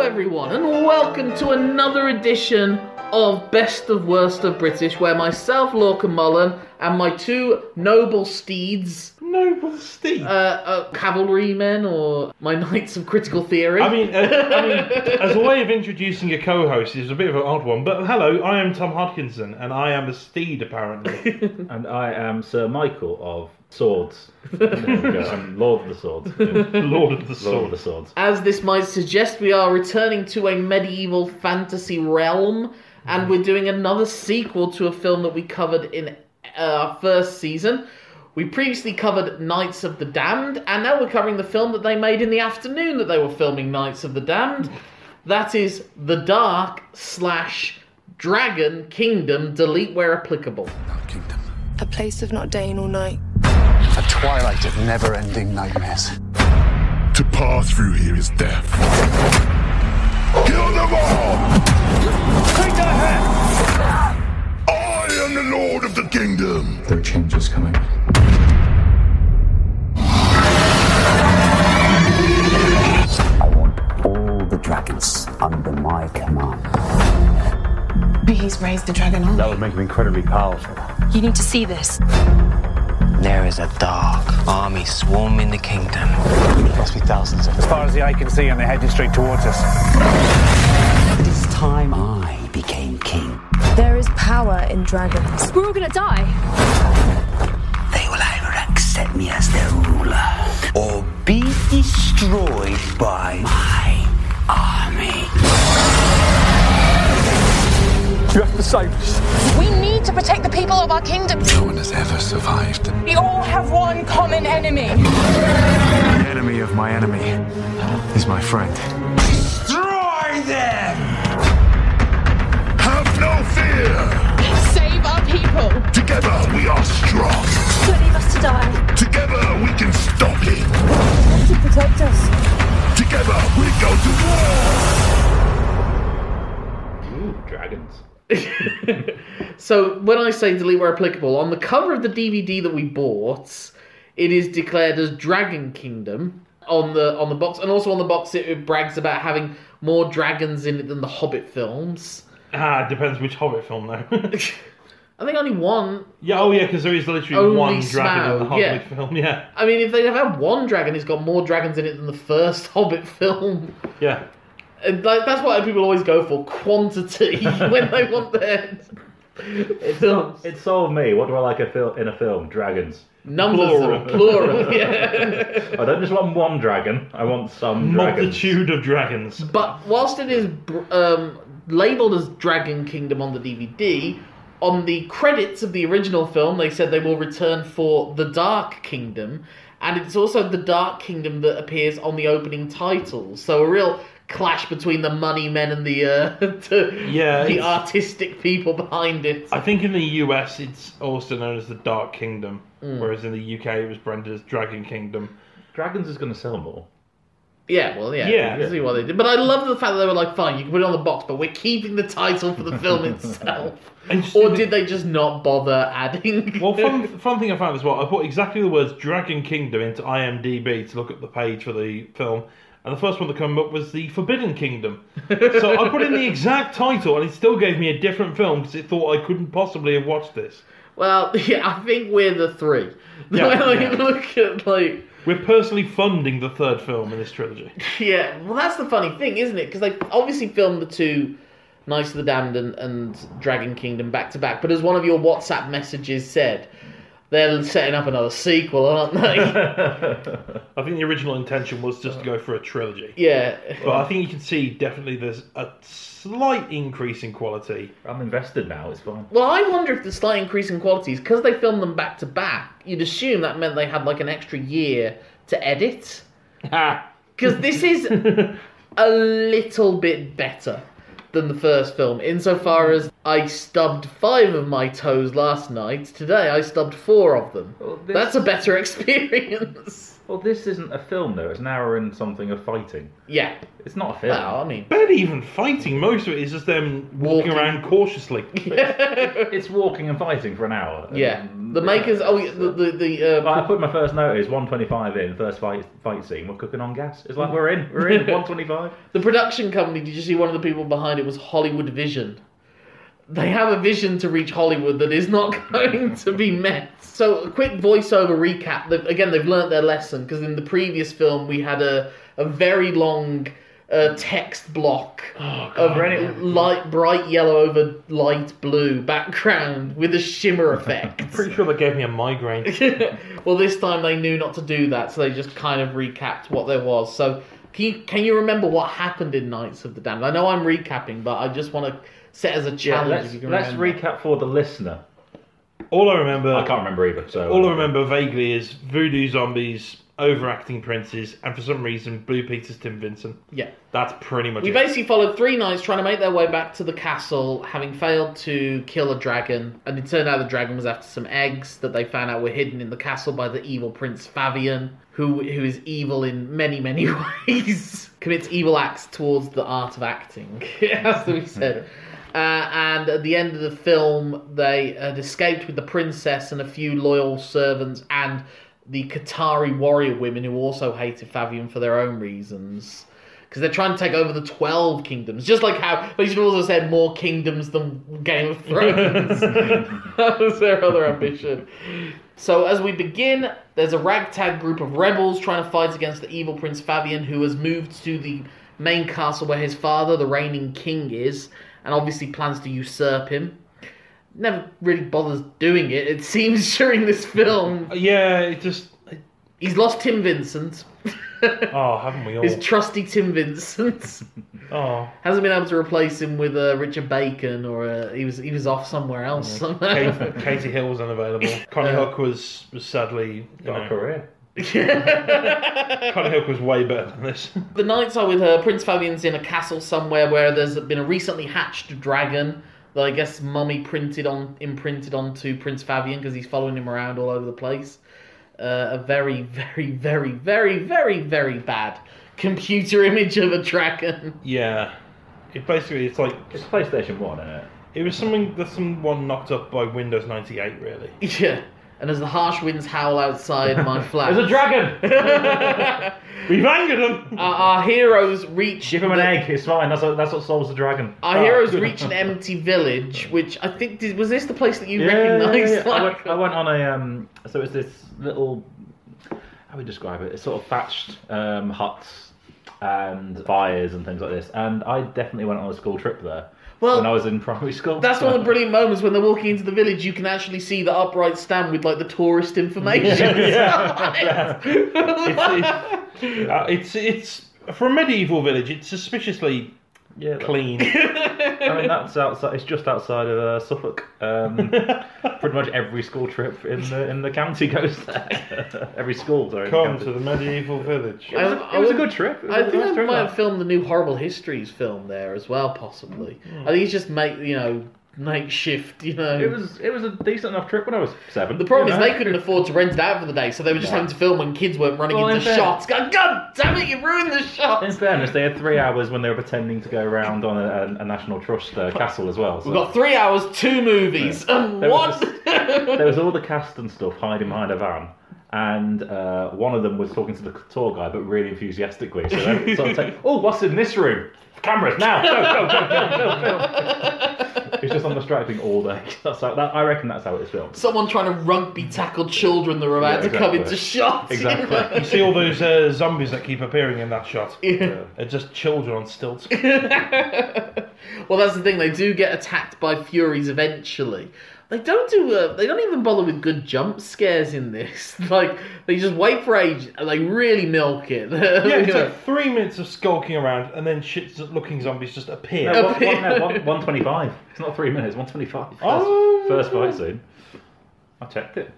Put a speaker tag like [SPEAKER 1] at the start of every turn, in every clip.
[SPEAKER 1] everyone, and welcome to another edition of Best of Worst of British, where myself, Lorcan Mullen, and my two noble steeds,
[SPEAKER 2] Noble Steve.
[SPEAKER 1] uh, uh, cavalrymen, or my knights of critical theory.
[SPEAKER 2] I mean, uh, I mean, as a way of introducing a co-host is a bit of an odd one, but hello, I am Tom Hodkinson, and I am a steed apparently.
[SPEAKER 3] And I am Sir Michael of Swords. There we go. I'm Lord of the Swords. Lord
[SPEAKER 2] Lord of the
[SPEAKER 3] of
[SPEAKER 2] Sword.
[SPEAKER 3] the Swords.
[SPEAKER 1] As this might suggest, we are returning to a medieval fantasy realm, and we're doing another sequel to a film that we covered in uh, our first season. We previously covered Knights of the Damned, and now we're covering the film that they made in the afternoon that they were filming Knights of the Damned. That is The Dark slash Dragon Kingdom, delete where applicable.
[SPEAKER 4] kingdom.
[SPEAKER 5] a place of not day nor night.
[SPEAKER 4] A twilight of never ending nightmares.
[SPEAKER 6] To pass through here is death. Kill them all! Take their head! I am the Lord of the Kingdom!
[SPEAKER 4] There are changes coming. I want all the dragons under my command.
[SPEAKER 7] He's raised the dragon army.
[SPEAKER 8] That would make him incredibly powerful.
[SPEAKER 7] You need to see this.
[SPEAKER 9] There is a dark army swarming the kingdom.
[SPEAKER 4] Must be thousands of them.
[SPEAKER 8] As far as the eye can see, and they're heading straight towards us.
[SPEAKER 4] It is time I became king.
[SPEAKER 7] There is power in dragons. We're all gonna die.
[SPEAKER 4] They will either accept me as their ruler or be destroyed by my army.
[SPEAKER 8] You have to save us.
[SPEAKER 10] We need to protect the people of our kingdom.
[SPEAKER 4] No one has ever survived.
[SPEAKER 10] We all have one common enemy.
[SPEAKER 8] The enemy of my enemy is my friend.
[SPEAKER 4] Destroy them!
[SPEAKER 6] Have no fear!
[SPEAKER 10] Save our people.
[SPEAKER 6] Together we are strong!
[SPEAKER 7] Don't leave us to die.
[SPEAKER 6] Together we can stop it!
[SPEAKER 7] To protect us.
[SPEAKER 6] Together we go to war!
[SPEAKER 3] Ooh, dragons.
[SPEAKER 1] So when I say delete where applicable, on the cover of the DVD that we bought, it is declared as Dragon Kingdom on the on the box, and also on the box it, it brags about having more dragons in it than the Hobbit films.
[SPEAKER 2] Ah, depends which Hobbit film though.
[SPEAKER 1] I think only one.
[SPEAKER 2] yeah, oh yeah, because there is literally
[SPEAKER 1] Only
[SPEAKER 2] one dragon in the
[SPEAKER 1] Smaug,
[SPEAKER 2] Hobbit
[SPEAKER 1] yeah.
[SPEAKER 2] film. Yeah,
[SPEAKER 1] I mean, if they'd have had one dragon, it's got more dragons in it than the first Hobbit film.
[SPEAKER 2] yeah.
[SPEAKER 1] And, like that's what people always go for quantity when they want their films.
[SPEAKER 3] It's sold me. What do I like a fil- in a film? Dragons.
[SPEAKER 1] Numbers plural. plural, yeah.
[SPEAKER 3] I don't just want one dragon. I want some dragons.
[SPEAKER 2] Multitude of dragons.
[SPEAKER 1] But whilst it is br- um, labeled as Dragon Kingdom on the DVD, on the credits of the original film, they said they will return for The Dark Kingdom, and it's also The Dark Kingdom that appears on the opening titles. So a real clash between the money men and the uh, the,
[SPEAKER 2] Yeah,
[SPEAKER 1] the
[SPEAKER 2] it's-
[SPEAKER 1] artistic people behind it.
[SPEAKER 2] I think in the US it's also known as the Dark Kingdom,
[SPEAKER 1] Mm.
[SPEAKER 2] whereas in the UK it was branded as Dragon Kingdom.
[SPEAKER 3] Dragons is going to sell more.
[SPEAKER 1] Yeah, well, yeah,
[SPEAKER 2] Yeah.
[SPEAKER 1] I can see what they did. But I love the fact that they were like, "Fine, you can put it on the box, but we're keeping the title for the film itself."
[SPEAKER 2] And just
[SPEAKER 1] or
[SPEAKER 2] in the-
[SPEAKER 1] did they just not bother adding?
[SPEAKER 2] Well, fun, fun thing I found as well, I put exactly the words Dragon Kingdom into IMDb to look up the page for the film, and the first one that came up was The Forbidden Kingdom. so I put in the exact title, and it still gave me a different film because it thought I couldn't possibly have watched this.
[SPEAKER 1] Well, yeah, I think we're the three.
[SPEAKER 2] Yeah,
[SPEAKER 1] when I
[SPEAKER 2] yeah.
[SPEAKER 1] look at like,
[SPEAKER 2] We're personally funding the third film in this trilogy.
[SPEAKER 1] yeah, well, that's the funny thing, isn't it? Because they obviously filmed the two, Knights of the Damned and, and Dragon Kingdom back to back. But as one of your WhatsApp messages said, they're setting up another sequel, aren't they?
[SPEAKER 2] I think the original intention was just to go for a trilogy.
[SPEAKER 1] yeah,
[SPEAKER 2] But I think you can see definitely there's a slight increase in quality.
[SPEAKER 3] I'm invested now. It's fine.
[SPEAKER 1] Well, I wonder if the slight increase in quality is because they filmed them back to back. You'd assume that meant they had like an extra year to edit. Because this is a little bit better than the first film, insofar as I stubbed five of my toes last night. Today I stubbed four of them.
[SPEAKER 3] Well, this-
[SPEAKER 1] That's a better experience.
[SPEAKER 3] Well, this isn't a film though. It's an hour and something of fighting.
[SPEAKER 1] yeah.
[SPEAKER 3] It's not a film.
[SPEAKER 1] Well, I mean,
[SPEAKER 2] Barely even fighting, most of it is just them walking,
[SPEAKER 1] Walking.
[SPEAKER 2] around cautiously.
[SPEAKER 3] It's walking and fighting for an hour.
[SPEAKER 1] Yeah.
[SPEAKER 3] And
[SPEAKER 1] The makers. Oh, yeah, the the, the uh,
[SPEAKER 3] Like, I put my first note is 125 in, first fight fight scene, we're cooking on gas. It's like, we're in, we're in, 125.
[SPEAKER 1] The production company, did you see one of the people behind it was Hollywood Vision? They have a vision to reach Hollywood that is not going to be met. So, a quick voiceover recap. They've- Again, they've learnt their lesson because in the previous film we had a, a very long uh, text block of light bright yellow over light blue background with a shimmer effect.
[SPEAKER 2] Pretty sure they gave me a migraine.
[SPEAKER 1] well, this time they knew not to do that, so they just kind of recapped what there was. So, can you, can you remember what happened in Knights of the Damned? I know I'm recapping, but I just want to set as a
[SPEAKER 3] Yeah,
[SPEAKER 1] challenge.
[SPEAKER 3] let's,
[SPEAKER 1] if you can
[SPEAKER 3] let's
[SPEAKER 1] remember.
[SPEAKER 3] recap for the listener.
[SPEAKER 2] All I remember.
[SPEAKER 3] I can't remember either, so. uh,
[SPEAKER 2] All I remember vaguely is voodoo zombies, overacting princes, and for some reason, Blue Peter's Tim Vincent.
[SPEAKER 1] Yeah.
[SPEAKER 2] That's pretty much
[SPEAKER 1] We
[SPEAKER 2] it.
[SPEAKER 1] basically followed three knights trying to make their way back to the castle, having failed to kill a dragon. And it turned out the dragon was after some eggs that they found out were hidden in the castle by the evil Prince Fabian, who who is evil in many many ways. Commits evil acts towards the art of acting. it has to be said. Uh, and at the end of the film, they had escaped with the princess and a few loyal servants and the Qatari warrior women who also hated Fabian for their own reasons because they're trying to take over the 12 kingdoms just like how they should also said more kingdoms than game of thrones that was their other ambition so as we begin there's a ragtag group of rebels trying to fight against the evil prince fabian who has moved to the main castle where his father the reigning king is and obviously plans to usurp him never really bothers doing it it seems during this film
[SPEAKER 2] yeah, it just.
[SPEAKER 1] he's lost tim vincent
[SPEAKER 2] Oh, haven't we all?
[SPEAKER 1] his trusty tim vincent
[SPEAKER 2] Oh,
[SPEAKER 1] Hasn't been able to replace him with uh, Richard Bacon, or uh, he was he was off somewhere else. somehow.
[SPEAKER 2] Kate, Katie Hill was unavailable. Connie Hook was, was sadly. You
[SPEAKER 3] Got a
[SPEAKER 2] know,
[SPEAKER 3] career.
[SPEAKER 2] Connie Hook was way better than this.
[SPEAKER 1] the knights are with her. Prince Fabian's in a castle somewhere where there's been a recently hatched dragon that I guess Mummy printed on imprinted onto Prince Fabian because he's following him around all over the place. Uh, a very, very, very, very, very, very bad computer image of a dragon.
[SPEAKER 2] yeah. It basically, it's like.
[SPEAKER 3] It's PlayStation 1, isn't it?
[SPEAKER 2] It was something that someone knocked up by Windows 98, really.
[SPEAKER 1] yeah. And as the harsh winds howl outside my flat,
[SPEAKER 3] There's a dragon!
[SPEAKER 2] We've angered them!
[SPEAKER 1] our, our heroes reach.
[SPEAKER 3] Give him an
[SPEAKER 1] the-
[SPEAKER 3] egg, it's fine. That's what, that's what solves the dragon.
[SPEAKER 1] Our
[SPEAKER 3] Ah.
[SPEAKER 1] heroes reach an empty village, which I think did, was this the place that you
[SPEAKER 3] Yeah,
[SPEAKER 1] recognised?
[SPEAKER 3] yeah, yeah. I,
[SPEAKER 1] Like,
[SPEAKER 3] went, I went on a um. So it's this little, how we describe it? It's sort of thatched um, huts and fires and things like this. And I definitely went on a school trip there
[SPEAKER 1] Well,
[SPEAKER 3] when I was in primary school.
[SPEAKER 1] that's one of the brilliant moments when they're walking into the village. You can actually see the upright stand with like the tourist information.
[SPEAKER 2] Uh, it's, it's. For a medieval village, it's suspiciously
[SPEAKER 3] yeah, that-
[SPEAKER 2] clean.
[SPEAKER 3] I mean that's outside. It's just outside of uh, Suffolk. Um, pretty much every school trip in the in the county goes there. every school, sorry. in the
[SPEAKER 2] Come
[SPEAKER 3] county.
[SPEAKER 2] to the medieval village.
[SPEAKER 1] I-
[SPEAKER 3] It was, a, it was a
[SPEAKER 1] I-
[SPEAKER 3] good trip. It was
[SPEAKER 1] I
[SPEAKER 3] a
[SPEAKER 1] think
[SPEAKER 3] nice
[SPEAKER 1] I
[SPEAKER 3] trip,
[SPEAKER 1] might
[SPEAKER 3] that.
[SPEAKER 1] have filmed the new Horrible Histories film there as well, possibly. I think it's just make you know makeshift, you know.
[SPEAKER 3] Hmm. It was it was a decent enough trip when I was seven.
[SPEAKER 1] the problem
[SPEAKER 3] you
[SPEAKER 1] is
[SPEAKER 3] know?
[SPEAKER 1] they couldn't afford to rent it out for the day, so they were just
[SPEAKER 3] No.
[SPEAKER 1] having to film when kids weren't running
[SPEAKER 3] Well,
[SPEAKER 1] into
[SPEAKER 3] in fair-
[SPEAKER 1] shots. God, God damn it, you ruined the shot.
[SPEAKER 3] In fairness, they had three hours when they were pretending to go around on a, a, a National Trust uh, castle as well. So
[SPEAKER 1] We've got three hours, two movies, and
[SPEAKER 3] There was
[SPEAKER 1] what?
[SPEAKER 3] there was all the cast and stuff hiding behind a van, and uh, one of them was talking to the tour guy, but really enthusiastically. So they sort of saying, "Oh, what's in this room? Cameras now! Go, go, go, go, go, go!" It's just on the strap thing all day. That's how, that, I reckon that's how it's filmed.
[SPEAKER 1] someone trying to rugby tackle children that are about
[SPEAKER 3] Yeah,
[SPEAKER 1] to come
[SPEAKER 3] exactly.
[SPEAKER 1] into shots. you know?
[SPEAKER 3] Exactly.
[SPEAKER 2] You see all those uh, zombies that keep appearing in that shot?
[SPEAKER 3] Yeah.
[SPEAKER 2] They're just children on stilts.
[SPEAKER 1] well, that's the thing. They do get attacked by furies eventually. They don't do. A, they don't even bother with good jump scares in this. Like they just wait for age and they really milk it.
[SPEAKER 2] Yeah, it's like three minutes of skulking around, and then shit-looking zombies just appear.
[SPEAKER 3] No, one, one, no, one, 125. It's not three minutes, 125.
[SPEAKER 2] Oh.
[SPEAKER 3] First, first fight scene. I checked it.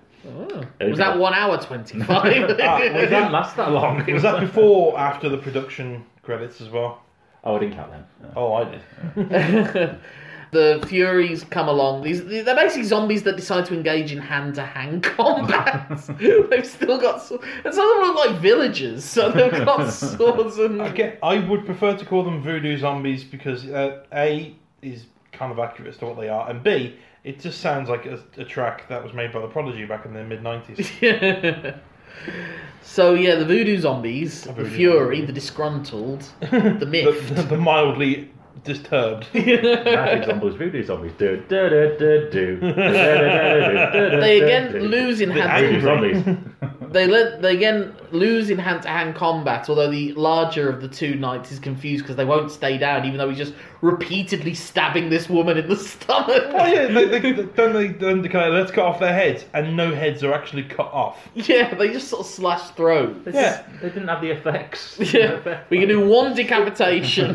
[SPEAKER 1] was that one hour twenty five?
[SPEAKER 2] Ah,
[SPEAKER 3] It
[SPEAKER 2] was,
[SPEAKER 3] didn't
[SPEAKER 2] that,
[SPEAKER 3] last that long.
[SPEAKER 2] was that before or after the production credits as well?
[SPEAKER 3] Oh, I didn't count them.
[SPEAKER 2] Oh, I did.
[SPEAKER 1] the Furies come along. These they're basically zombies that decide to engage in hand to hand combat. They've still got sw- and some of them look like villagers, so they've got swords and
[SPEAKER 2] Okay, I would prefer to call them voodoo zombies because uh, A is kind of accurate as to what they are, and B It just sounds like a, a track that was made by the Prodigy back in the mid nineties.
[SPEAKER 1] so yeah, the voodoo zombies, the
[SPEAKER 2] voodoo
[SPEAKER 1] fury, the disgruntled, the
[SPEAKER 2] the,
[SPEAKER 1] miffed.
[SPEAKER 2] the mildly disturbed.
[SPEAKER 3] Magic zombies, voodoo zombies. Do, do, do, do, do.
[SPEAKER 1] They
[SPEAKER 3] They
[SPEAKER 1] again lose in
[SPEAKER 2] The
[SPEAKER 1] hand.
[SPEAKER 3] Voodoo
[SPEAKER 2] angry.
[SPEAKER 3] zombies.
[SPEAKER 1] They let they again lose in hand to hand combat. Although the larger of the two knights is confused because they won't stay down, even though he's just repeatedly stabbing this woman in the stomach.
[SPEAKER 2] Oh yeah, they, they, then they then they kind of, let's cut off their heads, and no heads are actually cut off.
[SPEAKER 1] Yeah, they just sort of slash throat.
[SPEAKER 2] Yeah.
[SPEAKER 3] They didn't have the effects.
[SPEAKER 1] Yeah, we can do one decapitation.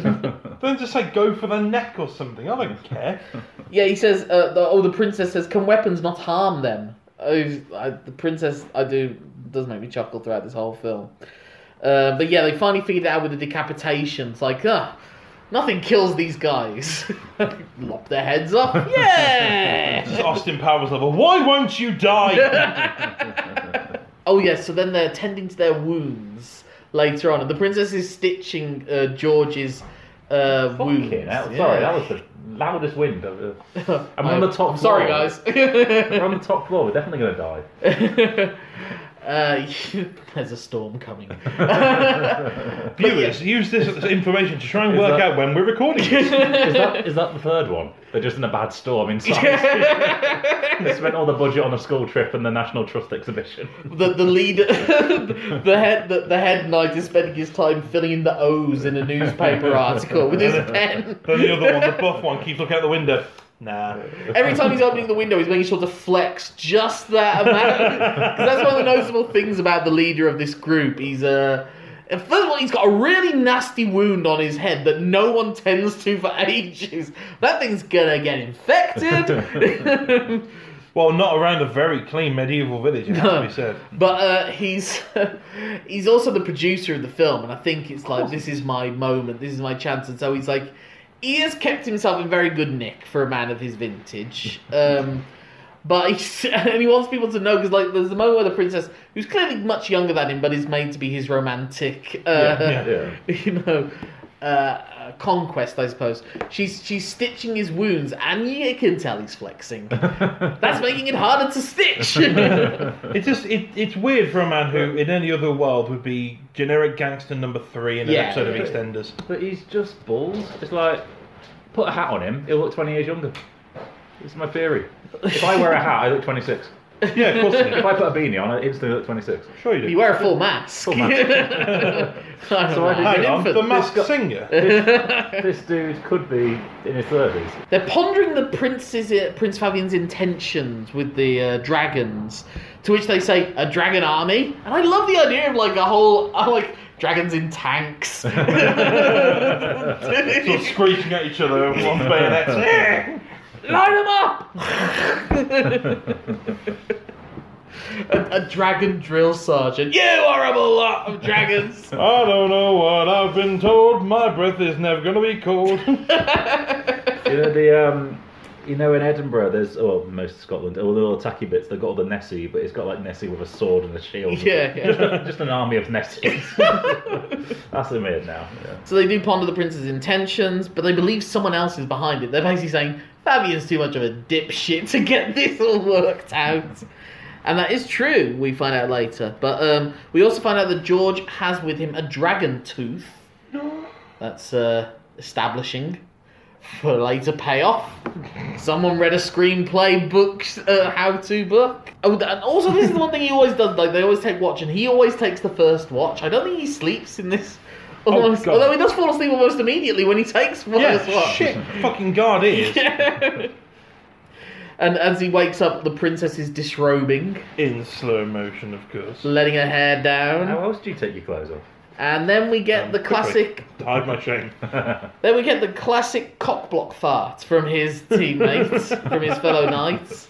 [SPEAKER 2] Then just say go for the neck or something. I don't care.
[SPEAKER 1] yeah, he says. Uh, the, oh, the princess says, "Can weapons not harm them?" Oh, I, the princess, I do does make me chuckle throughout this whole film. Uh, but yeah, they finally figured it out with the decapitation. It's like, ah, nothing kills these guys. Lop their heads off.
[SPEAKER 2] This
[SPEAKER 1] Yeah.
[SPEAKER 2] is Austin Powers level. Why won't you die?
[SPEAKER 1] Oh yes, so then they're tending to their wounds later on, and the princess is stitching uh, George's uh, wounds.
[SPEAKER 3] Fucking hell.
[SPEAKER 1] Yeah.
[SPEAKER 3] Sorry, that was the loudest wind. I've, uh, I'm on the top
[SPEAKER 1] I'm sorry,
[SPEAKER 3] floor.
[SPEAKER 1] guys.
[SPEAKER 3] We're on the top floor. We're definitely going to die.
[SPEAKER 1] uh, there's a storm coming.
[SPEAKER 2] Viewers, use this information to try and work
[SPEAKER 3] that-
[SPEAKER 2] out when we're recording. this.
[SPEAKER 3] Is that, is that the third one? They're just in a bad storm inside. they spent all the budget on a school trip and the National Trust exhibition.
[SPEAKER 1] The the leader, the head, the, the head knight is spending his time filling in the O's in a newspaper article with his pen.
[SPEAKER 2] then the other one, the buff one, keeps looking out the window. Nah.
[SPEAKER 1] Every time he's opening the window, he's making sure to flex just that amount. 'Cause that's one of the noticeable things about the leader of this group. He's Uh, First of all, he's got a really nasty wound on his head that no one tends to for ages. That thing's gonna get infected.
[SPEAKER 2] Well, not around a very clean medieval village, it has to be said.
[SPEAKER 1] But uh, he's he's also the producer of the film, and I think it's like this is my moment, this is my chance, and so he's like he has kept himself in very good nick for a man of his vintage. Um, but he's, and he wants people to know because like there's the moment where the princess, who's clearly much younger than him, but is made to be his romantic, uh,
[SPEAKER 2] Yeah,
[SPEAKER 3] yeah,
[SPEAKER 1] you know. Uh, conquest, I suppose. She's she's stitching his wounds, and you can tell he's flexing. That's making it harder to stitch.
[SPEAKER 2] It's just it, it's weird for a man who, in any other world, would be generic gangster number three in an
[SPEAKER 1] Yeah.
[SPEAKER 2] episode of EastEnders.
[SPEAKER 3] But he's just balls. It's like, put a hat on him, he'll look 20 years younger. It's my theory. If I wear a hat, I look 26.
[SPEAKER 2] Yeah, of course. It
[SPEAKER 3] If
[SPEAKER 2] is.
[SPEAKER 3] I put a beanie on, I instantly look 26.
[SPEAKER 2] Sure you do.
[SPEAKER 1] You wear a full mask.
[SPEAKER 3] Full mask.
[SPEAKER 1] I
[SPEAKER 3] So I
[SPEAKER 1] don't know, an
[SPEAKER 3] did
[SPEAKER 2] Hang on,
[SPEAKER 1] infant.
[SPEAKER 2] the masked singer.
[SPEAKER 3] This dude could be in his 30s.
[SPEAKER 1] They're pondering the prince's uh, Prince Fabian's intentions with the uh, dragons, to which they say a dragon army, and I love the idea of like a whole uh, like dragons in tanks.
[SPEAKER 2] Sort of screeching at each other with one bayonet.
[SPEAKER 1] Line them up! a, a dragon drill sergeant. You horrible lot of dragons!
[SPEAKER 2] I don't know what I've been told. My breath is never going to be cold.
[SPEAKER 3] You know the um, you know in Edinburgh, there's well most Scotland, all the little tacky bits. They've got all the Nessie, but it's got like Nessie with a sword and a shield.
[SPEAKER 1] Yeah, yeah.
[SPEAKER 3] just an army of Nessies. That's the made now. Yeah.
[SPEAKER 1] So they do ponder the prince's intentions, but they believe someone else is behind it. They're basically saying Fabian's too much of a dipshit to get this all worked out. And that is true, we find out later. But um, we also find out that George has with him a dragon tooth. That's uh, establishing for later payoff. Someone read a screenplay book, uh, how-to book. Oh, th- and also this is the one thing he always does. Like they always take watch, and he always takes the first watch. I don't think he sleeps in this. Almost,
[SPEAKER 2] Oh, God.
[SPEAKER 1] although he does fall asleep almost immediately when he takes first
[SPEAKER 2] yeah,
[SPEAKER 1] watch.
[SPEAKER 2] shit, fucking guard is
[SPEAKER 1] And as he wakes up, the princess is disrobing,
[SPEAKER 2] in slow motion, of course.
[SPEAKER 1] letting her hair down,
[SPEAKER 3] How else do you take your clothes off?
[SPEAKER 1] and then we get
[SPEAKER 2] Um,
[SPEAKER 1] the
[SPEAKER 2] quickly.
[SPEAKER 1] classic.
[SPEAKER 2] Hide my shame.
[SPEAKER 1] Then we get the classic cockblock fart from his teammates, from his fellow knights.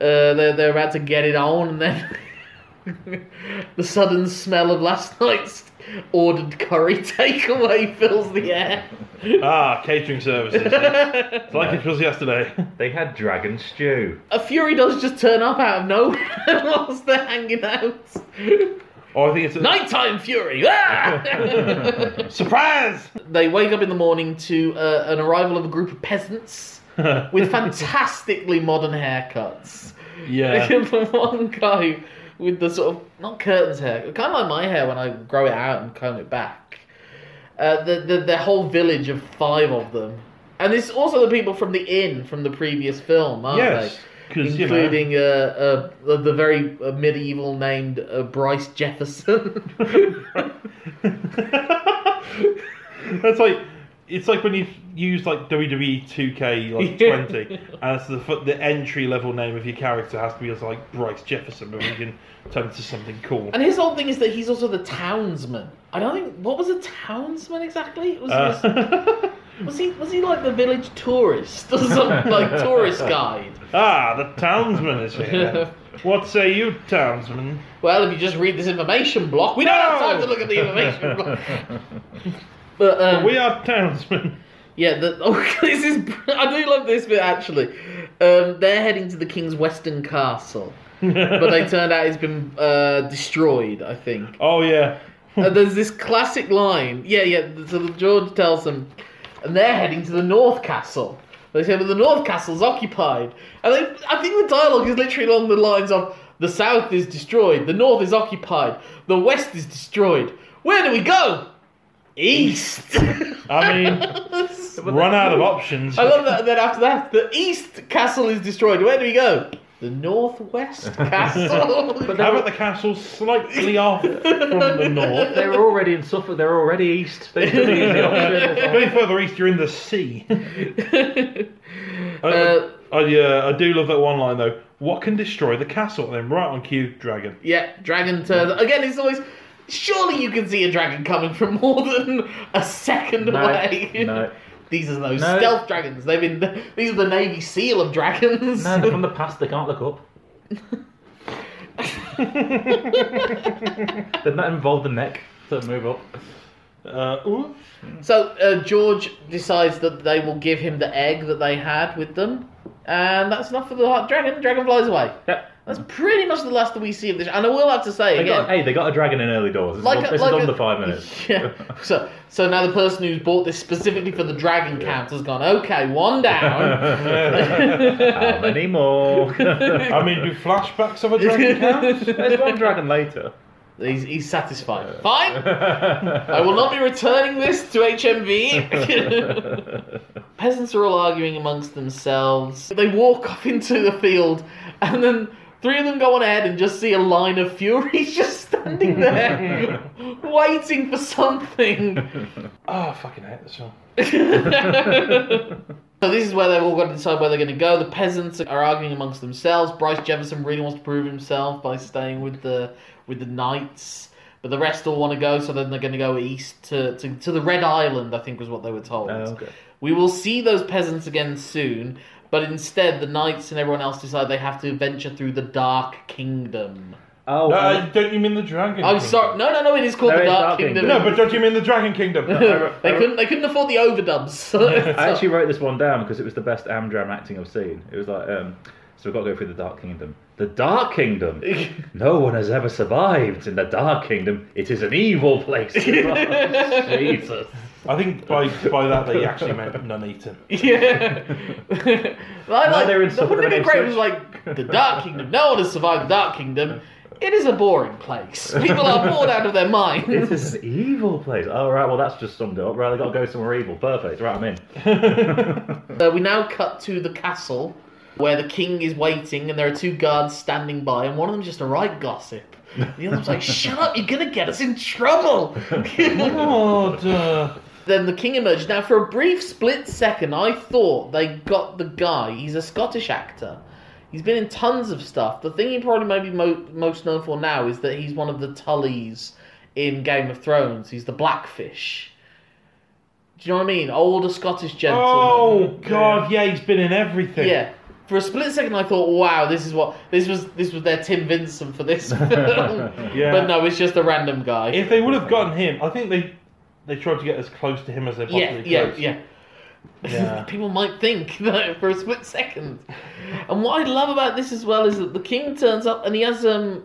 [SPEAKER 1] Uh, they're, they're about to get it on, and then the sudden smell of last night's ordered curry takeaway fills the air.
[SPEAKER 2] Ah, catering services. It's like it was yesterday.
[SPEAKER 3] They had dragon stew.
[SPEAKER 1] A fury does just turn up out of nowhere whilst they're hanging out.
[SPEAKER 2] Or Oh, I think it's a
[SPEAKER 1] Nighttime fury! Ah!
[SPEAKER 2] surprise.
[SPEAKER 1] they wake up in the morning to uh, an arrival of a group of peasants with fantastically modern haircuts.
[SPEAKER 2] Yeah.
[SPEAKER 1] the one guy with the sort of not curtains hair, kind of like my hair when I grow it out and comb it back. Uh, the, the the whole village of five of them, and it's also the people from the inn from the previous film, aren't
[SPEAKER 2] Yes.
[SPEAKER 1] they?
[SPEAKER 2] 'Cause, you know-
[SPEAKER 1] Including uh, uh, the- the very uh, medieval named uh, Bryce Jefferson.
[SPEAKER 2] That's like it's like when you use like WWE 2K like
[SPEAKER 1] Yeah.
[SPEAKER 2] 20, and it's the fu- the entry level name of your character has to be as like Bryce Jefferson, but we can turn it to something cool.
[SPEAKER 1] and his whole thing is that he's also the townsman. I don't think what was a townsman exactly. It was, was-
[SPEAKER 2] Uh,
[SPEAKER 1] Was he was he like the village tourist or something like tourist guide?
[SPEAKER 2] ah, the townsman is here. what say you, townsman?
[SPEAKER 1] Well, if you just read this information block, we don't have
[SPEAKER 2] No!
[SPEAKER 1] time to look at the information block. But um,
[SPEAKER 2] We are townsmen.
[SPEAKER 1] yeah, the, oh, this is I do love this bit actually. Um, they're heading to the king's western castle, but they turned out it's been uh, destroyed. I think.
[SPEAKER 2] Oh yeah.
[SPEAKER 1] Uh, there's this classic line. Yeah, yeah. So George tells them, and they're heading to the North Castle. They say, but the North Castle's occupied. And they, I think the dialogue is literally along the lines of the South is destroyed, the North is occupied, the West is destroyed. Where do we go? East.
[SPEAKER 2] I mean, run out of options.
[SPEAKER 1] I love that. And then after that, the East Castle is destroyed. Where do we go? The Northwest Castle.
[SPEAKER 2] How about the castle slightly off from the north?
[SPEAKER 3] They were already in Suffolk. They were already east. They took the easy option.
[SPEAKER 2] Going further east, you're in the sea. I,
[SPEAKER 1] Uh,
[SPEAKER 2] I, yeah, I do love that one line though. What can destroy the castle? And then right on cue, dragon.
[SPEAKER 1] Yeah, dragon turns. Again, it's always. Surely you can see a dragon coming from more than a second
[SPEAKER 3] No,
[SPEAKER 1] away.
[SPEAKER 3] no.
[SPEAKER 1] These are those
[SPEAKER 3] No.
[SPEAKER 1] stealth dragons. They've been. These are the Navy SEAL of dragons.
[SPEAKER 3] No, they're from the past. They can't look up. Did that involve the neck to move up?
[SPEAKER 2] Uh, ooh.
[SPEAKER 1] So uh, George decides that they will give him the egg that they had with them, and that's enough for the hot dragon. Dragon flies away.
[SPEAKER 3] Yep.
[SPEAKER 1] That's pretty much the last that we see of this. And I will have to say
[SPEAKER 3] They
[SPEAKER 1] again,
[SPEAKER 3] got, hey, they got a dragon in early doors. This, is,
[SPEAKER 1] Like
[SPEAKER 3] un-
[SPEAKER 1] a-
[SPEAKER 3] this
[SPEAKER 1] like
[SPEAKER 3] is under
[SPEAKER 1] a-
[SPEAKER 3] five minutes.
[SPEAKER 1] Yeah. So so now the person who's bought this specifically for the dragon count has gone, okay, one down.
[SPEAKER 3] How many more? There's
[SPEAKER 2] I mean, do flashbacks of a dragon count?
[SPEAKER 3] one dragon later. Oh,
[SPEAKER 1] he's, he's satisfied. Fine. I will not be returning this to HMV. Peasants are all arguing amongst themselves. They walk off into the field, and then three of them go on ahead and just see a line of furies just standing there, waiting for something.
[SPEAKER 2] Oh, I fucking hate this one.
[SPEAKER 1] So this is where they've all got to decide where they're going to go. The peasants are arguing amongst themselves. Bryce Jefferson really wants to prove himself by staying with the with the knights, but the rest all want to go. So then they're going to go east to, to to the Red Island. I think was what they were told.
[SPEAKER 3] Oh, okay.
[SPEAKER 1] We will see those peasants again soon, but instead the knights and everyone else decide they have to venture through the Dark Kingdom.
[SPEAKER 3] Oh,
[SPEAKER 2] No,
[SPEAKER 3] uh,
[SPEAKER 2] I- don't you mean the dragon?
[SPEAKER 1] I'm
[SPEAKER 2] kingdom?
[SPEAKER 1] sorry, no, no, no. It is called
[SPEAKER 3] No,
[SPEAKER 1] the
[SPEAKER 3] it's
[SPEAKER 1] Dark,
[SPEAKER 3] Dark
[SPEAKER 1] Kingdom.
[SPEAKER 2] No, but don't you mean the dragon kingdom?
[SPEAKER 1] they couldn't they couldn't afford the overdubs. So-
[SPEAKER 3] I actually wrote this one down because it was the best Amdram acting I've seen. It was like, um, so we've got to go through the Dark Kingdom. The Dark Kingdom? no one has ever survived in the Dark Kingdom. It is an evil place. Jesus.
[SPEAKER 2] I think by by that they actually meant none eaten.
[SPEAKER 1] Yeah. I like,
[SPEAKER 3] they're in
[SPEAKER 1] that
[SPEAKER 3] some
[SPEAKER 1] wouldn't it be
[SPEAKER 3] kind of
[SPEAKER 1] great if it was
[SPEAKER 3] switch.
[SPEAKER 1] like the Dark Kingdom? No one has survived the Dark Kingdom. It is a boring place. People are bored out of their
[SPEAKER 3] It
[SPEAKER 1] minds.
[SPEAKER 3] is an evil place. All right, well, that's just summed it up. Right, I've got to go somewhere evil. Perfect. Right, I'm in.
[SPEAKER 1] Uh, we now cut to the castle where the king is waiting and there are two guards standing by and one of them's just a right gossip. The other one's like, shut up, you're gonna get us in trouble.
[SPEAKER 2] Oh, duh.
[SPEAKER 1] Then the king emerges. Now, for a brief split second, I thought they got the guy. He's a Scottish actor. He's been in tons of stuff. The thing he probably may be mo- most known for now is that he's one of the Tullys in Game of Thrones. He's the Blackfish. Do you know what I mean? Older Scottish gentleman.
[SPEAKER 2] Oh God, yeah, he's been in everything.
[SPEAKER 1] Yeah. For a split second, I thought, "Wow, this is what this was. This was their Tim Vincent for this film."
[SPEAKER 2] Yeah.
[SPEAKER 1] But no, it's just a random guy.
[SPEAKER 2] If they would have gotten him, I think they they tried to get as close to him as they possibly
[SPEAKER 1] yeah,
[SPEAKER 2] could.
[SPEAKER 1] yeah, yeah.
[SPEAKER 2] Yeah.
[SPEAKER 1] People might think that for a split second. And what I love about this as well is that the king turns up and he has um,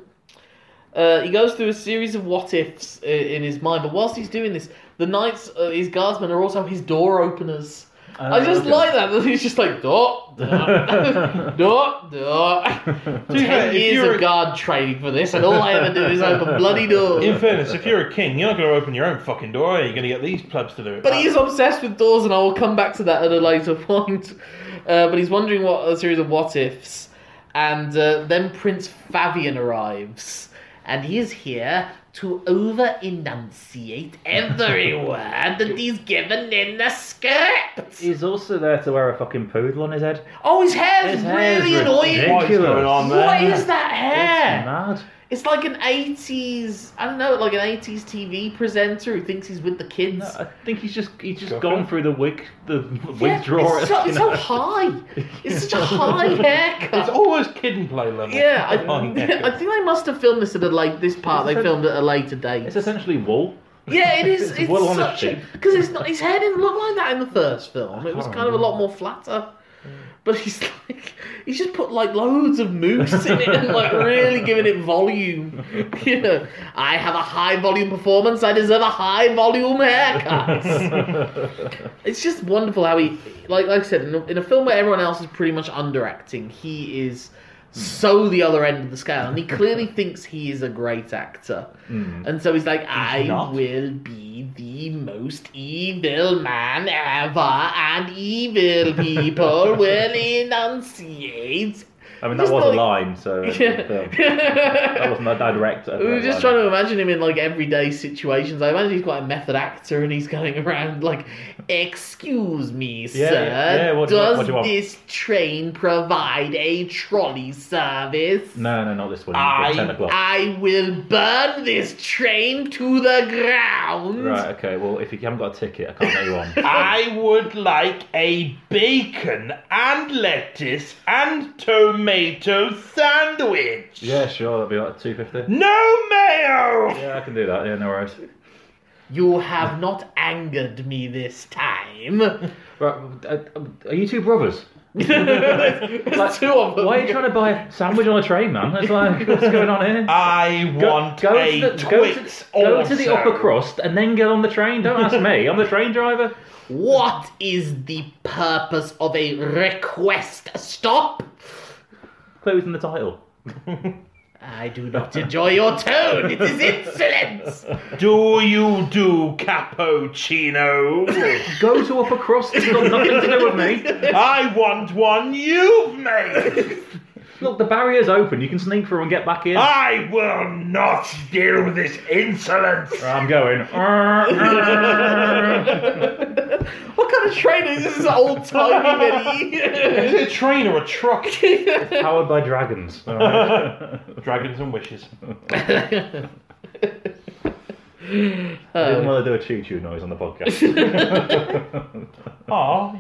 [SPEAKER 1] uh, he goes through a series of what ifs in, in his mind. But whilst he's doing this, the knights, uh, his guardsmen, are also his door openers.
[SPEAKER 2] Oh,
[SPEAKER 1] I just
[SPEAKER 3] okay.
[SPEAKER 1] like that. He's just like, dot, dot, dot, dot.
[SPEAKER 2] be fair,
[SPEAKER 1] Ten
[SPEAKER 2] if
[SPEAKER 1] years
[SPEAKER 2] you're
[SPEAKER 1] of
[SPEAKER 2] a-
[SPEAKER 1] guard training for this, and all I ever do is open bloody doors.
[SPEAKER 2] In fairness, if you're a king, you're not going to open your own fucking door, are you? You're going to get these plebs to do it.
[SPEAKER 1] But he is obsessed with doors, and I will come back to that at a later point. Uh, but he's wondering what a series of what ifs, and uh, then Prince Fabian arrives, and he is here to over enunciate every word that he's given in the script.
[SPEAKER 3] He's also there to wear a fucking poodle on his head.
[SPEAKER 1] Oh, his hair's
[SPEAKER 3] His hair's
[SPEAKER 1] really annoying.
[SPEAKER 2] What is going on there?
[SPEAKER 1] What is that
[SPEAKER 3] It's
[SPEAKER 1] hair?
[SPEAKER 3] mad.
[SPEAKER 1] It's like an 80s, I don't know, like an 80s TV presenter who thinks he's with the kids.
[SPEAKER 3] No, I think he's just he's just
[SPEAKER 2] Go for
[SPEAKER 3] gone
[SPEAKER 2] it.
[SPEAKER 3] through the wig the wig
[SPEAKER 1] Yeah,
[SPEAKER 3] drawer.
[SPEAKER 1] It's so,
[SPEAKER 3] you
[SPEAKER 1] it's so
[SPEAKER 3] know.
[SPEAKER 1] high. It's such a high haircut.
[SPEAKER 2] It's almost kid and play level.
[SPEAKER 1] yeah, I,
[SPEAKER 2] Oh,
[SPEAKER 1] I think they must have filmed this at a late. This part
[SPEAKER 3] It's
[SPEAKER 1] they
[SPEAKER 3] a-
[SPEAKER 1] filmed at a later date.
[SPEAKER 3] It's essentially wool.
[SPEAKER 1] yeah, it is.
[SPEAKER 3] it's
[SPEAKER 1] It's
[SPEAKER 3] well on a
[SPEAKER 1] such a
[SPEAKER 3] sheep.
[SPEAKER 1] because it's not. His hair didn't look like that in the first film. It was
[SPEAKER 3] can't
[SPEAKER 1] kind of a lot more flatter. But he's like, he's just put like loads of mousse in it and like really giving it volume. You know, I have a high volume performance. I deserve a high volume haircut. It's just wonderful how he, like, like I said, in a, in a film where everyone else is pretty much underacting, he is so the other end of the scale, and he clearly thinks he is a great actor, and so he's like, "I
[SPEAKER 3] Hmm. not.
[SPEAKER 1] will be the most evil man ever, and evil people will enunciate."
[SPEAKER 3] I mean
[SPEAKER 1] Just
[SPEAKER 3] that was
[SPEAKER 1] like-
[SPEAKER 3] a line, so um, that wasn't a direct. uh,
[SPEAKER 1] We were just trying to imagine him in like everyday situations. I imagine he's quite a method actor and he's going around like, Excuse me,
[SPEAKER 3] Yeah,
[SPEAKER 1] sir.
[SPEAKER 3] yeah, what do you want-
[SPEAKER 1] does
[SPEAKER 3] what do you want?"
[SPEAKER 1] this train provide a trolley service?
[SPEAKER 3] No, no, not this one.
[SPEAKER 1] I,
[SPEAKER 3] Ten o'clock.
[SPEAKER 1] I will burn this train to the ground.
[SPEAKER 3] Right. Okay. Well, if you haven't got a ticket, I can't let you on.
[SPEAKER 2] I would like a bacon and lettuce and tomato sandwich.
[SPEAKER 3] yeah, sure. That'd be like two fifty.
[SPEAKER 2] No mayo.
[SPEAKER 3] Yeah, I can do that. Yeah, no worries.
[SPEAKER 1] You have not angered me this time.
[SPEAKER 3] Right. uh, um, Are you two brothers?
[SPEAKER 1] There's two of them.
[SPEAKER 3] Why are you trying to buy a sandwich on a train, man? That's like what's going on here.
[SPEAKER 2] I want a
[SPEAKER 3] go, to,
[SPEAKER 2] Twix
[SPEAKER 3] go to the
[SPEAKER 2] also.
[SPEAKER 3] upper crust and then get on the train. Don't ask me. I'm the train driver.
[SPEAKER 1] What is the purpose of a request stop?
[SPEAKER 3] Clearly, it's in the title.
[SPEAKER 1] I do not enjoy your tone. It is insolence.
[SPEAKER 2] Do you do cappuccino?
[SPEAKER 3] Go to upper crust. It's got nothing to do with me.
[SPEAKER 2] I want one you've made.
[SPEAKER 3] Look, the barrier's open. You can sneak through and get back in.
[SPEAKER 2] I will not deal with this insolence.
[SPEAKER 3] I'm going.
[SPEAKER 1] What kind of train is this? This is old timey
[SPEAKER 2] Is
[SPEAKER 1] mini.
[SPEAKER 2] it a train or a truck?
[SPEAKER 3] Powered by dragons.
[SPEAKER 2] Dragons and wishes.
[SPEAKER 3] I didn't want to do a choo choo noise on the podcast.
[SPEAKER 2] Oh,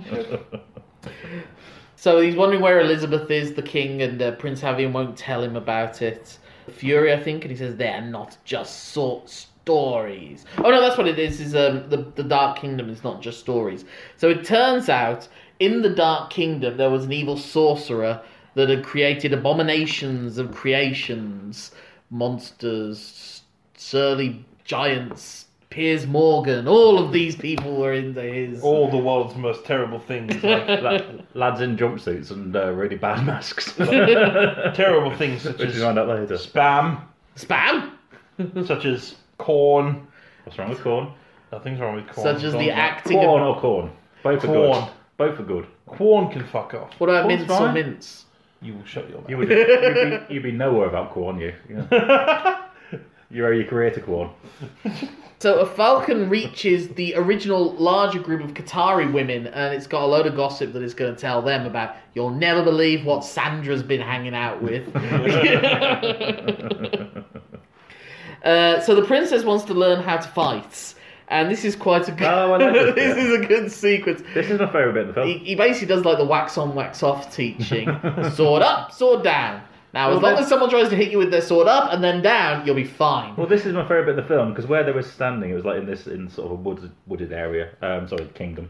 [SPEAKER 1] so he's wondering where Elizabeth is, the king, and uh, Prince Havian won't tell him about it. Fury, I think, and he says they're not just sort stories. Oh no, that's what it is. Is um, the the Dark Kingdom is not just stories. So it turns out in the Dark Kingdom there was an evil sorcerer that had created abominations of creations, monsters, surly giants. Piers Morgan, all of these people were into his.
[SPEAKER 2] all the world's most terrible things, like
[SPEAKER 3] La- Lads in jumpsuits and uh, really bad masks. Which
[SPEAKER 2] terrible things such
[SPEAKER 3] we
[SPEAKER 2] as
[SPEAKER 3] find out later.
[SPEAKER 2] spam,
[SPEAKER 1] Spam?
[SPEAKER 2] such as corn.
[SPEAKER 3] What's wrong with corn?
[SPEAKER 2] Nothing's wrong with corn.
[SPEAKER 1] Such as the
[SPEAKER 2] Corn's
[SPEAKER 1] acting
[SPEAKER 3] Corn
[SPEAKER 1] of.
[SPEAKER 3] or corn? Both are
[SPEAKER 2] Corn.
[SPEAKER 3] good. Both are good.
[SPEAKER 2] not- Corn can fuck off.
[SPEAKER 1] What about
[SPEAKER 3] Corn's
[SPEAKER 1] mince or
[SPEAKER 3] fine.
[SPEAKER 1] mince?
[SPEAKER 2] You will shut your mouth.
[SPEAKER 3] You would, you'd, be, you'd be nowhere about corn, you. Yeah. you owe your career to corn.
[SPEAKER 1] So a falcon reaches the original larger group of Qatari women, and it's got a load of gossip that it's going to tell them about. You'll never believe what Sandra's been hanging out with. uh, so the princess wants to learn how to fight, and this is quite a good.
[SPEAKER 3] Oh, I like this
[SPEAKER 1] this
[SPEAKER 3] bit.
[SPEAKER 1] is a good sequence.
[SPEAKER 3] This is my favourite bit of the
[SPEAKER 1] he,
[SPEAKER 3] film.
[SPEAKER 1] he basically does like the wax on, wax off teaching. sword up, sword down. Now, as
[SPEAKER 3] Well,
[SPEAKER 1] long
[SPEAKER 3] then-
[SPEAKER 1] as someone tries to hit you with their sword up and then down, you'll be fine.
[SPEAKER 3] Well, this is my favourite bit of the film because where they were standing, it was like in this in sort of a wooded, wooded area. Um, sorry, kingdom.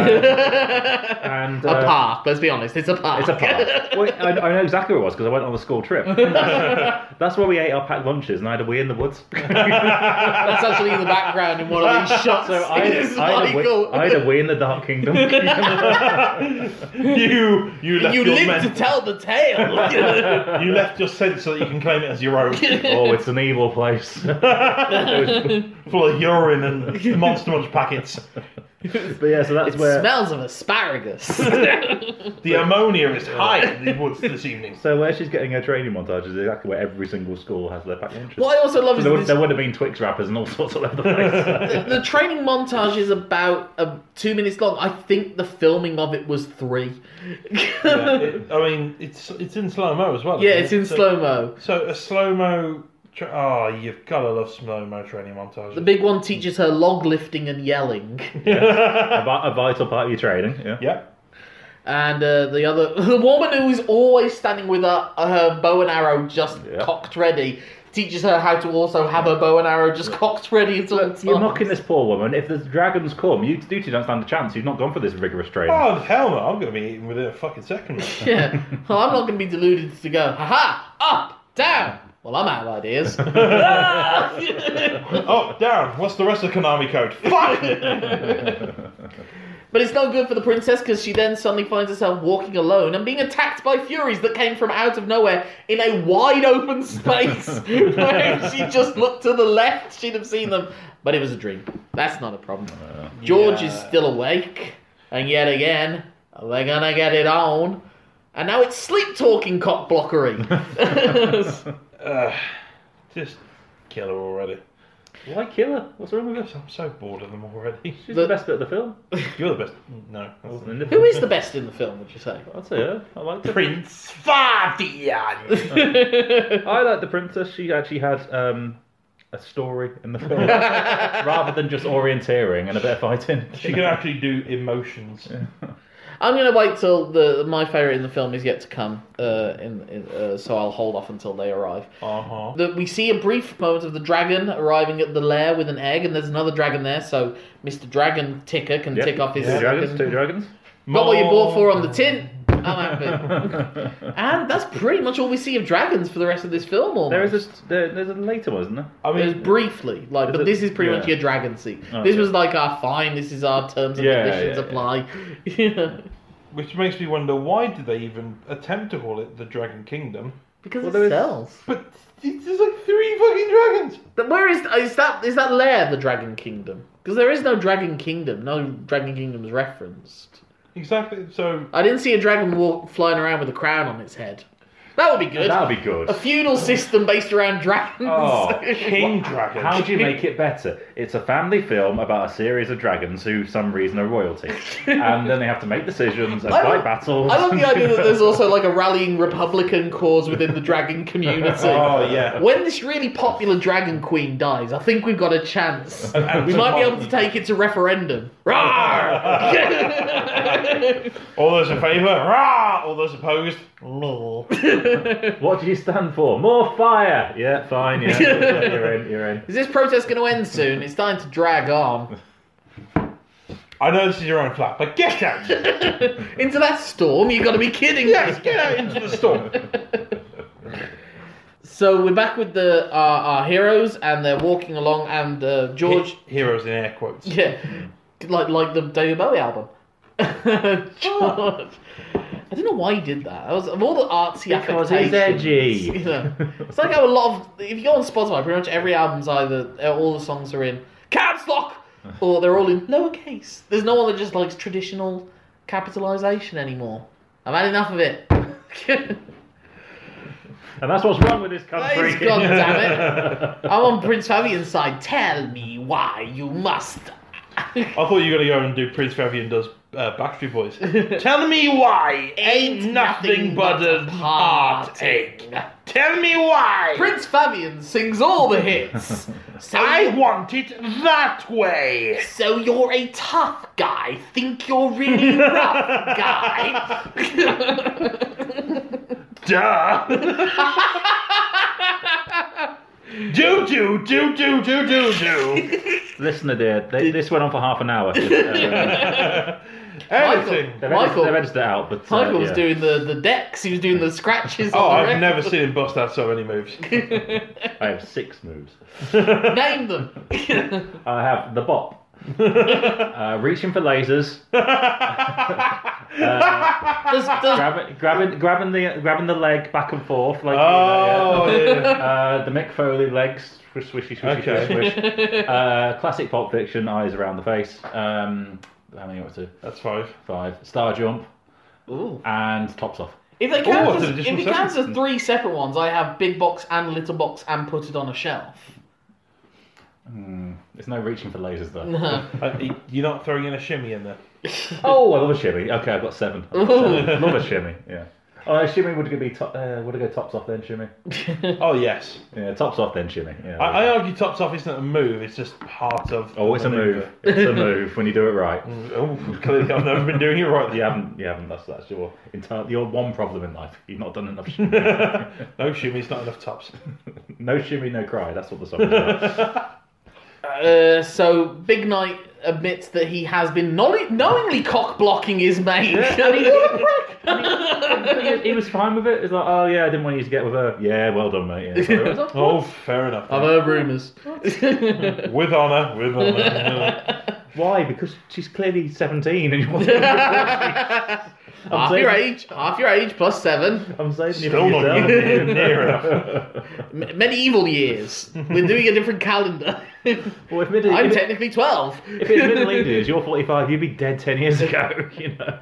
[SPEAKER 3] and
[SPEAKER 1] a
[SPEAKER 3] uh,
[SPEAKER 1] park. Let's be honest, it's a park.
[SPEAKER 3] It's a park. well, I, I know exactly where it was because I went on a school trip. That's where we ate our packed lunches, and I had a wee in the woods.
[SPEAKER 1] That's actually in the background in one of these shots.
[SPEAKER 3] So I,
[SPEAKER 1] It is
[SPEAKER 3] I, had a
[SPEAKER 1] bloody
[SPEAKER 3] wee,
[SPEAKER 1] cool.
[SPEAKER 3] I had a wee in the Dark Kingdom.
[SPEAKER 2] You you left
[SPEAKER 1] you
[SPEAKER 2] your
[SPEAKER 1] live
[SPEAKER 2] men-
[SPEAKER 1] to tell the tale.
[SPEAKER 2] you left your sense so that you can claim it as your own.
[SPEAKER 3] oh, it's an evil place. It was-
[SPEAKER 2] full of urine and monster munch packets.
[SPEAKER 3] but yeah, so that's
[SPEAKER 1] it
[SPEAKER 3] where.
[SPEAKER 1] smells of asparagus.
[SPEAKER 2] The ammonia is high in the woods this evening.
[SPEAKER 3] so where she's getting her training montage is exactly where every single school has their packed lunches.
[SPEAKER 1] what I also love
[SPEAKER 3] So
[SPEAKER 1] is
[SPEAKER 3] there,
[SPEAKER 1] this-
[SPEAKER 3] would, there would have been Twix wrappers and all sorts all over the place.
[SPEAKER 1] the, the training montage is about uh, two minutes long. I think the filming of it was three.
[SPEAKER 2] Yeah,
[SPEAKER 1] yeah,
[SPEAKER 2] it- I mean, it's it's in slow mo as well. isn't
[SPEAKER 1] it's
[SPEAKER 2] it?
[SPEAKER 1] in
[SPEAKER 2] So-
[SPEAKER 1] slow mo.
[SPEAKER 2] So a slow mo. Tra- oh, you've gotta love slow mo training montages.
[SPEAKER 1] The big one teaches her log lifting and yelling,
[SPEAKER 3] a, vi- a vital part of your training. Yeah.
[SPEAKER 2] yeah.
[SPEAKER 1] and uh, the other the woman who is always standing with her, her bow and arrow just
[SPEAKER 3] Yeah.
[SPEAKER 1] cocked ready teaches her how to also have her bow and arrow just cocked ready at all times.
[SPEAKER 3] You're mocking this poor woman. If the dragons come, you you two don't stand a chance. You've not gone for this rigorous training.
[SPEAKER 2] Oh hell no! I'm gonna be eating within a fucking second. mate.
[SPEAKER 1] Yeah. Well, I'm not going to be deluded to go, haha, up, down. Well, I'm out of ideas.
[SPEAKER 2] oh, down. What's the rest of the Konami code? Fuck.
[SPEAKER 1] But it's no good for the princess because she then suddenly finds herself walking alone and being attacked by furies that came from out of nowhere in a wide open space. where if she just looked to the left, she'd have seen them. But it was a dream. That's not a problem. George is
[SPEAKER 2] Yeah.
[SPEAKER 1] still awake, and yet again, they're gonna get it on. And now it's sleep talking cock blockery.
[SPEAKER 2] uh, just kill her already.
[SPEAKER 3] Why kill her? What's wrong with her?
[SPEAKER 2] I'm so bored of them already.
[SPEAKER 3] She's
[SPEAKER 1] The-
[SPEAKER 3] the, best bit of the film.
[SPEAKER 2] You're the best. No. that's not-
[SPEAKER 1] Who is the best in the film? Would you say?
[SPEAKER 3] I'd say her. I liked her.
[SPEAKER 2] Prince Fabian.
[SPEAKER 3] I like the princess. She actually had um, a story in the film, rather than just orienteering and a bit of fighting.
[SPEAKER 2] She can actually do emotions.
[SPEAKER 1] I'm gonna wait till the my favorite in the film is yet to come. Uh, in, in uh, so I'll hold off until they arrive.
[SPEAKER 2] Uh huh.
[SPEAKER 1] The, we see a brief moment of the dragon arriving at the lair with an egg, and there's another dragon there. So Mr. Dragon Ticker can
[SPEAKER 3] Yep.
[SPEAKER 1] tick off his.
[SPEAKER 3] Two dragons.
[SPEAKER 1] fucking-
[SPEAKER 3] Two dragons.
[SPEAKER 1] Got what you bought for on the tin. I'm happy. and that's pretty much all we see of dragons for the rest of this film. Almost.
[SPEAKER 3] There is a there, there's a later one, isn't there?
[SPEAKER 2] I
[SPEAKER 1] It was
[SPEAKER 2] mean,
[SPEAKER 1] briefly, like, but
[SPEAKER 3] it-
[SPEAKER 1] this is pretty
[SPEAKER 3] yeah.
[SPEAKER 1] much your dragon seat.
[SPEAKER 3] Oh,
[SPEAKER 1] this
[SPEAKER 3] okay.
[SPEAKER 1] was like our fine. This is our terms and
[SPEAKER 3] Yeah,
[SPEAKER 1] conditions
[SPEAKER 3] yeah, yeah.
[SPEAKER 1] apply. Yeah.
[SPEAKER 2] which makes me wonder why did they even attempt to call it the Dragon Kingdom?
[SPEAKER 1] Because
[SPEAKER 3] Well,
[SPEAKER 1] it
[SPEAKER 3] there is-
[SPEAKER 1] sells.
[SPEAKER 2] But it's- there's like three fucking dragons.
[SPEAKER 1] But where is is that is that lair the Dragon Kingdom? Because there is no Dragon Kingdom, no Dragon Kingdom's referenced.
[SPEAKER 2] Exactly. So
[SPEAKER 1] I didn't see a dragon walk flying around with a crown on its head. That would be good.
[SPEAKER 3] That'd be good.
[SPEAKER 1] A feudal system based around dragons.
[SPEAKER 3] Oh,
[SPEAKER 2] King Dragon.
[SPEAKER 3] How do you make it better? It's a family film about a series of dragons who, for some reason, are royalty, and then they have to make decisions and
[SPEAKER 1] I
[SPEAKER 3] fight
[SPEAKER 1] love-
[SPEAKER 3] battles.
[SPEAKER 1] I love the idea that there's also like a rallying Republican cause within the dragon community.
[SPEAKER 2] Oh yeah.
[SPEAKER 1] When this really popular dragon queen dies, I think we've got a chance. We might be able to take it to referendum. Rawr!
[SPEAKER 2] All those in favour, rah! All those opposed, lol.
[SPEAKER 3] What do you stand for? More fire! Yeah, fine. Yeah, you're in. You're in.
[SPEAKER 1] Is this protest going to end soon? It's starting to drag on.
[SPEAKER 2] I know this is your own flat, but get out.
[SPEAKER 1] Into that storm? You got to be kidding
[SPEAKER 2] yes,
[SPEAKER 1] me.
[SPEAKER 2] get out into the storm.
[SPEAKER 1] So we're back with the uh, our heroes, and they're walking along, and uh, George,
[SPEAKER 2] He- heroes in air quotes.
[SPEAKER 1] yeah,
[SPEAKER 2] Mm-hmm.
[SPEAKER 1] like like the David Bowie album. George, I don't know why he did that. I was of all the artsy
[SPEAKER 3] Because
[SPEAKER 1] affectations,
[SPEAKER 3] he's edgy.
[SPEAKER 1] you know, it's like how a lot of if you go on Spotify, pretty much every album's either uh, all the songs are in caps lock or they're all in lowercase. There's no one that just likes traditional capitalization anymore. I've had enough of it.
[SPEAKER 3] And that's what's wrong with this country.
[SPEAKER 1] Please, God damn it! I'm on Prince Fabian's side. Tell me why you must.
[SPEAKER 2] I thought you were gonna go and do Prince Fabian does uh, Backstreet Boys. Tell me why ain't nothing but a heartache. Tell me why.
[SPEAKER 1] Prince Fabian sings all the hits. So,
[SPEAKER 2] I want it that way.
[SPEAKER 1] so you're a tough guy. Think you're really rough guy.
[SPEAKER 2] Duh. do do do do do do do.
[SPEAKER 3] Listener, dear, they, this went on for half an hour. Uh,
[SPEAKER 2] Editing.
[SPEAKER 3] they've
[SPEAKER 1] Michael-
[SPEAKER 3] edited, they've edited it out, but uh,
[SPEAKER 1] Michael was
[SPEAKER 3] yeah.
[SPEAKER 1] doing the, the decks, he was doing the scratches.
[SPEAKER 2] Oh,
[SPEAKER 1] on the
[SPEAKER 2] I've
[SPEAKER 1] record.
[SPEAKER 2] never seen him bust out so many moves.
[SPEAKER 3] I have six moves.
[SPEAKER 1] Name them.
[SPEAKER 3] I have the bop, uh, reaching for lasers,
[SPEAKER 1] There's- there's-
[SPEAKER 3] grabbing, grabbing, grabbing the grabbing the leg back and forth like.
[SPEAKER 2] Oh,
[SPEAKER 3] you know, yeah.
[SPEAKER 2] yeah.
[SPEAKER 3] Uh, the Mick Foley legs, swish, swishy, swishy,
[SPEAKER 2] Okay.
[SPEAKER 3] swish, swish. Uh, classic pop fiction, eyes around the face. Um, how many what's it?
[SPEAKER 2] That's five.
[SPEAKER 3] Five. Star jump
[SPEAKER 1] Ooh.
[SPEAKER 3] and tops off.
[SPEAKER 1] If it counts,
[SPEAKER 2] it's
[SPEAKER 1] as,
[SPEAKER 2] an
[SPEAKER 1] if
[SPEAKER 2] additional
[SPEAKER 1] it counts as
[SPEAKER 2] sentence.
[SPEAKER 1] three separate ones, I have big box and little box and put it on a shelf.
[SPEAKER 3] There's no reaching for lasers though.
[SPEAKER 2] Uh, y- you're not throwing in a shimmy in there.
[SPEAKER 3] Oh, I love a shimmy. Okay, I've got seven. I've got seven. love a shimmy. Yeah. Oh, shimmy would be top. Uh, would I go tops off then, shimmy?
[SPEAKER 2] Oh yes.
[SPEAKER 3] Yeah, tops off then, shimmy. Yeah.
[SPEAKER 2] I, I argue tops off isn't a move. It's just part of.
[SPEAKER 3] oh, it's a move. It's a move when you do it right.
[SPEAKER 2] Oh, clearly I've never been doing it right.
[SPEAKER 3] You haven't. You haven't. That's that's your entire your one problem in life. You've not done enough. shimmy.
[SPEAKER 2] No shimmy's not enough tops.
[SPEAKER 3] no shimmy, no cry. That's what the song is about.
[SPEAKER 1] Uh, so Big Knight admits that he has been knowledge- knowingly cock blocking his mate.
[SPEAKER 3] he, he was fine with it. It's like, oh yeah, I didn't want you to get with her. Yeah, well done, mate. Yeah, sorry.
[SPEAKER 2] Oh, fair enough.
[SPEAKER 1] I've heard rumours.
[SPEAKER 2] With honour, with honour.
[SPEAKER 3] Why? Because she's clearly seventeen, and you want. I'm
[SPEAKER 1] half
[SPEAKER 3] saying-
[SPEAKER 1] your age, half your age plus seven.
[SPEAKER 3] saving you
[SPEAKER 2] Still
[SPEAKER 3] for
[SPEAKER 2] not
[SPEAKER 3] yourself.
[SPEAKER 2] near, near enough.
[SPEAKER 1] M- medieval years. We're doing a different calendar.
[SPEAKER 3] Well, if middle,
[SPEAKER 1] I'm
[SPEAKER 3] if,
[SPEAKER 1] technically twelve.
[SPEAKER 3] if it's middle ages, you're 45, you'd be dead 10 years ago, you know.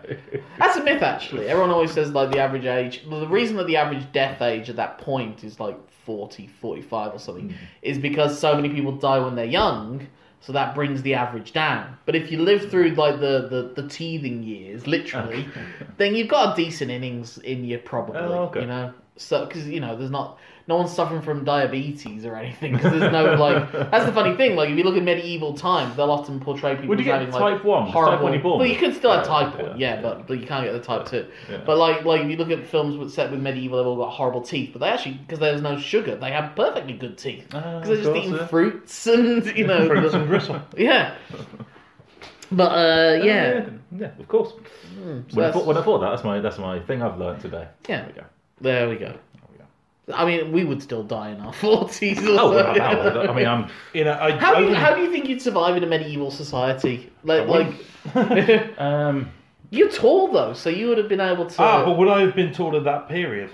[SPEAKER 1] That's a myth, actually. Everyone always says like the average age. The reason that the average death age at that point is like 40, 45 or
[SPEAKER 3] Mm.
[SPEAKER 1] something is because so many people die when they're young. So that brings the average down. But if you live through like the, the, the teething years, literally, then you've got a decent innings in you probably.
[SPEAKER 3] Oh, okay.
[SPEAKER 1] You know, so because you know there's not no one's suffering from diabetes or anything. 'cause there's no like that's the funny thing. Like if you look at medieval times, they'll often portray people
[SPEAKER 3] Would you
[SPEAKER 1] as
[SPEAKER 3] get
[SPEAKER 1] having
[SPEAKER 3] type
[SPEAKER 1] like
[SPEAKER 3] one? 'Cause type
[SPEAKER 1] horrible.
[SPEAKER 3] one you're born
[SPEAKER 1] Well, you
[SPEAKER 3] with.
[SPEAKER 1] could still have
[SPEAKER 3] Yeah,
[SPEAKER 1] type
[SPEAKER 3] yeah.
[SPEAKER 1] one, yeah, but but you can't get the type two. But like like if you look at films with set with medieval, they've all got horrible teeth, but they actually because there's no sugar, they have perfectly good teeth
[SPEAKER 3] Ah,
[SPEAKER 1] because they're
[SPEAKER 3] of
[SPEAKER 1] just
[SPEAKER 3] course,
[SPEAKER 1] eating
[SPEAKER 3] yeah.
[SPEAKER 1] fruits and you know
[SPEAKER 2] Fruits
[SPEAKER 1] the-
[SPEAKER 2] and gristle.
[SPEAKER 1] yeah. But uh, yeah,
[SPEAKER 3] Yeah, of course. when, I
[SPEAKER 1] that's-
[SPEAKER 3] thought, when I thought that, that's my, that's my thing I've learned today.
[SPEAKER 1] yeah,
[SPEAKER 3] There we go.
[SPEAKER 1] there we go. I mean, we would still die in our forties.
[SPEAKER 3] Oh, well, now, I mean, I'm.
[SPEAKER 2] You know, I,
[SPEAKER 1] How
[SPEAKER 2] I
[SPEAKER 1] do, you,
[SPEAKER 2] would-
[SPEAKER 1] how do you think you'd survive in a medieval society? Like,
[SPEAKER 3] wouldn't.
[SPEAKER 1] like
[SPEAKER 3] Um,
[SPEAKER 1] you're tall though, so you would have been able to.
[SPEAKER 2] ah, but
[SPEAKER 3] Oh.
[SPEAKER 2] would I have been taught at that period?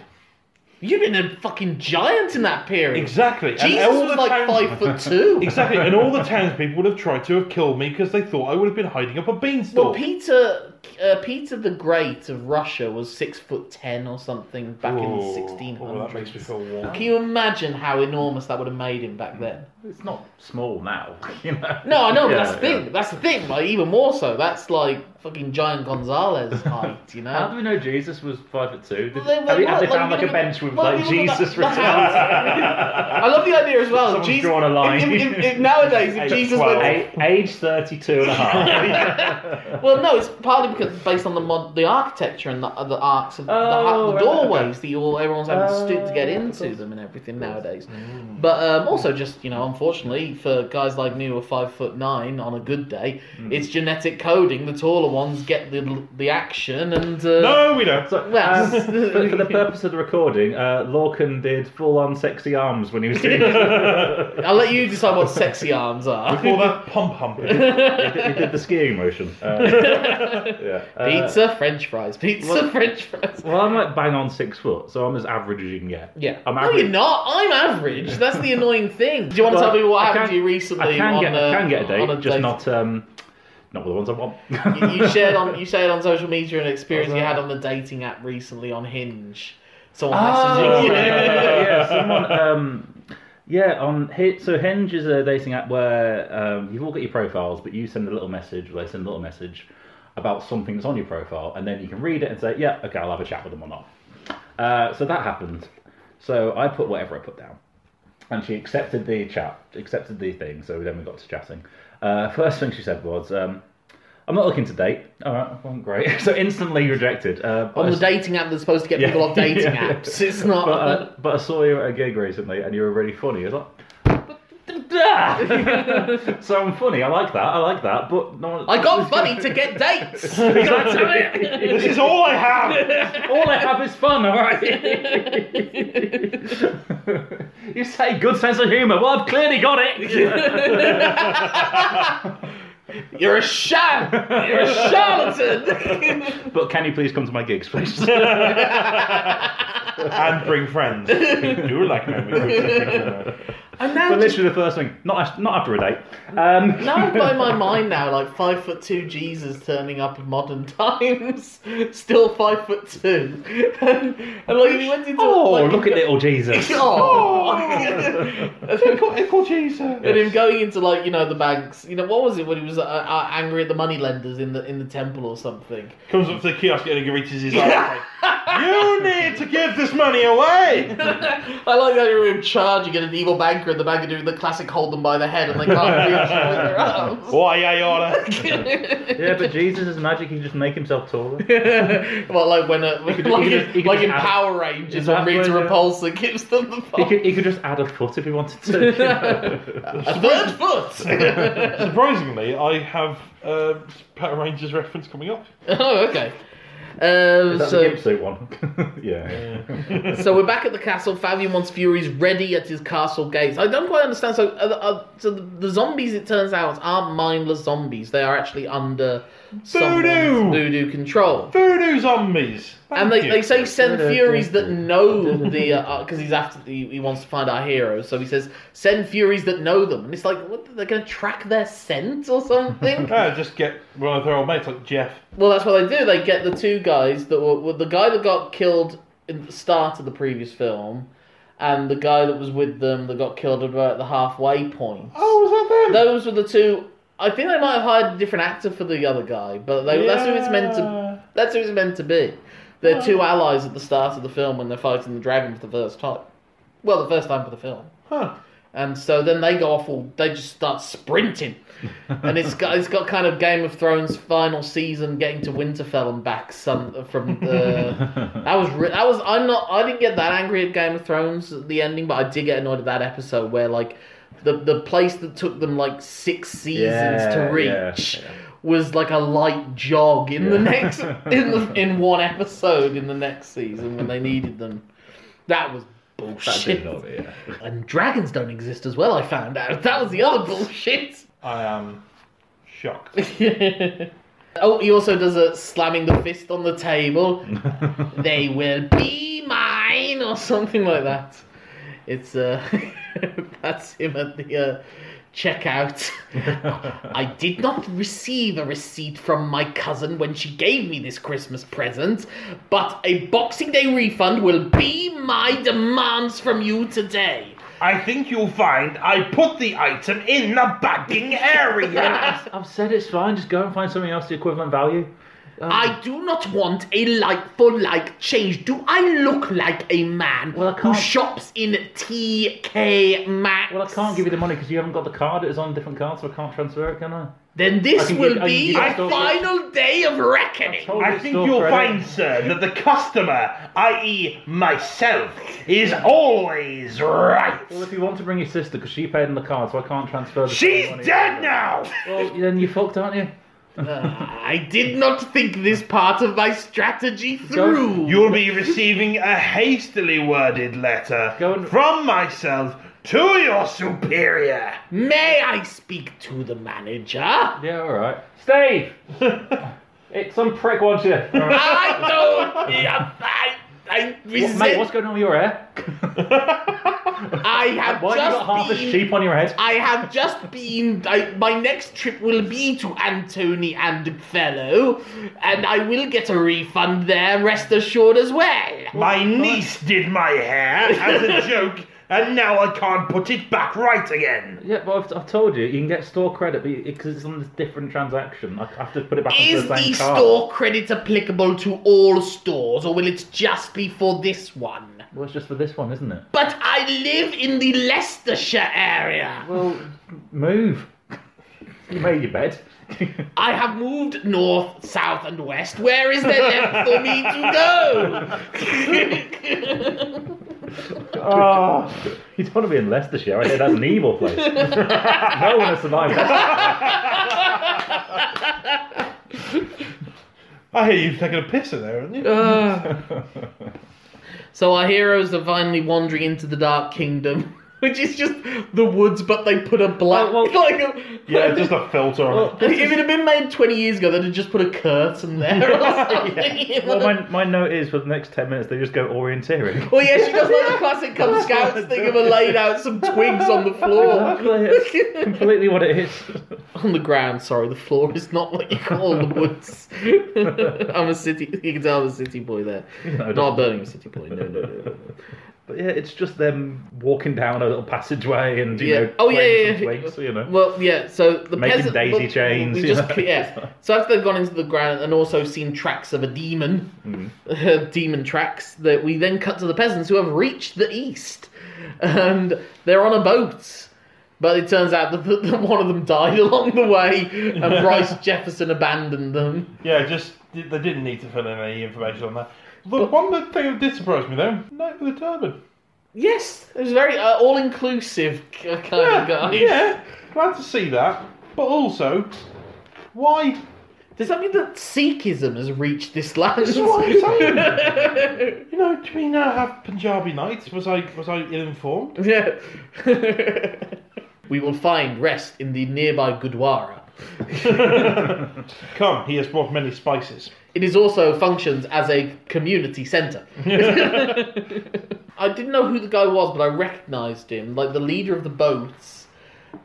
[SPEAKER 1] You'd been a fucking giant in that period.
[SPEAKER 2] Exactly. and
[SPEAKER 1] Jesus
[SPEAKER 2] all
[SPEAKER 1] was
[SPEAKER 2] the
[SPEAKER 1] like
[SPEAKER 2] towns-
[SPEAKER 1] five foot two.
[SPEAKER 2] Exactly, and all the townspeople would have tried to have killed me because they thought I would have been hiding up a beanstalk.
[SPEAKER 1] Well, Peter, uh, Peter the Great of Russia was six foot ten or something back in the
[SPEAKER 2] Ooh.
[SPEAKER 1] sixteen
[SPEAKER 2] Oh, that makes me
[SPEAKER 1] hundreds.
[SPEAKER 2] feel warm.
[SPEAKER 1] Can you imagine how enormous that would have made him back then?
[SPEAKER 3] it's not small now, you know.
[SPEAKER 1] No, I know, but
[SPEAKER 3] Yeah,
[SPEAKER 1] that's the thing. That's the thing. Like even more so, that's like fucking giant Gonzalez height, you
[SPEAKER 3] How do
[SPEAKER 1] know.
[SPEAKER 3] we know Jesus was five foot two? Did,
[SPEAKER 1] Well,
[SPEAKER 3] have, you, have they
[SPEAKER 1] what-
[SPEAKER 3] found
[SPEAKER 1] what-
[SPEAKER 3] like a bench with
[SPEAKER 1] what-
[SPEAKER 3] like
[SPEAKER 1] what- what-
[SPEAKER 3] Jesus
[SPEAKER 1] what-
[SPEAKER 3] returned?
[SPEAKER 1] I love the idea as well.
[SPEAKER 3] Someone's
[SPEAKER 1] Jesus,
[SPEAKER 3] drawn a line.
[SPEAKER 1] If, if, if, if nowadays, if
[SPEAKER 2] Eight,
[SPEAKER 1] Jesus
[SPEAKER 2] twelve.
[SPEAKER 1] went,
[SPEAKER 3] A- Age 32 and a half.
[SPEAKER 1] Well, no, it's partly because based on the mod, the architecture and the, uh, the arcs of the,
[SPEAKER 3] Oh,
[SPEAKER 1] the
[SPEAKER 3] right,
[SPEAKER 1] doorways that you all everyone's having to stoop to get
[SPEAKER 3] Oh,
[SPEAKER 1] into them and everything nowadays.
[SPEAKER 3] Mm.
[SPEAKER 1] But um, also, just you know, unfortunately for guys like me who are five foot nine on a good day,
[SPEAKER 3] Mm.
[SPEAKER 1] it's genetic coding. The taller ones get the the action, and uh,
[SPEAKER 2] no, we don't.
[SPEAKER 3] So,
[SPEAKER 1] Well,
[SPEAKER 3] um, for, for the purpose of the recording, uh, Lorcan did full-on sexy arms when he was doing
[SPEAKER 1] I'll let you decide what sexy arms are.
[SPEAKER 2] All that pump humping.
[SPEAKER 3] he, did, he did the skiing motion. Uh, yeah. Uh,
[SPEAKER 1] Pizza, French fries. Pizza,
[SPEAKER 3] well-
[SPEAKER 1] French fries.
[SPEAKER 3] Well, I'm like bang on six foot, so I'm as average as you can get.
[SPEAKER 1] Yeah.
[SPEAKER 3] I'm
[SPEAKER 1] no, you're
[SPEAKER 3] average.
[SPEAKER 1] not. I'm average. That's the annoying thing. Do you want to
[SPEAKER 3] Well,
[SPEAKER 1] tell me what
[SPEAKER 3] I
[SPEAKER 1] happened
[SPEAKER 3] can-
[SPEAKER 1] to you recently?
[SPEAKER 3] I can
[SPEAKER 1] on
[SPEAKER 3] get,
[SPEAKER 1] a,
[SPEAKER 3] I can get a date,
[SPEAKER 1] on
[SPEAKER 3] just
[SPEAKER 1] date?
[SPEAKER 3] not um, not with the ones I want.
[SPEAKER 1] you, you shared on you shared on social media an experience you had on the dating app recently on Hinge. Someone messaged
[SPEAKER 3] Oh,
[SPEAKER 1] you.
[SPEAKER 3] yeah, yeah, yeah, yeah. Someone, um, yeah, on Hi- so Hinge is a dating app where um, you've all got your profiles, but you send a little message, or they send a little message about something that's on your profile, and then you can read it and say, yeah, okay, I'll have a chat with them or not. Uh, so that happened. So I put whatever I put down, and she accepted the chat, accepted the thing. So then we got to chatting. Uh, first thing she said was, um, I'm not looking to date. All right, well, great. So instantly rejected. Uh, but
[SPEAKER 1] On
[SPEAKER 3] I
[SPEAKER 1] the
[SPEAKER 3] s-
[SPEAKER 1] dating app that's supposed to get
[SPEAKER 3] Yeah.
[SPEAKER 1] people off dating
[SPEAKER 3] Yeah, yeah.
[SPEAKER 1] apps. It's not.
[SPEAKER 3] But, uh, but I saw you at a gig recently, and you were really funny. I was like, so I'm funny. I like that. I like that. But no, one-
[SPEAKER 1] I got funny to get dates. God damn it.
[SPEAKER 2] This is all I have.
[SPEAKER 3] All I have is fun, all right? you say good sense of humour. Well, I've clearly got it.
[SPEAKER 1] You're a sham. You're a charlatan.
[SPEAKER 3] but can you please come to my gigs, please?
[SPEAKER 2] and bring friends. who do like memories.
[SPEAKER 1] and now
[SPEAKER 3] but
[SPEAKER 1] just,
[SPEAKER 3] literally the first thing, not af- not after a date. Um,
[SPEAKER 1] now I blow my mind now, like five foot two Jesus turning up in modern times, still five foot two, and, and like he went into
[SPEAKER 3] oh,
[SPEAKER 1] like,
[SPEAKER 3] look at little Jesus.
[SPEAKER 1] oh.
[SPEAKER 2] Uncle Jesus.
[SPEAKER 1] And him going into like you know the banks, you know what was it when he was uh, uh, angry at the money lenders in the in the temple or something?
[SPEAKER 2] Comes up to the kiosk and he reaches his arm. like, you need to give this money away.
[SPEAKER 1] I like the idea of him charging at an evil banker in the bank and doing the classic hold them by the head and they can't reach him with their arms.
[SPEAKER 2] Why, Ayana?
[SPEAKER 3] yeah, but Jesus is magic. He can just make himself taller.
[SPEAKER 1] well, like when a, like,
[SPEAKER 3] could- he could- he
[SPEAKER 1] in,
[SPEAKER 3] could
[SPEAKER 1] like in
[SPEAKER 3] add-
[SPEAKER 1] Power Rangers when
[SPEAKER 3] Exactly,
[SPEAKER 1] Rita
[SPEAKER 3] yeah.
[SPEAKER 1] Repulsa gives them the
[SPEAKER 3] He
[SPEAKER 1] foot.
[SPEAKER 3] could, he could just add a foot if he wanted to.
[SPEAKER 1] a third foot.
[SPEAKER 2] Surprisingly, I have uh, Power Rangers reference coming up.
[SPEAKER 1] oh, okay. Um,
[SPEAKER 3] That's a
[SPEAKER 1] so,
[SPEAKER 3] gimp suit one. yeah.
[SPEAKER 1] so we're back at the castle. Fabian wants Fury's ready at his castle gates. I don't quite understand. So, uh, uh, so the, the zombies, it turns out, aren't mindless zombies. They are actually under someone's
[SPEAKER 2] Voodoo!
[SPEAKER 1] voodoo control.
[SPEAKER 2] Voodoo zombies. Thank
[SPEAKER 1] and they,
[SPEAKER 2] you.
[SPEAKER 1] they say send furies that know the because he's after he, he wants to find our heroes so he says send furies that know them and it's like what they're gonna track their scent or something
[SPEAKER 2] Ah, just get one of their old mates like Jeff.
[SPEAKER 1] well that's what they do they get the two guys that were, were the guy that got killed in the start of the previous film and the guy that was with them that got killed at about the halfway point
[SPEAKER 2] Oh, was that them?
[SPEAKER 1] those were the two I think they might have hired a different actor for the other guy but they, that's who it's meant to That's who it's meant to be. They're two allies at the start of the film when they're fighting the dragon for the first time. Well, the first time for the film.
[SPEAKER 2] Huh.
[SPEAKER 1] And so then they go off all. They just start sprinting, and it's got it's got kind of Game of Thrones final season getting to Winterfell and back. Some from the that was re- that was I'm not I didn't get that angry at Game of Thrones at the ending, but I did get annoyed at that episode where like the the place that took them like six seasons
[SPEAKER 3] Yeah,
[SPEAKER 1] to
[SPEAKER 3] yeah,
[SPEAKER 1] reach
[SPEAKER 3] yeah.
[SPEAKER 1] was like a light jog in the
[SPEAKER 3] Yeah.
[SPEAKER 1] next in the, in one episode in the next season when they needed them. That was
[SPEAKER 3] That
[SPEAKER 1] bullshit.
[SPEAKER 3] did not, yeah.
[SPEAKER 1] And dragons don't exist as well, I found out. That was the other bullshit.
[SPEAKER 2] I am shocked.
[SPEAKER 1] oh, he also does a slamming the fist on the table. they will be mine, or something like that. It's, uh, that's him at the, uh, checkout. I did not receive a receipt from my cousin when she gave me this Christmas present, but a Boxing Day refund will be my demands from you today.
[SPEAKER 2] I think you'll find I put the item in the bagging area.
[SPEAKER 3] I've said it's fine. Just go and find something else the equivalent value.
[SPEAKER 1] I do not want a like for like change. Do I look like a man
[SPEAKER 3] Well, I
[SPEAKER 1] who
[SPEAKER 3] can't-
[SPEAKER 1] shops in TK Maxx?
[SPEAKER 3] Well, I can't give you the money because you haven't got the card. It's on a different card, so I can't transfer it, can I?
[SPEAKER 1] Then
[SPEAKER 3] I
[SPEAKER 1] this
[SPEAKER 3] can
[SPEAKER 1] will
[SPEAKER 3] give- I can
[SPEAKER 1] be
[SPEAKER 3] give you
[SPEAKER 1] the
[SPEAKER 3] a store
[SPEAKER 1] final day of reckoning.
[SPEAKER 3] Told you
[SPEAKER 2] I
[SPEAKER 3] it's
[SPEAKER 2] think
[SPEAKER 3] store
[SPEAKER 2] you'll
[SPEAKER 3] credit.
[SPEAKER 2] find, sir, that the customer, i.e., myself, is always right.
[SPEAKER 3] Well, if you want to bring your sister, because she paid on the card, so I can't transfer the
[SPEAKER 2] She's
[SPEAKER 3] money.
[SPEAKER 2] dead now.
[SPEAKER 3] Well, then you fucked, aren't you?
[SPEAKER 1] I did not think this part of my strategy through.
[SPEAKER 2] You'll be receiving a hastily worded letter
[SPEAKER 3] Go and-
[SPEAKER 2] from myself to your superior.
[SPEAKER 1] May I speak to the manager?
[SPEAKER 3] Yeah, all right. Steve, it's some prick wants you. All right.
[SPEAKER 1] I don't. yeah, I, I resent.
[SPEAKER 3] Mate, what's going on with your hair?
[SPEAKER 1] I have
[SPEAKER 3] Why
[SPEAKER 1] just
[SPEAKER 3] have you got half a
[SPEAKER 1] been-
[SPEAKER 3] sheep on your head?
[SPEAKER 1] I have just been. I, my next trip will be to Antony and Fellow, and I will get a refund there, rest assured as well.
[SPEAKER 2] My niece did my hair as a joke, and now I can't put it back right again.
[SPEAKER 3] Yeah, but I've, I've told you, you can get store credit because it's on this different transaction. I I have to put it back onto
[SPEAKER 1] Is
[SPEAKER 3] the same
[SPEAKER 1] the
[SPEAKER 3] card.
[SPEAKER 1] store credit applicable to all stores, or will it just be for this one?
[SPEAKER 3] Well, it's just for this one, isn't it?
[SPEAKER 1] But I live in the Leicestershire area.
[SPEAKER 3] Well, move. You made your bed.
[SPEAKER 1] I have moved north, south, and west. Where is there left for me to go?
[SPEAKER 3] oh, you don't want to be in Leicestershire. I hear that's an evil place. no one has survived.
[SPEAKER 2] I hear you've taken a piss in there, haven't you?
[SPEAKER 1] so our heroes are finally wandering into the Dark Kingdom, which is just the woods, but they put a black.
[SPEAKER 3] Oh, Well, well,
[SPEAKER 1] like a,
[SPEAKER 2] yeah, just a filter on
[SPEAKER 3] Well,
[SPEAKER 2] it.
[SPEAKER 1] If it had been made 20 years ago, they'd have just put a curtain there or something.
[SPEAKER 3] Well, my, my note is for the next 10 minutes, they just go orienteering.
[SPEAKER 1] Well, yeah, she does like the classic Cub Scouts thing of her laying out some twigs on the floor.
[SPEAKER 3] Exactly, it's completely what it is.
[SPEAKER 1] on the ground, sorry, the floor is not what you call the woods. I'm a city, you can tell I'm a city boy there. not a Birmingham city boy, no, no, no. no.
[SPEAKER 3] But yeah, it's just them walking down a little passageway and, you
[SPEAKER 1] Yeah.
[SPEAKER 3] know,
[SPEAKER 1] Oh, yeah,
[SPEAKER 3] playing
[SPEAKER 1] yeah,
[SPEAKER 3] with
[SPEAKER 1] yeah.
[SPEAKER 3] some twigs, you know.
[SPEAKER 1] Well, yeah. So the
[SPEAKER 3] Making
[SPEAKER 1] peasant,
[SPEAKER 3] daisy
[SPEAKER 1] well, we
[SPEAKER 3] chains, you
[SPEAKER 1] just-
[SPEAKER 3] know.
[SPEAKER 1] yeah. So after they've gone into the ground and also seen tracks of a demon,
[SPEAKER 3] Mm.
[SPEAKER 1] demon tracks, that we then cut to the peasants who have reached the east, and they're on a boat. But it turns out that, that one of them died along the way, and Bryce Jefferson abandoned them.
[SPEAKER 2] Yeah, just they didn't need to fill in any information on that. The one that thing that did surprise me though, Knight with a Turban.
[SPEAKER 1] Yes, it was very uh, all-inclusive k- kind of guy.
[SPEAKER 2] yeah, glad to see that. But also, why?
[SPEAKER 1] Does that mean that Sikhism has reached this land?
[SPEAKER 2] This is what I'm saying. You know, do we now have Punjabi Knights? Was I was I ill informed?
[SPEAKER 1] Yeah. we will find rest in the nearby Gurdwara.
[SPEAKER 2] Come, he has brought many spices.
[SPEAKER 1] It is also functions as a community centre. I didn't know who the guy was, but I recognised him, like the leader of the boats.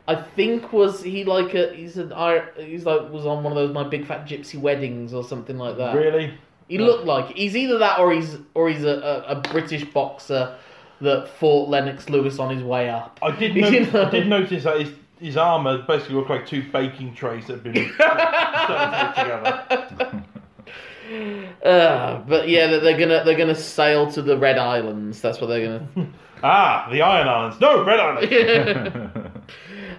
[SPEAKER 1] I think was he like a he's an Ir- he's like was on one of those my big fat gypsy weddings or something like that.
[SPEAKER 2] Really?
[SPEAKER 1] He looked like he's either that or he's or he's a, a, a British boxer that fought Lennox Lewis on his way up.
[SPEAKER 2] I did.
[SPEAKER 1] You
[SPEAKER 2] No-
[SPEAKER 1] know.
[SPEAKER 2] I did notice that his his armor basically looked like two baking trays that had been stuck together.
[SPEAKER 1] Uh, but yeah, they're, they're gonna they're gonna sail to the Red Islands. That's what they're gonna.
[SPEAKER 2] Ah, the Iron Islands. No, Red Islands.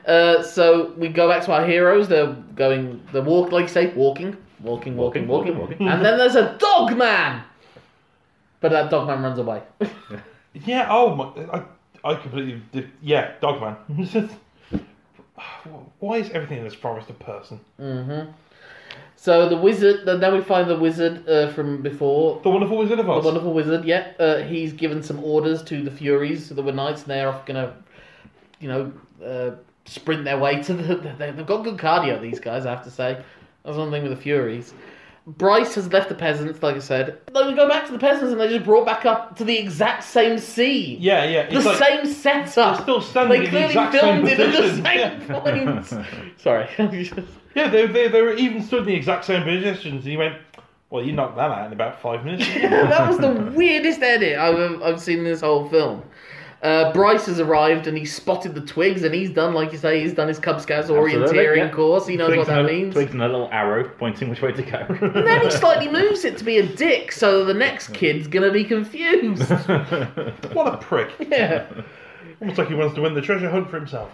[SPEAKER 1] Uh, so we go back to our heroes. They're going. They walk like you say, walking, walking, walking, walking,
[SPEAKER 3] Walking, walking, walking.
[SPEAKER 1] and then there's a dog man. But that dog man runs away.
[SPEAKER 2] Yeah. Oh my. I, I completely. Did, yeah. Dogman. Why is everything in this forest a person?
[SPEAKER 1] so the wizard. Then we find the wizard uh, from before.
[SPEAKER 2] The Wonderful Wizard of
[SPEAKER 1] The
[SPEAKER 2] Oz.
[SPEAKER 1] wonderful wizard. Yeah, uh, he's given some orders to the Furies, so that were knights, and they're off gonna, you know, uh, sprint their way to the. they- They've got good cardio. These guys, I have to say. That's one thing with the Furies. Bryce has left the peasants, like I said. Then we go back to the peasants, and they just brought back up to the exact same scene.
[SPEAKER 2] yeah, yeah.
[SPEAKER 1] The
[SPEAKER 2] It's like,
[SPEAKER 1] same setup.
[SPEAKER 2] They're still
[SPEAKER 1] They
[SPEAKER 2] standing in the
[SPEAKER 1] clearly
[SPEAKER 2] exact
[SPEAKER 1] filmed
[SPEAKER 2] same
[SPEAKER 1] it at the
[SPEAKER 2] position.
[SPEAKER 1] same point. Sorry.
[SPEAKER 2] Yeah, they, they, they were even stood in the exact same positions, and he went, Well, you knocked that out in about five minutes.
[SPEAKER 1] that was the weirdest edit I've, I've seen in this whole film. Uh, Bryce has arrived and he's spotted the twigs and he's done, like you say, he's done his Cub Scouts
[SPEAKER 3] Absolutely,
[SPEAKER 1] orienteering
[SPEAKER 3] yeah.
[SPEAKER 1] course. He knows
[SPEAKER 3] twigs
[SPEAKER 1] what that
[SPEAKER 3] and a-
[SPEAKER 1] means.
[SPEAKER 3] Twigs and a little arrow pointing which way to
[SPEAKER 1] And
[SPEAKER 3] go.
[SPEAKER 1] then he slightly moves it to be a dick, so the next kid's gonna be confused.
[SPEAKER 2] what a prick.
[SPEAKER 1] Yeah.
[SPEAKER 2] Almost like he wants to win the treasure hunt for himself.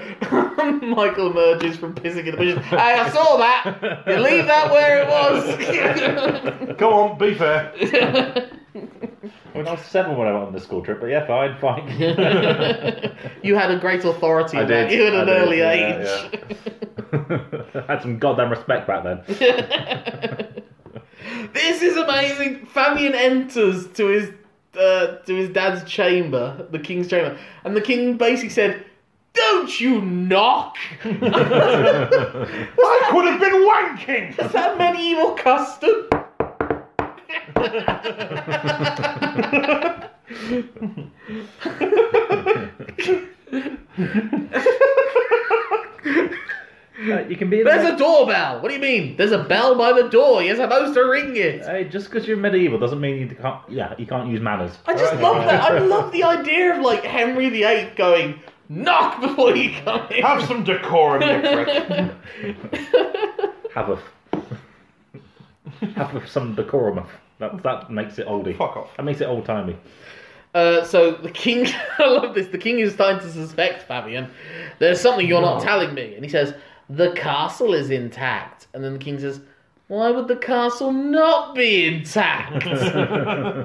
[SPEAKER 1] Michael emerges from pissing in the bushes. Hey, I saw that. You leave that where it was.
[SPEAKER 2] Go on, be fair.
[SPEAKER 3] I mean, I was seven when I went on the school trip, but yeah, fine, fine.
[SPEAKER 1] you had a great authority
[SPEAKER 3] I
[SPEAKER 1] there.
[SPEAKER 3] did.
[SPEAKER 1] You at an
[SPEAKER 3] I did,
[SPEAKER 1] early
[SPEAKER 3] yeah,
[SPEAKER 1] age.
[SPEAKER 3] Had some goddamn respect back then.
[SPEAKER 1] This is amazing. Fabian enters to his uh, to his dad's chamber, the king's chamber, and the king basically said, "Don't you knock?
[SPEAKER 2] I could have been wanking!
[SPEAKER 1] Is that medieval custom?"
[SPEAKER 3] Uh, you can be in
[SPEAKER 1] There's a doorbell. What do you mean? There's a bell by the door. You're supposed to ring it.
[SPEAKER 3] Hey, just because you're medieval doesn't mean you can't. Yeah, you can't use manners.
[SPEAKER 1] I just love that. I love the idea of like Henry VIII going knock before you come in.
[SPEAKER 2] Have some decorum, you prick.
[SPEAKER 3] Have a have a, some decorum. That that makes it oldie.
[SPEAKER 2] Fuck off.
[SPEAKER 3] That makes it old timey.
[SPEAKER 1] Uh, so the king, I love this. The king is starting to suspect Fabian. There's something you're not telling me, and he says the castle is intact. And then the king says, "Why would the castle not be intact?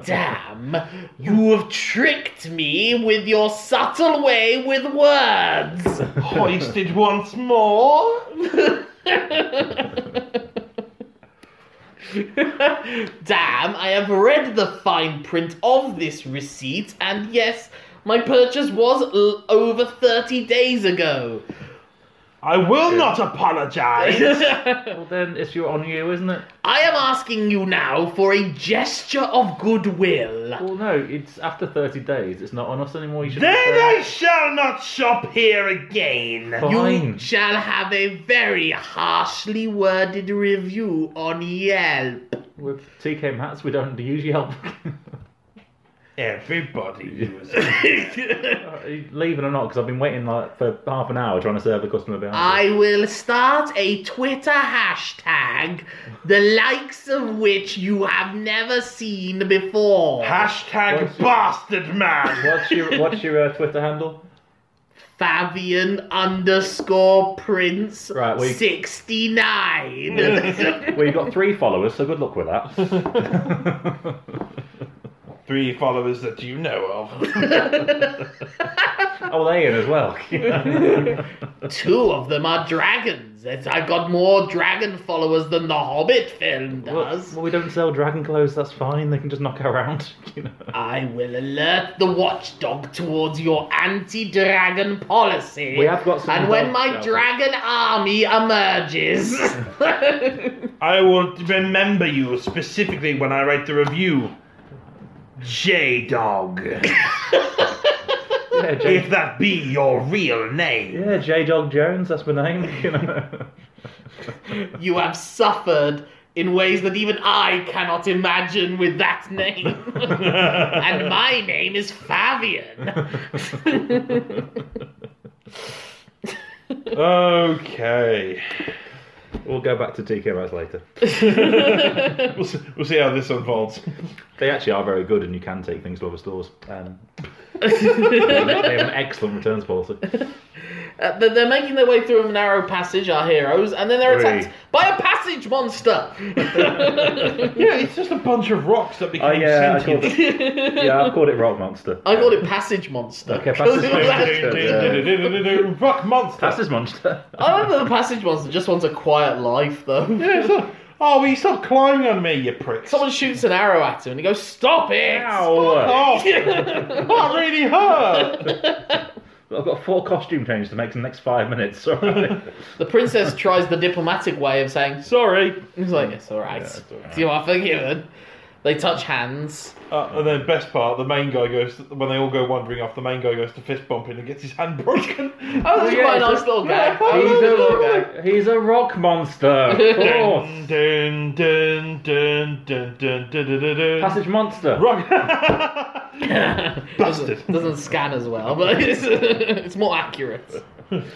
[SPEAKER 1] Damn, you have tricked me with your subtle way with words."
[SPEAKER 2] Hoisted once more.
[SPEAKER 1] Damn, I have read the fine print of this receipt, and yes, my purchase was l- over 30 days ago.
[SPEAKER 2] I will not apologise.
[SPEAKER 3] Well, then it's your on you, isn't it?
[SPEAKER 1] I am asking you now for a gesture of goodwill.
[SPEAKER 3] Well, no, it's after 30 days. It's not on us anymore. You should
[SPEAKER 2] then I shall not shop here again.
[SPEAKER 3] Fine.
[SPEAKER 1] You shall have a very harshly worded review on Yelp.
[SPEAKER 3] With TK Mats, we don't use Yelp.
[SPEAKER 2] Everybody uses
[SPEAKER 3] Leaving Uh, or not, because I've been waiting like for half an hour trying to serve a customer behind. us.
[SPEAKER 1] I will start a Twitter hashtag, the likes of which you have never seen before.
[SPEAKER 2] Hashtag
[SPEAKER 3] What's-
[SPEAKER 2] bastard man.
[SPEAKER 3] What's your What's your uh, Twitter handle?
[SPEAKER 1] Fabian underscore Prince
[SPEAKER 3] Right, we-
[SPEAKER 1] 69.
[SPEAKER 3] Well, you've got three followers, so good luck with that.
[SPEAKER 2] Three followers that you know of.
[SPEAKER 3] oh, well, Ian as well.
[SPEAKER 1] Two of them are dragons. It's, I've got more dragon followers than the Hobbit film
[SPEAKER 3] well,
[SPEAKER 1] does.
[SPEAKER 3] well, we don't sell dragon clothes. That's fine. They can just knock her around. You know.
[SPEAKER 1] I will alert the watchdog towards your anti-dragon policy.
[SPEAKER 3] We have got some
[SPEAKER 1] And when
[SPEAKER 3] dogs
[SPEAKER 1] my
[SPEAKER 3] out there.
[SPEAKER 1] dragon army emerges,
[SPEAKER 2] I will remember you specifically when I write the review. J Dog.
[SPEAKER 3] Yeah, J.
[SPEAKER 2] if that be your real name.
[SPEAKER 3] Yeah, J Dog Jones. That's my name. You know.
[SPEAKER 1] you have suffered in ways that even I cannot imagine with that name. and my name is Fabian.
[SPEAKER 2] Okay.
[SPEAKER 3] We'll go back to TK Maxx later.
[SPEAKER 2] We'll see, we'll see how this unfolds.
[SPEAKER 3] They actually are very good, and you can take things to other stores. Um, they have an excellent returns policy.
[SPEAKER 1] Uh, they're they're making their way through a narrow passage, our heroes, and then they're
[SPEAKER 3] Three.
[SPEAKER 1] attacked by a passage monster.
[SPEAKER 2] Yeah, it's just a bunch of rocks that become
[SPEAKER 3] Oh yeah, I
[SPEAKER 2] sentient.
[SPEAKER 3] called it, yeah, I called it Rock Monster.
[SPEAKER 1] I called it passage monster.
[SPEAKER 3] Okay, passage
[SPEAKER 1] 'Cause it was
[SPEAKER 3] monster.
[SPEAKER 1] actually-
[SPEAKER 2] Rock monster.
[SPEAKER 3] That's his monster.
[SPEAKER 1] I remember the passage monster just wants a quiet life, though.
[SPEAKER 2] Yeah, it's not- oh, will you stop climbing on me, you pricks?
[SPEAKER 1] Someone shoots an arrow at him, and he goes, "Stop it!"
[SPEAKER 3] Ow!
[SPEAKER 2] Oh, that really hurt.
[SPEAKER 3] I've got four costume changes to make in the next five minutes. Sorry.
[SPEAKER 1] The princess tries the diplomatic way of saying,
[SPEAKER 2] Sorry.
[SPEAKER 1] "He's like, it's all right.
[SPEAKER 3] it's all right."
[SPEAKER 1] You are forgiven." They touch hands.
[SPEAKER 2] Uh, and then best part, the main guy goes when they all go wandering off. The main guy goes to fist bumping and gets his hand broken.
[SPEAKER 1] Oh, that's
[SPEAKER 3] yeah,
[SPEAKER 1] quite a
[SPEAKER 3] it's
[SPEAKER 1] nice
[SPEAKER 3] a-
[SPEAKER 1] little guy.
[SPEAKER 3] he's, a, he's a rock monster. Of course.
[SPEAKER 2] Dun, dun, dun, dun, dun, dun, dun, dun, dun, dun.
[SPEAKER 3] Passage monster.
[SPEAKER 2] Rock. Bastard.
[SPEAKER 1] Doesn't, doesn't scan as well, but it's, it's more accurate.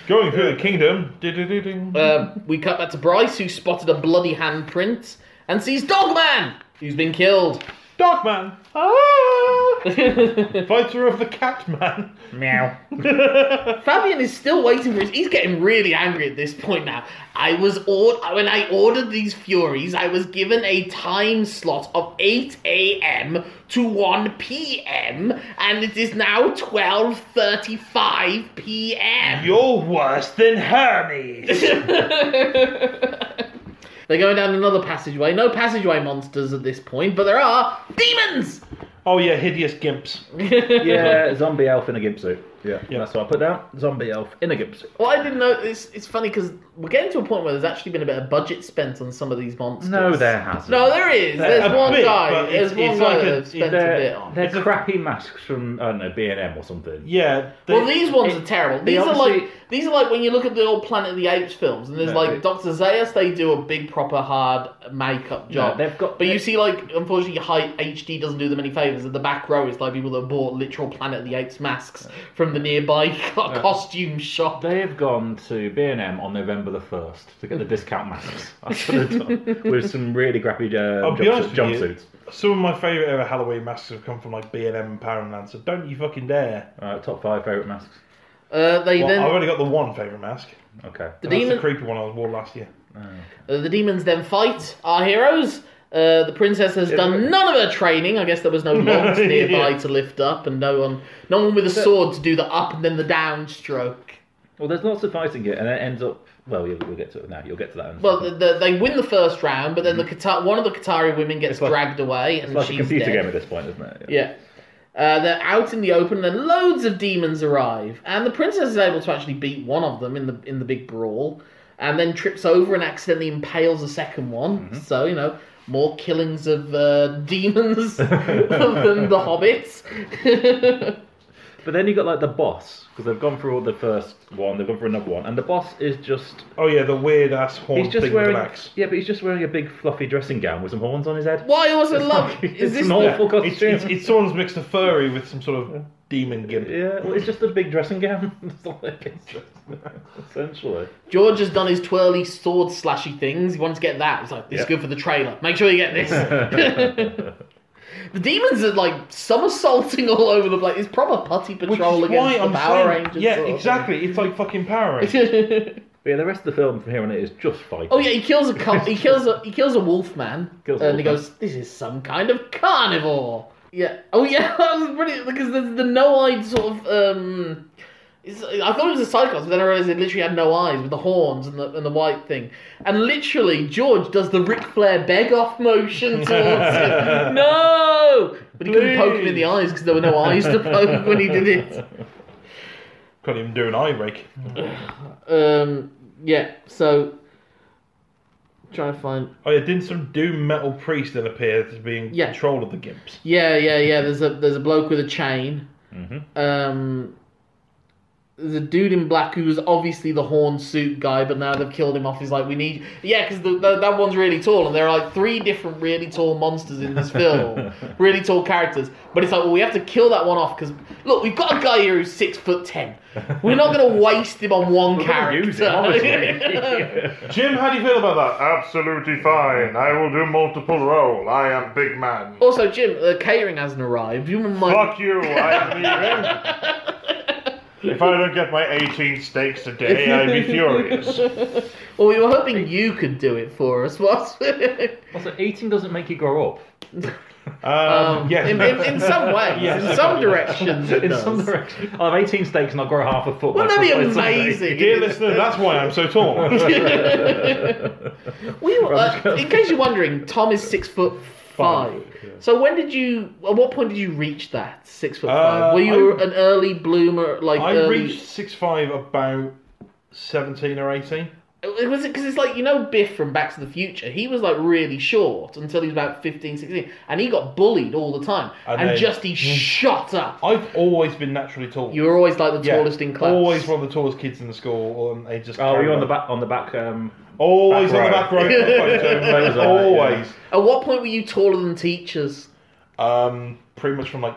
[SPEAKER 2] Going through the kingdom. Du-du-du-ding.
[SPEAKER 1] Um, we cut back to Bryce, who spotted a bloody handprint and sees Dogman, who's been killed.
[SPEAKER 2] Dark man. Ah! Fighter of the cat man.
[SPEAKER 3] Meow.
[SPEAKER 1] Fabian is still waiting for his. He's getting really angry at this point now. I was or when I ordered these furies, I was given a time slot of eight a.m. to one p.m. and it is now twelve thirty-five p.m.
[SPEAKER 2] You're worse than Hermes.
[SPEAKER 1] They're going down another passageway. No passageway monsters at this point, but there are demons.
[SPEAKER 2] oh yeah, hideous gimps.
[SPEAKER 3] Yeah, zombie elf in a gimp suit. Yeah, yeah. That's what I put down. Zombie elf in a gimp suit.
[SPEAKER 1] Well, I didn't know. It's, it's funny because we're getting to a point where there's actually been a bit of budget spent on some of these monsters.
[SPEAKER 3] No, there hasn't.
[SPEAKER 1] No, there is. There's
[SPEAKER 2] A
[SPEAKER 1] one
[SPEAKER 2] bit,
[SPEAKER 1] guy.
[SPEAKER 2] but
[SPEAKER 1] There's
[SPEAKER 2] it's-
[SPEAKER 1] one
[SPEAKER 2] it's
[SPEAKER 1] guy
[SPEAKER 2] like a-
[SPEAKER 1] that I've spent a bit
[SPEAKER 3] They're,
[SPEAKER 1] on.
[SPEAKER 3] they're crappy masks from I don't know B and M or something.
[SPEAKER 2] Yeah. they-
[SPEAKER 1] Well, these ones
[SPEAKER 3] it-
[SPEAKER 1] are terrible.
[SPEAKER 3] they
[SPEAKER 1] These are like
[SPEAKER 3] obviously-
[SPEAKER 1] these are like when you look at the old Planet of the Apes films, and there's
[SPEAKER 3] No,
[SPEAKER 1] like
[SPEAKER 3] it-
[SPEAKER 1] Doctor Zayas. They do a big, proper, hard makeup job.
[SPEAKER 3] they've got-
[SPEAKER 1] But you see, like unfortunately, high HD doesn't do them any favors. In the back row, it's like people that bought literal Planet of the Apes masks from from the nearby co- costume shop.
[SPEAKER 3] They have gone to B and M on November the first to get the discount masks. That's what they've done with some really crappy uh,
[SPEAKER 2] I'll be honest
[SPEAKER 3] jumpsuits.
[SPEAKER 2] with
[SPEAKER 3] jumpsuits.
[SPEAKER 2] you, Some of my favourite era Halloween masks have come from like B and M and Paramount, so don't you fucking dare.
[SPEAKER 3] Uh, top five favorite masks.
[SPEAKER 1] Uh, they
[SPEAKER 2] Well,
[SPEAKER 1] then
[SPEAKER 2] I've only got the one favourite mask.
[SPEAKER 1] the
[SPEAKER 3] Okay.
[SPEAKER 2] That's the
[SPEAKER 1] demon
[SPEAKER 2] creepy one I wore last year.
[SPEAKER 1] Uh, the demons then fight our heroes. Uh, the princess has done none of her training. I guess there was no logs
[SPEAKER 2] Yeah.
[SPEAKER 1] nearby to lift up, and no one, no one with a sword to do the up and then the down stroke.
[SPEAKER 3] Well, there's lots of fighting here, and it ends up. Well, you'll, we'll get to it now. You'll get to that. in a
[SPEAKER 1] Well,
[SPEAKER 3] second.
[SPEAKER 1] the, the, they win the first round, but then the Qata- one of the Qatari women gets
[SPEAKER 3] Mm-hmm. like-
[SPEAKER 1] dragged away, and
[SPEAKER 3] it's like a
[SPEAKER 1] she's
[SPEAKER 3] computer
[SPEAKER 1] dead.
[SPEAKER 3] game at this point, isn't it?
[SPEAKER 1] Yeah. Uh, they're out in the open, then loads of demons arrive, and the princess is able to actually beat one of them in the in the big brawl, and then trips over and accidentally impales the second one.
[SPEAKER 3] Mm-hmm.
[SPEAKER 1] So you know more killings of uh, demons than the hobbits.
[SPEAKER 3] But then you got like the boss because they've gone through all the first one, they've gone through another one, and the boss is just
[SPEAKER 2] Oh yeah, the weird ass horn
[SPEAKER 3] he's
[SPEAKER 2] thing
[SPEAKER 3] just
[SPEAKER 2] with an
[SPEAKER 3] wearing
[SPEAKER 2] axe.
[SPEAKER 3] yeah, but he's just wearing a big fluffy dressing gown with some horns on his head.
[SPEAKER 1] what I also
[SPEAKER 3] It's
[SPEAKER 1] love
[SPEAKER 3] like-
[SPEAKER 1] is
[SPEAKER 3] it's
[SPEAKER 1] this.
[SPEAKER 3] an awful costume.
[SPEAKER 2] It's, it's, it's someone's mixed a furry with some sort of demon gimp.
[SPEAKER 3] Yeah, well, it's just a big dressing gown. That's all it is, essentially.
[SPEAKER 1] George has done his twirly sword slashy things. He wanted to get that. He's like, this is
[SPEAKER 3] Yeah.
[SPEAKER 1] good for the trailer. Make sure you get this. the demons are like somersaulting all over the place. It's proper putty
[SPEAKER 2] Which
[SPEAKER 1] patrol
[SPEAKER 2] is
[SPEAKER 1] against
[SPEAKER 2] why
[SPEAKER 1] the
[SPEAKER 2] I'm
[SPEAKER 1] Power
[SPEAKER 2] saying,
[SPEAKER 1] Rangers.
[SPEAKER 2] yeah,
[SPEAKER 1] sort of
[SPEAKER 2] exactly. It's like fucking Power Rangers.
[SPEAKER 1] thing.
[SPEAKER 3] But yeah, the rest of the film from here on it is just fighting.
[SPEAKER 1] oh yeah, he kills a cou- he kills a he kills a wolf man,
[SPEAKER 3] Kills a
[SPEAKER 1] and he
[SPEAKER 3] wolf man.
[SPEAKER 1] goes, "This is some kind of carnivore." Yeah. Oh yeah, that was brilliant because there's the no-eyed sort of. um it's, I thought it was a cyclops, but then I realized it literally had no eyes with the horns and the and the white thing. And literally, George does the Ric Flair beg off motion towards it. No, but he couldn't poke him in the eyes because there were no eyes to poke when he did it.
[SPEAKER 2] Can't even do an eye rake.
[SPEAKER 1] Um, yeah. So, try to find.
[SPEAKER 2] Oh yeah, didn't some doom metal priest then appear to be in
[SPEAKER 1] Yeah.
[SPEAKER 2] control of the gimps?
[SPEAKER 1] Yeah, yeah, yeah. There's a there's a bloke with a chain.
[SPEAKER 3] Mm-hmm.
[SPEAKER 1] Um, there's a dude in black who's obviously the horn suit guy, but now they've killed him off. He's like, we need yeah, because that one's really tall, and there are like three different really tall monsters in this film, really tall characters. But it's like, well, we have to kill that one off because look, we've got a guy here who's six foot ten. We're not gonna waste him on one
[SPEAKER 3] gonna
[SPEAKER 1] character.
[SPEAKER 3] use him,
[SPEAKER 2] Jim, how do you feel about that? Absolutely fine. I will do multiple role. I am big man.
[SPEAKER 1] also, Jim, the catering hasn't arrived. You might.
[SPEAKER 2] you, I'm leaving. if I don't get my 18 steaks a day, I'd be furious.
[SPEAKER 1] Well, we were hoping you could do it for us. What?
[SPEAKER 3] Also, eating doesn't make you grow up.
[SPEAKER 2] Um, yes.
[SPEAKER 1] in, in, in some ways,
[SPEAKER 2] Yes.
[SPEAKER 1] in some directions, it
[SPEAKER 3] In
[SPEAKER 1] does.
[SPEAKER 3] some direction, I'll have 18 steaks and I'll grow half a foot.
[SPEAKER 1] Wouldn't
[SPEAKER 3] by
[SPEAKER 1] that be
[SPEAKER 3] Sunday.
[SPEAKER 1] amazing?
[SPEAKER 2] Dear listener, that's why I'm so tall.
[SPEAKER 1] Um,
[SPEAKER 2] Five.
[SPEAKER 1] We were, uh, in case you're wondering, Tom is six foot five. So when did you? At what point did you reach that six foot five?
[SPEAKER 2] Uh,
[SPEAKER 1] Were you
[SPEAKER 2] I-
[SPEAKER 1] an early bloomer? Like
[SPEAKER 2] I
[SPEAKER 1] early,
[SPEAKER 2] reached six five about 17 or 18.
[SPEAKER 1] It was because it's like you know Biff from Back to the Future. He was like really short until he was about 15, 16. and he got bullied all the time.
[SPEAKER 2] And
[SPEAKER 1] And,
[SPEAKER 2] then-
[SPEAKER 1] just he shot up.
[SPEAKER 2] I've always been naturally tall.
[SPEAKER 1] You were always like the tallest in class.
[SPEAKER 2] Always one of the tallest kids in the school. And they just
[SPEAKER 3] Oh,
[SPEAKER 2] carried
[SPEAKER 3] you're on the
[SPEAKER 2] on.
[SPEAKER 3] back on the back. Um,
[SPEAKER 2] Always
[SPEAKER 3] Back
[SPEAKER 2] on the
[SPEAKER 3] row.
[SPEAKER 2] back row. for the
[SPEAKER 3] Photos
[SPEAKER 2] photo.
[SPEAKER 3] of it,
[SPEAKER 2] Always.
[SPEAKER 1] At what point were you taller than teachers?
[SPEAKER 2] Um, pretty much from like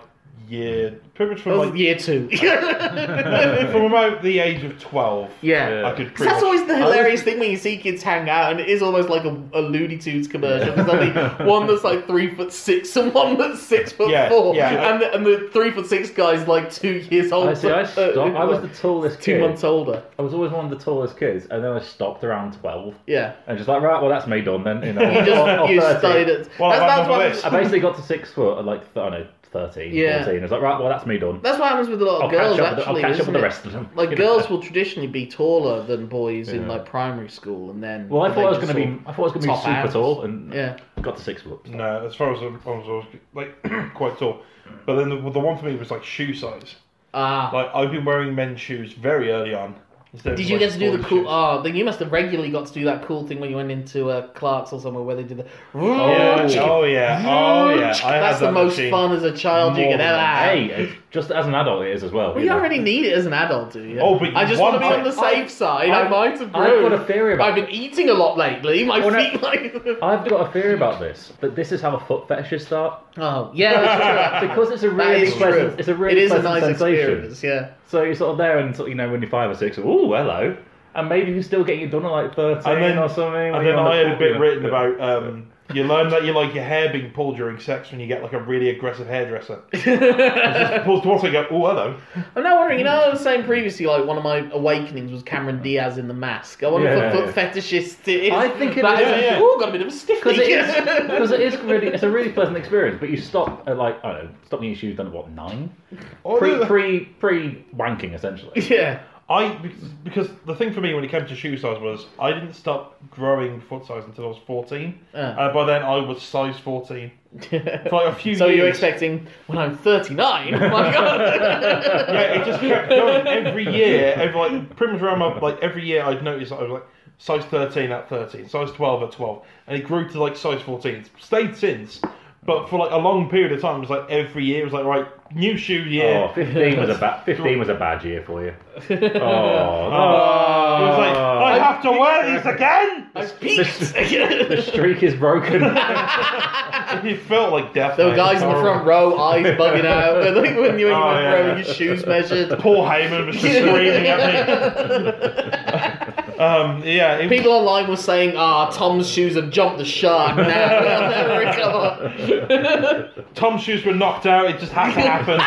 [SPEAKER 2] year, pretty much from
[SPEAKER 1] That was
[SPEAKER 2] like
[SPEAKER 1] year two.
[SPEAKER 2] from about the age of twelve.
[SPEAKER 1] yeah.
[SPEAKER 2] I could.
[SPEAKER 1] 'Cause
[SPEAKER 2] Pretty
[SPEAKER 1] that's
[SPEAKER 2] much,
[SPEAKER 1] always the hilarious thing when you see kids hang out, and it is almost like a, a Looney Tunes commercial. There's only one that's like three foot six and one that's six foot
[SPEAKER 2] Yeah,
[SPEAKER 1] four,
[SPEAKER 2] yeah.
[SPEAKER 1] and the, and the three foot six guy's like two years older. Uh,
[SPEAKER 3] I see. I stopped. I was the tallest
[SPEAKER 1] two
[SPEAKER 3] kid.
[SPEAKER 1] months older.
[SPEAKER 3] I was always one of the tallest kids, and then I stopped around 12.
[SPEAKER 1] Yeah,
[SPEAKER 3] And just like, right, well, that's me done then. You know,
[SPEAKER 1] you
[SPEAKER 3] Or- or
[SPEAKER 1] just you
[SPEAKER 3] 13.
[SPEAKER 1] stayed at.
[SPEAKER 2] Well, I'm
[SPEAKER 1] that's,
[SPEAKER 2] on
[SPEAKER 1] that's,
[SPEAKER 2] the
[SPEAKER 1] what
[SPEAKER 2] list.
[SPEAKER 3] I basically got to six foot at like, th- I don't know, 13,
[SPEAKER 1] Yeah.
[SPEAKER 3] 14. I was like, right, well, that's me done.
[SPEAKER 1] that's what happens with a lot of
[SPEAKER 3] I'll
[SPEAKER 1] girls.
[SPEAKER 3] catch up, with the-
[SPEAKER 1] actually,
[SPEAKER 3] I'll catch up
[SPEAKER 1] isn't
[SPEAKER 3] with the
[SPEAKER 1] it?
[SPEAKER 3] rest of them.
[SPEAKER 1] Like
[SPEAKER 3] You know?
[SPEAKER 1] girls will traditionally be taller than boys in
[SPEAKER 3] Yeah.
[SPEAKER 1] like primary school, and then
[SPEAKER 3] Well, I
[SPEAKER 1] and
[SPEAKER 3] thought
[SPEAKER 1] they
[SPEAKER 3] I was
[SPEAKER 1] just
[SPEAKER 3] going to be,
[SPEAKER 1] sort
[SPEAKER 3] I thought I was going to be
[SPEAKER 1] top
[SPEAKER 3] super
[SPEAKER 1] out.
[SPEAKER 3] tall, and
[SPEAKER 1] of- Yeah,
[SPEAKER 3] got to six foot.
[SPEAKER 2] No, as far as I was, I was always, like quite tall, but then the, the one for me was like shoe size.
[SPEAKER 1] ah,
[SPEAKER 2] Like I've been wearing men's shoes very early on. instead of,
[SPEAKER 1] Did you
[SPEAKER 2] like,
[SPEAKER 1] get to do the
[SPEAKER 2] boys'
[SPEAKER 1] cool?
[SPEAKER 2] shoes.
[SPEAKER 1] Oh, then you must have regularly got to do that cool thing when you went into uh, Clark's or somewhere where they did the. Oh,
[SPEAKER 2] yeah. Oh yeah. Oh yeah. I had
[SPEAKER 1] That's
[SPEAKER 2] that
[SPEAKER 1] the most
[SPEAKER 2] machine.
[SPEAKER 1] fun as a child you
[SPEAKER 2] More
[SPEAKER 1] could
[SPEAKER 2] than
[SPEAKER 1] ever
[SPEAKER 2] that.
[SPEAKER 1] have.
[SPEAKER 3] Hey, it's just as an adult, it is as well.
[SPEAKER 1] Well,
[SPEAKER 3] you
[SPEAKER 1] you
[SPEAKER 3] know.
[SPEAKER 1] don't really need it as an adult, do you?
[SPEAKER 2] Oh, but
[SPEAKER 1] I
[SPEAKER 2] you
[SPEAKER 1] just want to be
[SPEAKER 2] want
[SPEAKER 1] on the
[SPEAKER 2] it.
[SPEAKER 1] safe side. I,
[SPEAKER 3] I've-
[SPEAKER 1] might have
[SPEAKER 3] I've
[SPEAKER 1] grown.
[SPEAKER 3] got a theory about
[SPEAKER 1] I've been eating a lot lately. My
[SPEAKER 3] Well, no-
[SPEAKER 1] feet, like.
[SPEAKER 3] I've got a theory about this, but this is how a foot fetishes start
[SPEAKER 1] oh, yeah, that's true.
[SPEAKER 3] because it's a
[SPEAKER 1] That
[SPEAKER 3] really
[SPEAKER 1] is
[SPEAKER 3] pleasant.
[SPEAKER 1] true.
[SPEAKER 3] It's a really
[SPEAKER 1] it is a
[SPEAKER 3] pleasant
[SPEAKER 1] nice
[SPEAKER 3] sensation.
[SPEAKER 1] experience. Yeah.
[SPEAKER 3] So you're sort of there, and sort of, you know when you're five or six, oh hello, and maybe you're still getting it done at like thirteen
[SPEAKER 2] And then,
[SPEAKER 3] or something. when
[SPEAKER 2] and
[SPEAKER 3] you're
[SPEAKER 2] then
[SPEAKER 3] on the
[SPEAKER 2] I had a
[SPEAKER 3] pool,
[SPEAKER 2] bit
[SPEAKER 3] you know.
[SPEAKER 2] written about um, you learn that you like your hair being pulled during sex when you get like a really aggressive hairdresser. It's just pulls towards and go, oh hello.
[SPEAKER 1] I'm now wondering, you know, I
[SPEAKER 3] Hmm.
[SPEAKER 1] was saying previously, like one of my awakenings was Cameron Diaz in The Mask. I wonder
[SPEAKER 3] Yeah,
[SPEAKER 1] if a foot
[SPEAKER 3] yeah.
[SPEAKER 1] fetishist it is.
[SPEAKER 3] I think it
[SPEAKER 1] That
[SPEAKER 3] is,
[SPEAKER 1] is-
[SPEAKER 2] yeah, yeah.
[SPEAKER 1] Ooh, got a bit of a stiff.
[SPEAKER 3] Because it is, because it is really, it's a really pleasant experience. But you stop at like I don't know, stop getting your shoes done at what nine?
[SPEAKER 2] Oh,
[SPEAKER 3] Pre
[SPEAKER 2] no.
[SPEAKER 3] pre pre wanking essentially.
[SPEAKER 1] Yeah.
[SPEAKER 2] I because- because the thing for me when it came to shoe size was I didn't stop growing foot size until I was fourteen.
[SPEAKER 1] Ah.
[SPEAKER 2] Uh, by then I was size fourteen for like a few.
[SPEAKER 1] So
[SPEAKER 2] years.
[SPEAKER 1] you're expecting when I'm 39? Oh my god.
[SPEAKER 2] Yeah, it just kept going every year. Every like pretty much around my like every year I'd notice that I was like size thirteen at thirteen, size twelve at twelve, and it grew to like size fourteen. It's stayed since, but for like a long period of time, it was like every year it was like right new shoe year.
[SPEAKER 3] Oh, 15 was a bad fifteen was a bad year for you. Oh,
[SPEAKER 2] It was like
[SPEAKER 1] Oh.
[SPEAKER 2] I have to wear these again.
[SPEAKER 1] I've peaked.
[SPEAKER 3] the streak is broken.
[SPEAKER 2] It felt like death.
[SPEAKER 1] There were
[SPEAKER 2] mate.
[SPEAKER 1] guys in the
[SPEAKER 2] Horrible.
[SPEAKER 1] front row, eyes bugging out. Like when you, when you
[SPEAKER 2] Oh,
[SPEAKER 1] went
[SPEAKER 2] yeah.
[SPEAKER 1] throwing your shoes measured.
[SPEAKER 2] Paul Heyman was just screaming at me. um, yeah, it,
[SPEAKER 1] People online were saying, ah, Tom's shoes have jumped the shark now. They'll never recover.
[SPEAKER 2] Tom's shoes were knocked out. It just had to happen.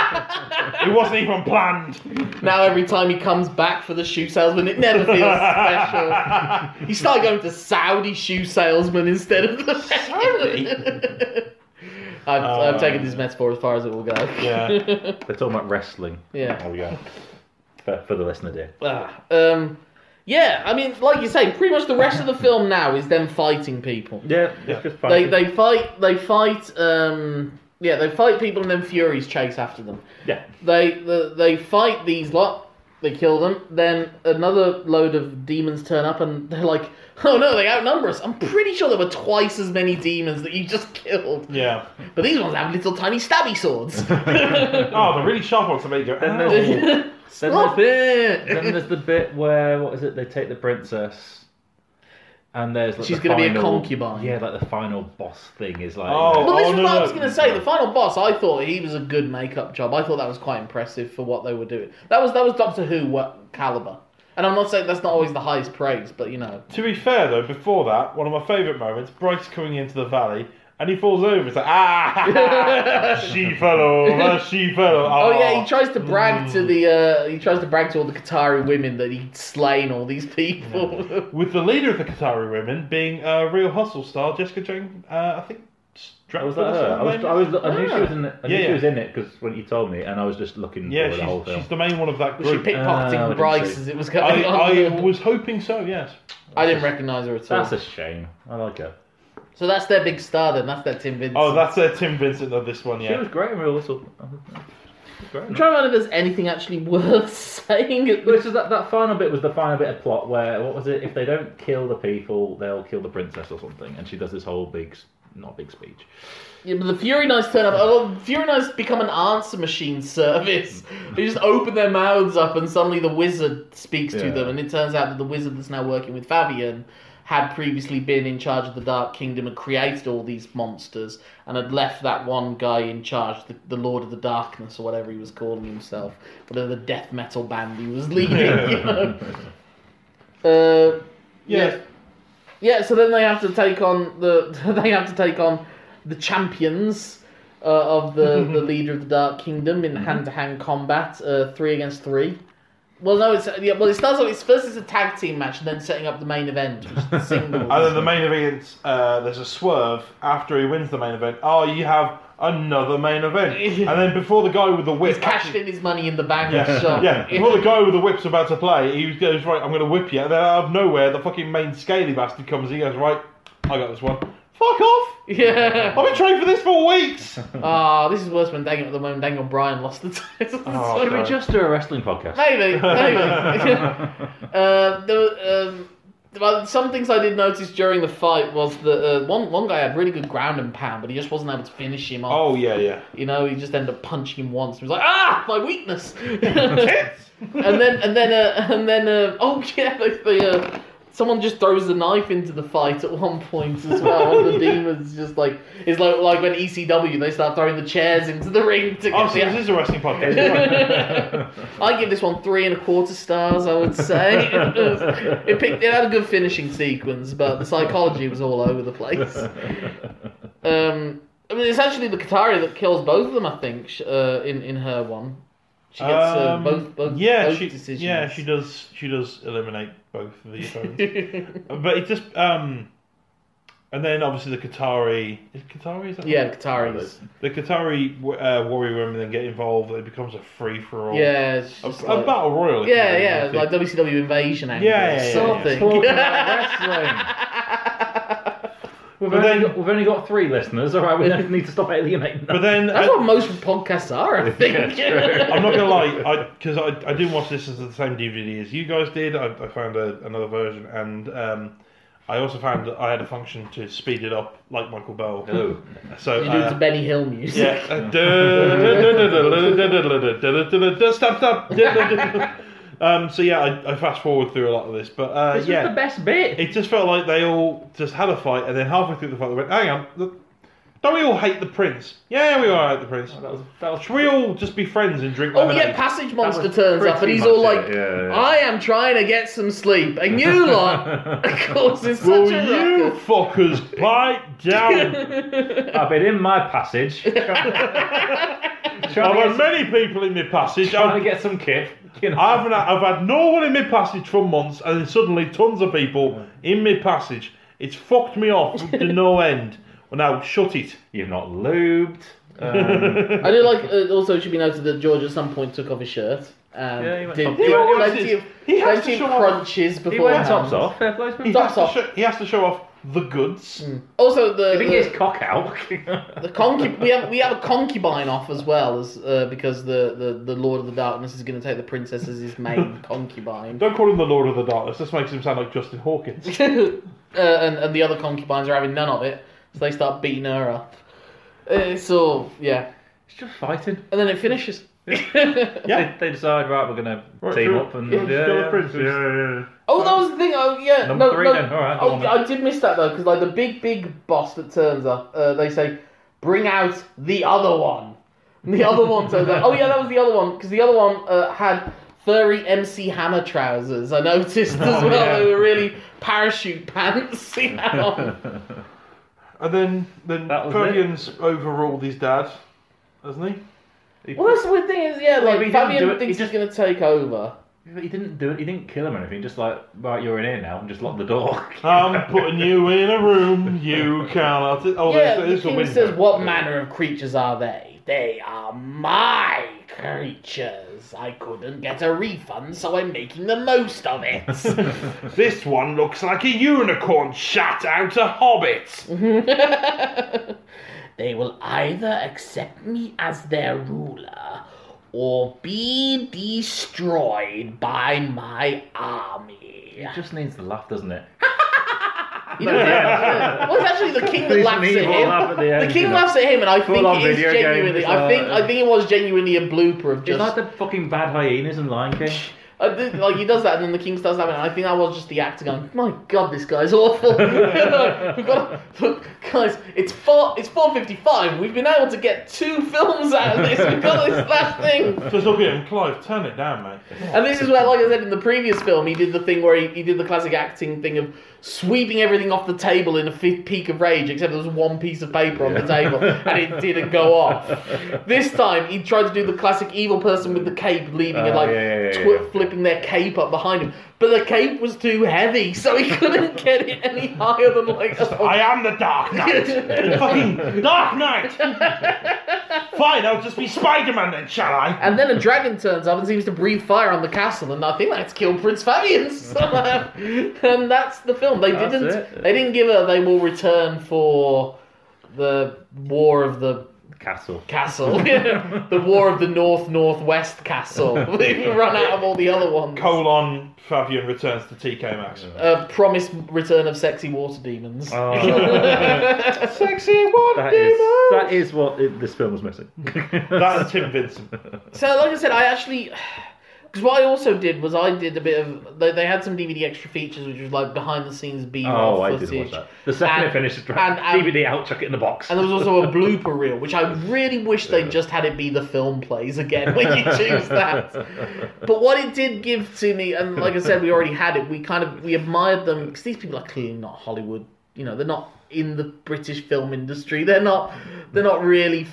[SPEAKER 2] it wasn't even planned.
[SPEAKER 1] now every time he comes back for the shoe salesman, it never feels special. He started going to Saudi shoe salesman instead of the
[SPEAKER 2] Saudi?
[SPEAKER 1] I've, I've
[SPEAKER 2] Um,
[SPEAKER 1] taken this metaphor as far as it will go.
[SPEAKER 2] Yeah.
[SPEAKER 3] They're talking about wrestling.
[SPEAKER 1] Yeah.
[SPEAKER 3] Oh yeah. For, for the listener, dear.
[SPEAKER 1] Ah, um, yeah, I mean, like you say, pretty much the rest of the film now is them fighting people.
[SPEAKER 3] Yeah,
[SPEAKER 2] Yeah.
[SPEAKER 3] it's just
[SPEAKER 1] They
[SPEAKER 3] fun.
[SPEAKER 1] they fight they fight um yeah they fight people and then Furies chase after them.
[SPEAKER 3] Yeah.
[SPEAKER 1] They the, they fight these lot. They kill them. Then another load of demons turn up and they're like, oh no, they outnumber us. I'm pretty sure there were twice as many demons that you just killed.
[SPEAKER 2] Yeah.
[SPEAKER 1] But these ones have little tiny stabby swords.
[SPEAKER 2] Oh, the really sharp ones that made you go.
[SPEAKER 3] Then
[SPEAKER 2] "Ow."
[SPEAKER 3] there's,
[SPEAKER 1] Stop
[SPEAKER 3] then
[SPEAKER 1] it.
[SPEAKER 3] there's the bit where what is it? They take the princess, and there's like
[SPEAKER 1] She's
[SPEAKER 3] the
[SPEAKER 1] gonna be a
[SPEAKER 3] final-
[SPEAKER 1] concubine.
[SPEAKER 3] Yeah, like the final boss thing is like.
[SPEAKER 2] Oh.
[SPEAKER 1] Well, this was
[SPEAKER 2] no,
[SPEAKER 1] what I
[SPEAKER 2] no.
[SPEAKER 1] was going to say. The final boss, I thought he was a good makeup job. I thought that was quite impressive for what they were doing. That was that was Doctor Who what, caliber. And I'm not saying that's not always the highest praise, but you know.
[SPEAKER 2] To be fair though, before that, one of my favourite moments, Bryce coming into the valley. And he falls over. It's like ah, ha, ha, she fell over, she fell over.
[SPEAKER 1] Oh yeah, he tries to brag to the uh, he tries to brag to all the Qatari women that he'd slain all these people.
[SPEAKER 2] With the leader of the Qatari women being uh, Real Hustle star Jessica Jane, uh, I think. Stratford
[SPEAKER 3] Oh, was that
[SPEAKER 2] or
[SPEAKER 3] her?
[SPEAKER 2] something
[SPEAKER 3] I was,
[SPEAKER 2] maybe?
[SPEAKER 3] I was, I knew
[SPEAKER 1] Yeah.
[SPEAKER 3] she was in it. I knew
[SPEAKER 2] Ah. Yeah,
[SPEAKER 3] she was
[SPEAKER 2] yeah.
[SPEAKER 3] in it because when you told me, and I was just looking
[SPEAKER 2] Yeah,
[SPEAKER 3] for the whole
[SPEAKER 2] she's,
[SPEAKER 3] film.
[SPEAKER 2] she's the main one of that
[SPEAKER 1] Was she
[SPEAKER 2] group.
[SPEAKER 3] Ah, I
[SPEAKER 1] pickpocketing
[SPEAKER 3] didn't
[SPEAKER 1] Bryce
[SPEAKER 3] see.
[SPEAKER 1] as it was
[SPEAKER 2] I,
[SPEAKER 1] going on?
[SPEAKER 2] I was hoping so, yes.
[SPEAKER 1] I didn't recognise her at all.
[SPEAKER 3] That's a shame. I like her.
[SPEAKER 1] So that's their big star then. That's their Tim Vincent.
[SPEAKER 2] Oh, that's uh, Tim Vincent of this one,
[SPEAKER 3] She was
[SPEAKER 2] yeah.
[SPEAKER 3] great in Real uh, Whistle.
[SPEAKER 1] I'm trying to remember if there's anything actually worth saying. At
[SPEAKER 3] Well,
[SPEAKER 1] the...
[SPEAKER 3] it's just that, that final bit was the final bit of plot where what was it? If they don't kill the people, they'll kill the princess or something. And she does this whole big, s- not big speech.
[SPEAKER 1] Yeah, but the Fury Knights turn up. Oh, Fury Knights become an answer machine service. They just open their mouths up, and suddenly the wizard speaks to
[SPEAKER 3] Yeah.
[SPEAKER 1] them. And it turns out that the wizard that's now working with Fabian had previously been in charge of the Dark Kingdom and created all these monsters, and had left that one guy in charge, the, the Lord of the Darkness or whatever he was calling himself, whatever the death metal band he was leading. you know. Uh,
[SPEAKER 2] Yeah.
[SPEAKER 1] yeah. Yeah, so then they have to take on the they have to take on the champions uh, of the, the leader of the Dark Kingdom
[SPEAKER 2] Mm-hmm.
[SPEAKER 1] in hand to hand combat, uh, three against three. Well, no, it's yeah. Well, it starts off. It's first it's a tag team match, and then setting up the main event, which is the
[SPEAKER 2] And then
[SPEAKER 1] singles.
[SPEAKER 2] the main event, uh, there's a swerve after he wins the main event. Oh, you have another main event. And then before the guy with the whip.
[SPEAKER 1] He's cashed
[SPEAKER 2] actually-
[SPEAKER 1] in his money in the bank
[SPEAKER 2] Yeah,
[SPEAKER 1] shop.
[SPEAKER 2] yeah. Before the guy with the whip's about to play, he goes, Right, I'm going to whip you. And then out of nowhere, the fucking main scaly bastard comes. He goes, Right, I got this one. Fuck off!
[SPEAKER 1] yeah.
[SPEAKER 2] I've been training for this for weeks!
[SPEAKER 1] Ah, this is worse when Daniel the moment Daniel Bryan lost the title.
[SPEAKER 2] Oh,
[SPEAKER 3] Should we just do a wrestling podcast?
[SPEAKER 1] Maybe, maybe. uh, there were, um, well, some things I did notice during the fight was that uh, one one guy had really good ground and pound, but he just wasn't able to finish him off.
[SPEAKER 2] Oh, yeah, yeah.
[SPEAKER 1] You know, he just ended up punching him once. He was like, "Ah, my weakness!" and then, and then, uh, and then, uh, oh yeah, the, the, uh, Someone just throws a knife into the fight at one point as well. One of the demons just like it's like like when ECW they start throwing the chairs into the ring to
[SPEAKER 2] Oh,
[SPEAKER 1] get
[SPEAKER 2] so
[SPEAKER 1] the-
[SPEAKER 2] this is a wrestling podcast.
[SPEAKER 1] I give this one three and a quarter stars. I would say it, was- it picked, it had a good finishing sequence, but the psychology was all over the place. Um, I mean, it's actually the Katari that kills both of them. I think sh- uh, in in her one, she gets
[SPEAKER 2] Um,
[SPEAKER 1] uh, both both
[SPEAKER 2] yeah,
[SPEAKER 1] both
[SPEAKER 2] she,
[SPEAKER 1] decisions.
[SPEAKER 2] yeah, she does. She does eliminate both of the opponents. but it just um, and then obviously the Qatari. Is it Qatari? Is that
[SPEAKER 1] yeah, the Qataris.
[SPEAKER 2] The Qatari uh, warrior women then get involved. It becomes a free for all.
[SPEAKER 1] Yeah, it's
[SPEAKER 2] A,
[SPEAKER 1] just
[SPEAKER 2] a
[SPEAKER 1] like-
[SPEAKER 2] battle royal. if you
[SPEAKER 1] yeah,
[SPEAKER 2] really
[SPEAKER 1] yeah,
[SPEAKER 2] want to.
[SPEAKER 1] like WCW invasion angle,
[SPEAKER 2] Yeah, yeah, yeah, yeah.
[SPEAKER 1] something.
[SPEAKER 3] Talking about wrestling. We've,
[SPEAKER 2] But
[SPEAKER 3] only
[SPEAKER 2] then-
[SPEAKER 3] got, we've only got three listeners, all right? We don't need to stop alienating
[SPEAKER 2] But
[SPEAKER 3] them.
[SPEAKER 2] then
[SPEAKER 1] That's
[SPEAKER 2] uh,
[SPEAKER 1] what most podcasts are, I think.
[SPEAKER 2] I'm not gonna lie, because I, I didn't watch this as the same DVD as you guys did. I, I found a, another version, and um, I also found that I had a function to speed it up, like Michael Bell.
[SPEAKER 3] Oh.
[SPEAKER 2] So
[SPEAKER 1] You do it to
[SPEAKER 2] uh,
[SPEAKER 1] Benny Hill music.
[SPEAKER 2] yeah, uh, duh, stop, stop. Um, so yeah, I, I fast forward through a lot of this, but uh,
[SPEAKER 3] This
[SPEAKER 2] yeah,
[SPEAKER 3] was the best bit.
[SPEAKER 2] it just felt like they all just had a fight, and then halfway through the fight, they went, "Hang on, look, don't we all hate the prince? Yeah, we all hate the prince.
[SPEAKER 3] Oh, That was, that was
[SPEAKER 2] Should we all just be friends and drink
[SPEAKER 1] Oh
[SPEAKER 2] lemonade?"
[SPEAKER 1] yeah, Passage Monster
[SPEAKER 3] was
[SPEAKER 1] turns up and
[SPEAKER 3] pretty
[SPEAKER 1] he's
[SPEAKER 3] much
[SPEAKER 1] all
[SPEAKER 3] it,
[SPEAKER 1] like,
[SPEAKER 3] yeah, yeah.
[SPEAKER 1] "I am trying to get some sleep," and you lot causes
[SPEAKER 2] Will
[SPEAKER 1] such a
[SPEAKER 2] you
[SPEAKER 1] ruckus.
[SPEAKER 2] fuckers bite down?
[SPEAKER 3] I've been in my passage.
[SPEAKER 2] I've
[SPEAKER 3] trying,
[SPEAKER 2] had
[SPEAKER 3] to get,
[SPEAKER 2] many people in my passage.
[SPEAKER 3] trying
[SPEAKER 2] I've,
[SPEAKER 3] to get some kip. You know.
[SPEAKER 2] I haven't, I've had no one in my passage for months, and then suddenly tons of people in my passage. It's fucked me off to no end. Well, now shut it.
[SPEAKER 3] You've not lubed. Um,
[SPEAKER 1] I do like. Uh, also, it should be noted that George at some point took off his shirt. Um,
[SPEAKER 3] Yeah, he went
[SPEAKER 1] did
[SPEAKER 3] top-
[SPEAKER 1] do
[SPEAKER 3] he
[SPEAKER 2] went-
[SPEAKER 1] plenty of,
[SPEAKER 2] he has
[SPEAKER 1] plenty
[SPEAKER 2] to
[SPEAKER 1] of
[SPEAKER 2] show off-
[SPEAKER 1] crunches
[SPEAKER 3] he
[SPEAKER 1] before
[SPEAKER 3] went tops off. Fair play.
[SPEAKER 2] He
[SPEAKER 1] Tops
[SPEAKER 2] has, to
[SPEAKER 1] off. Hmm.
[SPEAKER 2] show, he has to show off the goods.
[SPEAKER 1] Also, the
[SPEAKER 3] I think
[SPEAKER 1] the,
[SPEAKER 3] his cock out.
[SPEAKER 1] the concu- we have we have a concubine off as well as uh, because the, the the Lord of the Darkness is going to take the princess as his main concubine.
[SPEAKER 2] Don't call him the Lord of the Darkness. This makes him sound like Justin Hawkins.
[SPEAKER 1] uh, and, and the other concubines are having none of it, so they start beating her up. Uh, so yeah,
[SPEAKER 3] It's just fighting.
[SPEAKER 1] and then it finishes.
[SPEAKER 2] Yeah.
[SPEAKER 3] They, they decide, right, we're going to team
[SPEAKER 2] sure.
[SPEAKER 3] up and
[SPEAKER 2] Yeah, just kill the prince.
[SPEAKER 3] yeah.
[SPEAKER 2] Yeah,
[SPEAKER 1] oh, that was the thing. Oh yeah,
[SPEAKER 3] Number
[SPEAKER 1] no,
[SPEAKER 3] three
[SPEAKER 1] no.
[SPEAKER 3] then, alright, I
[SPEAKER 1] oh,
[SPEAKER 3] want it.
[SPEAKER 1] I did miss that though because like the big big boss that turns up, uh, they say, "Bring out the other one." And the other one turns up. Oh yeah, that was the other one because the other one uh, had. Furry MC Hammer trousers. I noticed as well.
[SPEAKER 3] Oh, yeah.
[SPEAKER 1] They were really parachute pants. You know?
[SPEAKER 2] And then, then
[SPEAKER 3] That was it.
[SPEAKER 2] Fabian's overruled his dad, hasn't he?
[SPEAKER 1] well, that's the weird thing is, yeah,
[SPEAKER 3] Well,
[SPEAKER 1] like
[SPEAKER 3] he didn't do
[SPEAKER 1] Fabian
[SPEAKER 3] it,
[SPEAKER 1] thinks
[SPEAKER 3] he
[SPEAKER 1] he's going to take over.
[SPEAKER 3] But he didn't do it. He didn't kill him or anything. Just like, right, you're in here now, and just lock the door.
[SPEAKER 2] I'm putting you in a room you cannot. Oh,
[SPEAKER 1] Yeah,
[SPEAKER 2] there's,
[SPEAKER 1] the
[SPEAKER 2] there's a
[SPEAKER 1] king
[SPEAKER 2] window.
[SPEAKER 1] says, "What manner of creatures are they? They are my creatures. I couldn't get a refund, so I'm making the most of it."
[SPEAKER 2] This one looks like a unicorn shat out a hobbit.
[SPEAKER 1] they will either accept me as their ruler or be destroyed by my army.
[SPEAKER 3] It just needs the laugh, doesn't it?
[SPEAKER 1] You know, well, it's actually the king that
[SPEAKER 3] There's
[SPEAKER 1] laughs
[SPEAKER 3] an
[SPEAKER 1] at
[SPEAKER 3] evil
[SPEAKER 1] him.
[SPEAKER 3] laugh at the end,
[SPEAKER 1] king
[SPEAKER 3] you know.
[SPEAKER 1] laughs at him, and I think
[SPEAKER 3] Full-on
[SPEAKER 1] it is
[SPEAKER 3] video game,
[SPEAKER 1] genuinely.
[SPEAKER 3] it's
[SPEAKER 1] I
[SPEAKER 3] like-
[SPEAKER 1] think I think it was genuinely a blooper of
[SPEAKER 3] It's
[SPEAKER 1] just
[SPEAKER 3] like the fucking bad hyenas in Lion King.
[SPEAKER 1] I did, like he does that, and then the king starts having it. and I think that was just the actor going, "My God, this guy's awful." We've got look, guys. It's four. It's four fifty-five. We've been able to get two films out of this. We've got this last thing,
[SPEAKER 2] Just look at him, Clive. Turn it down, mate.
[SPEAKER 1] and this is where, like I said in the previous film, he did the thing where he, he did the classic acting thing of sweeping everything off the table in a fit peak of rage, except there was one piece of paper on the table, and it didn't go off. This time, he tried to do the classic evil person with the cape, leaving it
[SPEAKER 3] Oh,
[SPEAKER 1] like
[SPEAKER 3] yeah, yeah, yeah,
[SPEAKER 1] twi-
[SPEAKER 3] yeah.
[SPEAKER 1] flipping their cape up behind him, but the cape was too heavy, so he couldn't get it any higher than like. a-
[SPEAKER 2] I am the Dark Knight. The fucking Dark Knight. Fine, I'll just be Spider-Man then, shall I?
[SPEAKER 1] And then a dragon turns up and seems to breathe fire on the castle, and I think that's killed Prince Fabian. So- uh, and that's the film. They
[SPEAKER 3] That's
[SPEAKER 1] didn't.
[SPEAKER 3] it.
[SPEAKER 1] They didn't give a. They will return for the War of the
[SPEAKER 3] Castle.
[SPEAKER 1] Castle, the War of the North Northwest Castle. We've run out of all the other ones.
[SPEAKER 2] Colon Fabian returns to TK Maxx.
[SPEAKER 1] Uh, promised return of sexy water demons.
[SPEAKER 3] Oh,
[SPEAKER 2] Sexy one
[SPEAKER 3] that is that is what it, this film was missing.
[SPEAKER 2] That's Tim Vincent.
[SPEAKER 1] So, like I said, I actually, Because what I also did was I did a bit of they, they had some DVD extra features which was like behind the scenes B
[SPEAKER 3] Oh,
[SPEAKER 1] roll
[SPEAKER 3] I
[SPEAKER 1] footage.
[SPEAKER 3] did watch that. The second
[SPEAKER 1] And-
[SPEAKER 3] it finished, it's
[SPEAKER 1] and- and-
[SPEAKER 3] DVD out, chuck it in the box.
[SPEAKER 1] And there was also a blooper reel, which I really wish they just had it be the film plays again when you choose that. But what it did give to me, and like I said, we already had it. We kind of we admired them because these people are clearly not Hollywood. You know, they're not in the British film industry. They're not. They're not really.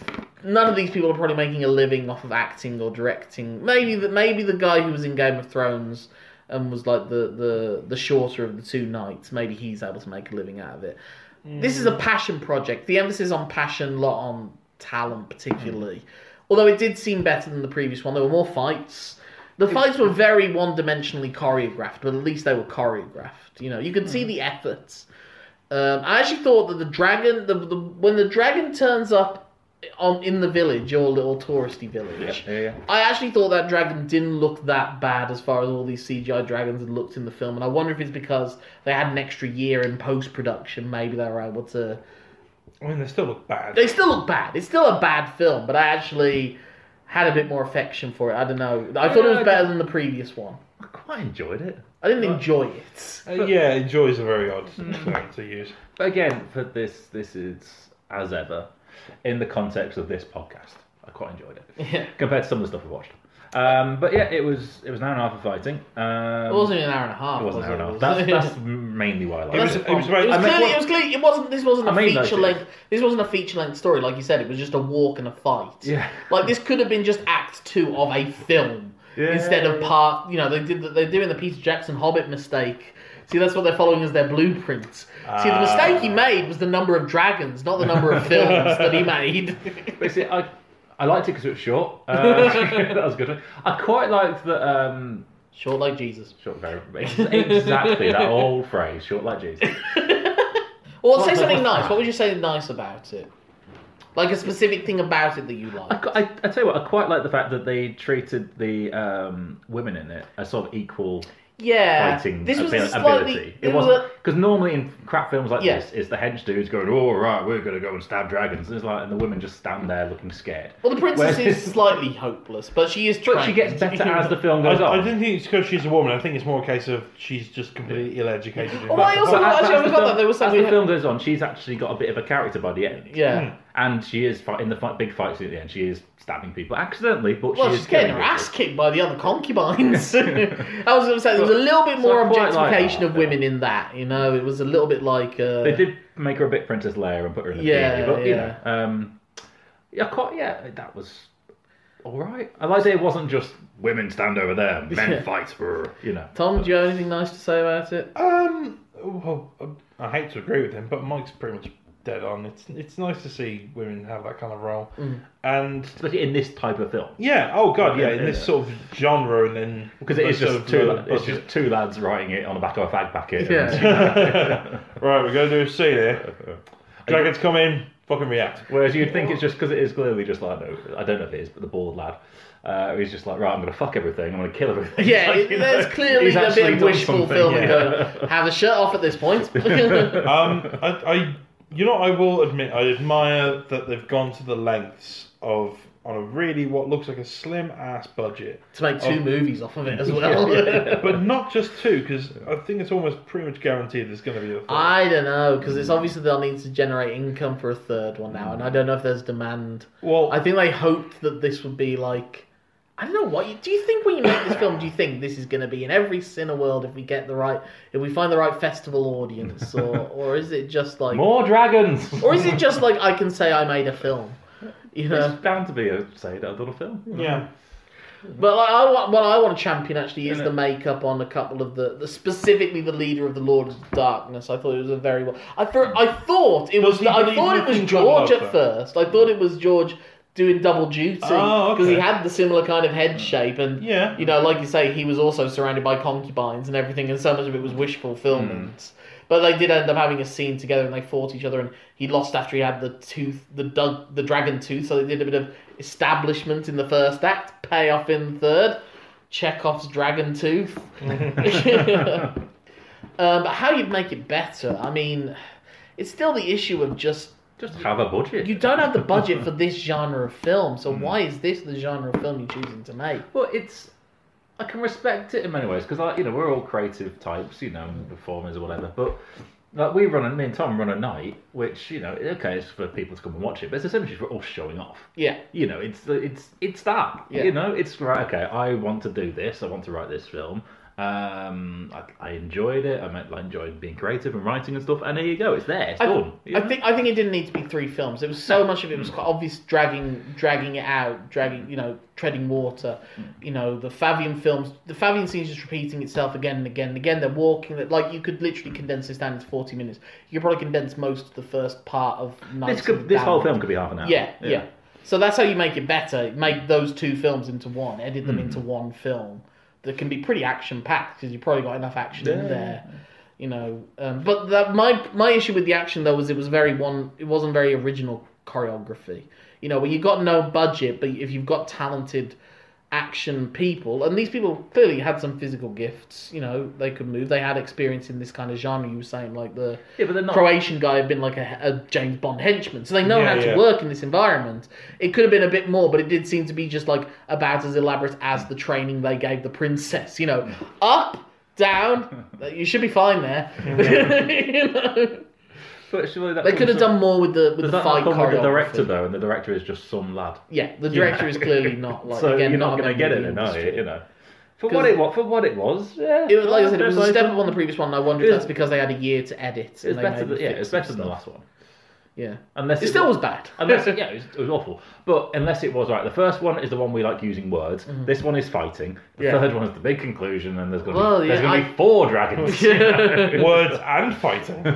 [SPEAKER 1] None of these people are probably making a living off of acting or directing. Maybe that. Maybe the guy who was in Game of Thrones and was like the, the the shorter of the two knights. Maybe he's able to make a living out of it. This is a passion project. The emphasis on passion, not on talent particularly. Although it did seem better than the previous one. There were more fights. The fights were very one-dimensionally choreographed, but at least they were choreographed. You know, you could see the efforts. Um, I actually thought that the dragon, the, the when the dragon turns up on in the village, your little touristy village,
[SPEAKER 3] Yeah, yeah.
[SPEAKER 1] I actually thought that dragon didn't look that bad as far as all these CGI dragons had looked in the film, and I wonder if it's because they had an extra year in post production. Maybe they were able to.
[SPEAKER 2] I mean, they still look bad.
[SPEAKER 1] They still look bad. It's still a bad film, but I actually had a bit more affection for it. I don't know. I thought it was better than the previous one.
[SPEAKER 3] I quite enjoyed it.
[SPEAKER 1] I didn't enjoy it.
[SPEAKER 2] Uh, yeah, enjoys a very odd
[SPEAKER 1] Hmm.
[SPEAKER 2] term to use.
[SPEAKER 3] But again, for this, this is as ever in the context of this podcast. I quite enjoyed it
[SPEAKER 1] Yeah.
[SPEAKER 3] compared to some of the stuff we watched. Um, but yeah, it was it was an hour and a half of fighting. Um,
[SPEAKER 1] It wasn't an hour and a half.
[SPEAKER 3] It wasn't an
[SPEAKER 1] was
[SPEAKER 3] hour and a half.
[SPEAKER 1] It
[SPEAKER 3] That's,
[SPEAKER 1] was-
[SPEAKER 3] that's mainly why I like
[SPEAKER 2] It
[SPEAKER 3] it.
[SPEAKER 2] was, it was
[SPEAKER 1] It
[SPEAKER 2] very.
[SPEAKER 1] was,
[SPEAKER 3] meant
[SPEAKER 1] clearly,
[SPEAKER 3] what-
[SPEAKER 1] it was clearly, it wasn't, this wasn't a
[SPEAKER 3] I mean, like
[SPEAKER 1] feature
[SPEAKER 3] this.
[SPEAKER 1] length, this wasn't a feature length story, like you said, it was just a walk and a fight.
[SPEAKER 3] Yeah.
[SPEAKER 1] Like, this could have been just act two of a film.
[SPEAKER 3] Yeah.
[SPEAKER 1] Instead of part, you know, they did, the- they're doing the Peter Jackson Hobbit mistake. See, that's what they're following as their blueprint. See, the
[SPEAKER 2] Ah.
[SPEAKER 1] mistake he made was the number of dragons, not the number of films that he made.
[SPEAKER 3] But see, I, I liked it because it was short. Uh, that was a good. One. I quite liked that. Um,
[SPEAKER 1] Short like Jesus.
[SPEAKER 3] short, very exactly that old phrase. Short like Jesus.
[SPEAKER 1] Well, say
[SPEAKER 3] What-
[SPEAKER 1] something
[SPEAKER 3] what's
[SPEAKER 1] nice.
[SPEAKER 3] that?
[SPEAKER 1] What would you say nice about it? Like a specific thing about it that you
[SPEAKER 3] I,
[SPEAKER 1] like.
[SPEAKER 3] I, I tell you what, I quite like the fact that they treated the um, women in it as sort of equal
[SPEAKER 1] Yeah.
[SPEAKER 3] fighting
[SPEAKER 1] Uh, this was
[SPEAKER 3] abil-
[SPEAKER 1] a slightly.
[SPEAKER 3] ability.
[SPEAKER 1] It,
[SPEAKER 3] It
[SPEAKER 1] was
[SPEAKER 3] wasn't
[SPEAKER 1] a,
[SPEAKER 3] because normally in crap films like
[SPEAKER 1] Yeah.
[SPEAKER 3] this, it's the hench dudes going, "All right, we're gonna go and stab dragons," and it's like, and the women just stand there looking scared.
[SPEAKER 1] Well, the princess
[SPEAKER 3] Whereas-
[SPEAKER 1] is slightly hopeless, but she is trained.
[SPEAKER 3] But she gets better as the film
[SPEAKER 2] I,
[SPEAKER 3] goes on.
[SPEAKER 2] I didn't think it's because she's a woman. I think it's more a case of she's just completely ill-educated. in
[SPEAKER 1] Well, I
[SPEAKER 2] fact.
[SPEAKER 1] also-
[SPEAKER 3] But
[SPEAKER 1] Well,
[SPEAKER 3] as-
[SPEAKER 1] actually, I
[SPEAKER 3] as the
[SPEAKER 1] forgot
[SPEAKER 3] film-
[SPEAKER 1] that there was
[SPEAKER 3] as
[SPEAKER 1] something-
[SPEAKER 3] the film goes on, she's actually got a bit of a character by the end.
[SPEAKER 1] Yeah.
[SPEAKER 3] And she is fight- in the fight, big fights at the end. She is stabbing people accidentally, but
[SPEAKER 1] Well,
[SPEAKER 3] she
[SPEAKER 1] she's
[SPEAKER 3] is killing
[SPEAKER 1] getting her
[SPEAKER 3] people.
[SPEAKER 1] ass kicked by the other concubines. I was going to say there was a little bit
[SPEAKER 3] So
[SPEAKER 1] more
[SPEAKER 3] I quite like
[SPEAKER 1] objectification
[SPEAKER 3] that,
[SPEAKER 1] of
[SPEAKER 3] yeah.
[SPEAKER 1] women in that. You know, it was a little bit like. Uh,
[SPEAKER 3] They did make her a bit Princess Leia and put her in the
[SPEAKER 1] Yeah,
[SPEAKER 3] yeah, but you know, um, yeah, quite yeah, that was all right. I like that it wasn't just women stand over there, men
[SPEAKER 1] Yeah.
[SPEAKER 3] fight for you know.
[SPEAKER 1] Tom, do you have anything nice to say about it?
[SPEAKER 2] Um, well, I hate to agree with him, but Mike's pretty much dead on. It's it's nice to see women have that kind of role,
[SPEAKER 1] Hmm.
[SPEAKER 2] and
[SPEAKER 3] Especially in this type of film,
[SPEAKER 2] yeah, oh god, yeah,
[SPEAKER 3] Yeah,
[SPEAKER 2] in
[SPEAKER 3] yeah.
[SPEAKER 2] this sort of genre, and then
[SPEAKER 3] because it is
[SPEAKER 2] sort
[SPEAKER 3] just
[SPEAKER 2] of
[SPEAKER 3] two,
[SPEAKER 2] the-
[SPEAKER 3] la- it's just two lads writing it on the back of a fag packet. and-
[SPEAKER 2] right, we're gonna do a scene here. Dragons come in, fucking react.
[SPEAKER 3] Whereas you'd think it's just because it is clearly just like no, I don't know if it is, but the bald lad, uh, who's just like right, I'm gonna fuck everything, I'm gonna kill everything.
[SPEAKER 1] Yeah,
[SPEAKER 3] Like,
[SPEAKER 1] it,
[SPEAKER 3] you know,
[SPEAKER 1] there's clearly
[SPEAKER 3] he's
[SPEAKER 1] a
[SPEAKER 3] actually
[SPEAKER 1] bit of
[SPEAKER 3] done
[SPEAKER 1] wish
[SPEAKER 3] something,
[SPEAKER 1] fulfillment
[SPEAKER 3] yeah.
[SPEAKER 1] going. Have a shirt off at this point. yeah,
[SPEAKER 2] Um, I, I, you know, I will admit, I admire that they've gone to the lengths of on a really what looks like a slim ass budget
[SPEAKER 1] to make two movies off of it as well.
[SPEAKER 2] but not just two, because I think it's almost pretty much guaranteed there's going to be a third.
[SPEAKER 1] I don't know because it's obviously they'll need to generate income for a third one now, and I don't know if there's demand.
[SPEAKER 2] well,
[SPEAKER 1] I think they hoped that this would be like. I don't know what you do. You think when you make this film, do you think this is going to be in every cine world if we get the right, if we find the right festival audience, or or is it just like,
[SPEAKER 3] more dragons.
[SPEAKER 1] or is it just like I can say I made a film, you know?
[SPEAKER 3] It's bound to be a say that little film.
[SPEAKER 2] yeah.
[SPEAKER 1] But like, I want, what I want to champion actually is the makeup on a couple of the, the specifically the leader of the Lord of Darkness. I thought it was a very well. I thought I thought it was
[SPEAKER 2] he
[SPEAKER 1] I
[SPEAKER 2] believe
[SPEAKER 1] thought
[SPEAKER 2] you
[SPEAKER 1] it was
[SPEAKER 2] can
[SPEAKER 1] George
[SPEAKER 2] develop
[SPEAKER 1] at
[SPEAKER 2] that?
[SPEAKER 1] first. I thought it was George doing double duty because
[SPEAKER 2] Oh,
[SPEAKER 1] he
[SPEAKER 2] okay.
[SPEAKER 1] had the similar kind of head shape and
[SPEAKER 2] Yeah.
[SPEAKER 1] you know, like you say, he was also surrounded by concubines and everything, and so much of it was wish fulfillment. But they did end up having a scene together, and they fought each other, and he lost after he had the tooth, the dug, the dragon tooth. So they did a bit of establishment in the first act, payoff in the third. Chekhov's dragon tooth. um, but how you'd make it better? I mean, it's still the issue of just
[SPEAKER 3] Just have a budget.
[SPEAKER 1] you don't have the budget
[SPEAKER 3] Hmm.
[SPEAKER 1] for this genre of film. So why is this the genre of film you're choosing to make?
[SPEAKER 3] Well, it's I can respect it in many ways because, like, you know, we're all creative types, you know, performers or whatever. But like, we run, a- me and Tom run a night, which you know, okay, it's for people to come and watch it, but it's essentially for us showing off.
[SPEAKER 1] Yeah.
[SPEAKER 3] You know, it's it's it's that.
[SPEAKER 1] Yeah.
[SPEAKER 3] You know, it's right. Okay, I want to do this. I want to write this film. Um, I, I enjoyed it. I meant I enjoyed being creative and writing and stuff. And there you go. It's there. It's
[SPEAKER 1] I,
[SPEAKER 3] done. you
[SPEAKER 1] I
[SPEAKER 3] know?
[SPEAKER 1] think I think it didn't need to be three films. It was so much of it was quite obvious dragging dragging it out, dragging you know treading water.
[SPEAKER 3] Hmm.
[SPEAKER 1] You know the Fabian films, the Fabian scenes just repeating itself again and again and again. They're walking that like you could literally condense this down into forty minutes. You could probably condense most of the first part of Knights
[SPEAKER 3] this could,
[SPEAKER 1] of
[SPEAKER 3] this whole
[SPEAKER 1] Down.
[SPEAKER 3] film could be half an hour.
[SPEAKER 1] Yeah, yeah, So that's how you make it better. Make those two films into one. Edit them
[SPEAKER 3] Mm.
[SPEAKER 1] into one film that can be pretty action packed because you've probably got enough action in
[SPEAKER 3] Yeah.
[SPEAKER 1] there. You know, um, but that my my issue with the action though was it was very one. It wasn't very original choreography. You know, when you got no budget, but if you've got talented action people, and these people clearly had some physical gifts. You know, they could move. They had experience in this kind of genre. You were saying like the
[SPEAKER 3] Yeah, but they're not-
[SPEAKER 1] Croatian guy had been like a, a James Bond henchman, so they know
[SPEAKER 2] Yeah,
[SPEAKER 1] how to
[SPEAKER 2] yeah.
[SPEAKER 1] work in this environment. It could have been a bit more, but it did seem to be just like about as elaborate as the training they gave the princess. You know, up, down, you should be fine there. You know?
[SPEAKER 3] But surely that
[SPEAKER 1] They could have done more with the with
[SPEAKER 3] Does
[SPEAKER 1] the
[SPEAKER 3] that not
[SPEAKER 1] fight
[SPEAKER 3] come with the
[SPEAKER 1] choreography.
[SPEAKER 3] director though, and the director is just some lad.
[SPEAKER 1] Yeah, the director is clearly not like
[SPEAKER 3] so
[SPEAKER 1] again,
[SPEAKER 3] you're not
[SPEAKER 1] a
[SPEAKER 3] going to get
[SPEAKER 1] member
[SPEAKER 3] it,
[SPEAKER 1] of
[SPEAKER 3] then,
[SPEAKER 1] the
[SPEAKER 3] are you?
[SPEAKER 1] industry.
[SPEAKER 3] You know, for
[SPEAKER 1] 'Cause-
[SPEAKER 3] what it was, for what it was, yeah.
[SPEAKER 1] It was like I said, it was a
[SPEAKER 3] Fair play
[SPEAKER 1] step
[SPEAKER 3] to
[SPEAKER 1] up on the previous one. and I wonder if
[SPEAKER 3] It-
[SPEAKER 1] that's because they had a year to edit.
[SPEAKER 3] It's
[SPEAKER 1] and they
[SPEAKER 3] better,
[SPEAKER 1] maybe
[SPEAKER 3] than, yeah,
[SPEAKER 1] fixed
[SPEAKER 3] it's
[SPEAKER 1] some
[SPEAKER 3] better than the
[SPEAKER 1] stuff.
[SPEAKER 3] last one.
[SPEAKER 1] Yeah,
[SPEAKER 3] Unless
[SPEAKER 1] it still was bad.
[SPEAKER 3] Unless, yeah, it was, it was awful. But unless it was right, the first one is the one we like using words. This one is fighting. The
[SPEAKER 1] Mm-hmm. Yeah.
[SPEAKER 3] third one is the big conclusion, and there's going to
[SPEAKER 1] Well,
[SPEAKER 3] be
[SPEAKER 1] yeah,
[SPEAKER 3] there's going to
[SPEAKER 1] I-
[SPEAKER 3] be four dragons.
[SPEAKER 2] Words and fighting.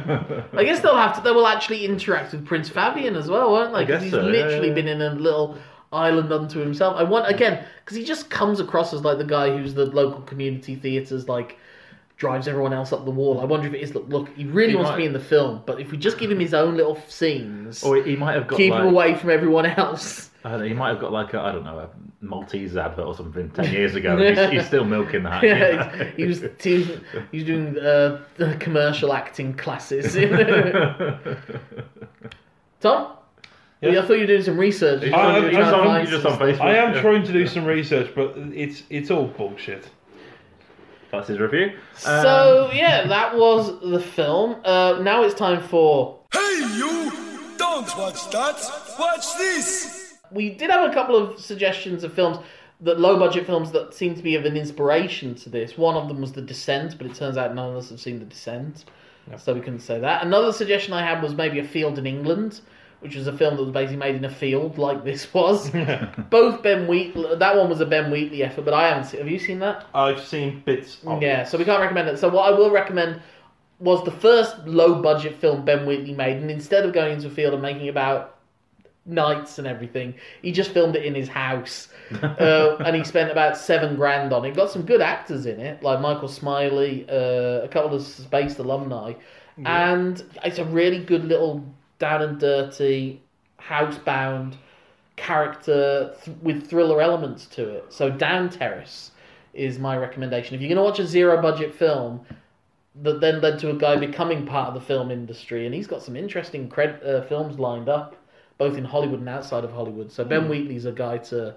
[SPEAKER 1] I guess they'll have to. They will actually interact with Prince Fabian as well, won't they? Because
[SPEAKER 3] guess
[SPEAKER 1] he's
[SPEAKER 3] so, yeah,
[SPEAKER 1] literally
[SPEAKER 3] yeah.
[SPEAKER 1] been in a little island unto himself. I want again because he just comes across as like the guy who's the local community theatre's like drives everyone else up the wall. I wonder if it is. Look, look, he really
[SPEAKER 3] He
[SPEAKER 1] wants
[SPEAKER 3] might.
[SPEAKER 1] to be in the film, but if we just give him his own little scenes,
[SPEAKER 3] or he might have got
[SPEAKER 1] keep
[SPEAKER 3] like,
[SPEAKER 1] him away from everyone else.
[SPEAKER 3] I don't know, he might have got like a I don't know a Maltese advert or something ten years ago. and he's, he's still milking that. you know?
[SPEAKER 1] Yeah, he was he, was- he was doing uh, the commercial acting classes. Tom, I thought you were doing some research.
[SPEAKER 3] He's
[SPEAKER 2] I-
[SPEAKER 3] on-
[SPEAKER 2] I-
[SPEAKER 3] he's
[SPEAKER 2] I-
[SPEAKER 3] on-
[SPEAKER 2] I-
[SPEAKER 3] he's just on Facebook.
[SPEAKER 2] I am
[SPEAKER 3] yeah.
[SPEAKER 2] trying to do some research, but it's it's all bullshit.
[SPEAKER 3] That's his review.
[SPEAKER 1] So yeah, that was the film. Uh, now it's time for.
[SPEAKER 6] Hey, you! Don't watch that! Watch this!
[SPEAKER 1] We did have a couple of suggestions of films that low budget films that seem to be of an inspiration to this. One of them was The Descent, but it turns out none of us have seen The Descent, so we couldn't say that. Another suggestion I had was maybe A Field in England. Which was a film that was basically made in a field, like this was. Both Ben Wheatley. That one was a Ben Wheatley effort, but I haven't seen. Have you seen that?
[SPEAKER 2] I've seen bits. Of
[SPEAKER 1] Yeah, so we can't recommend it. So what I will recommend was the first low budget film Ben Wheatley made, and instead of going into a field and making about nights and everything, he just filmed it in his house, uh, and he spent about seven grand on it. Got some good actors in it, like Michael Smiley, uh, a couple of Space alumni, and it's a really good little down and dirty, housebound character th- with thriller elements to it. So Down Terrace is my recommendation. If you're going to watch a zero budget film that then led to a guy becoming part of the film industry, and he's got some interesting cred- uh, films lined up, both in Hollywood and outside of Hollywood. So
[SPEAKER 2] Hmm.
[SPEAKER 1] Ben Wheatley's a guy to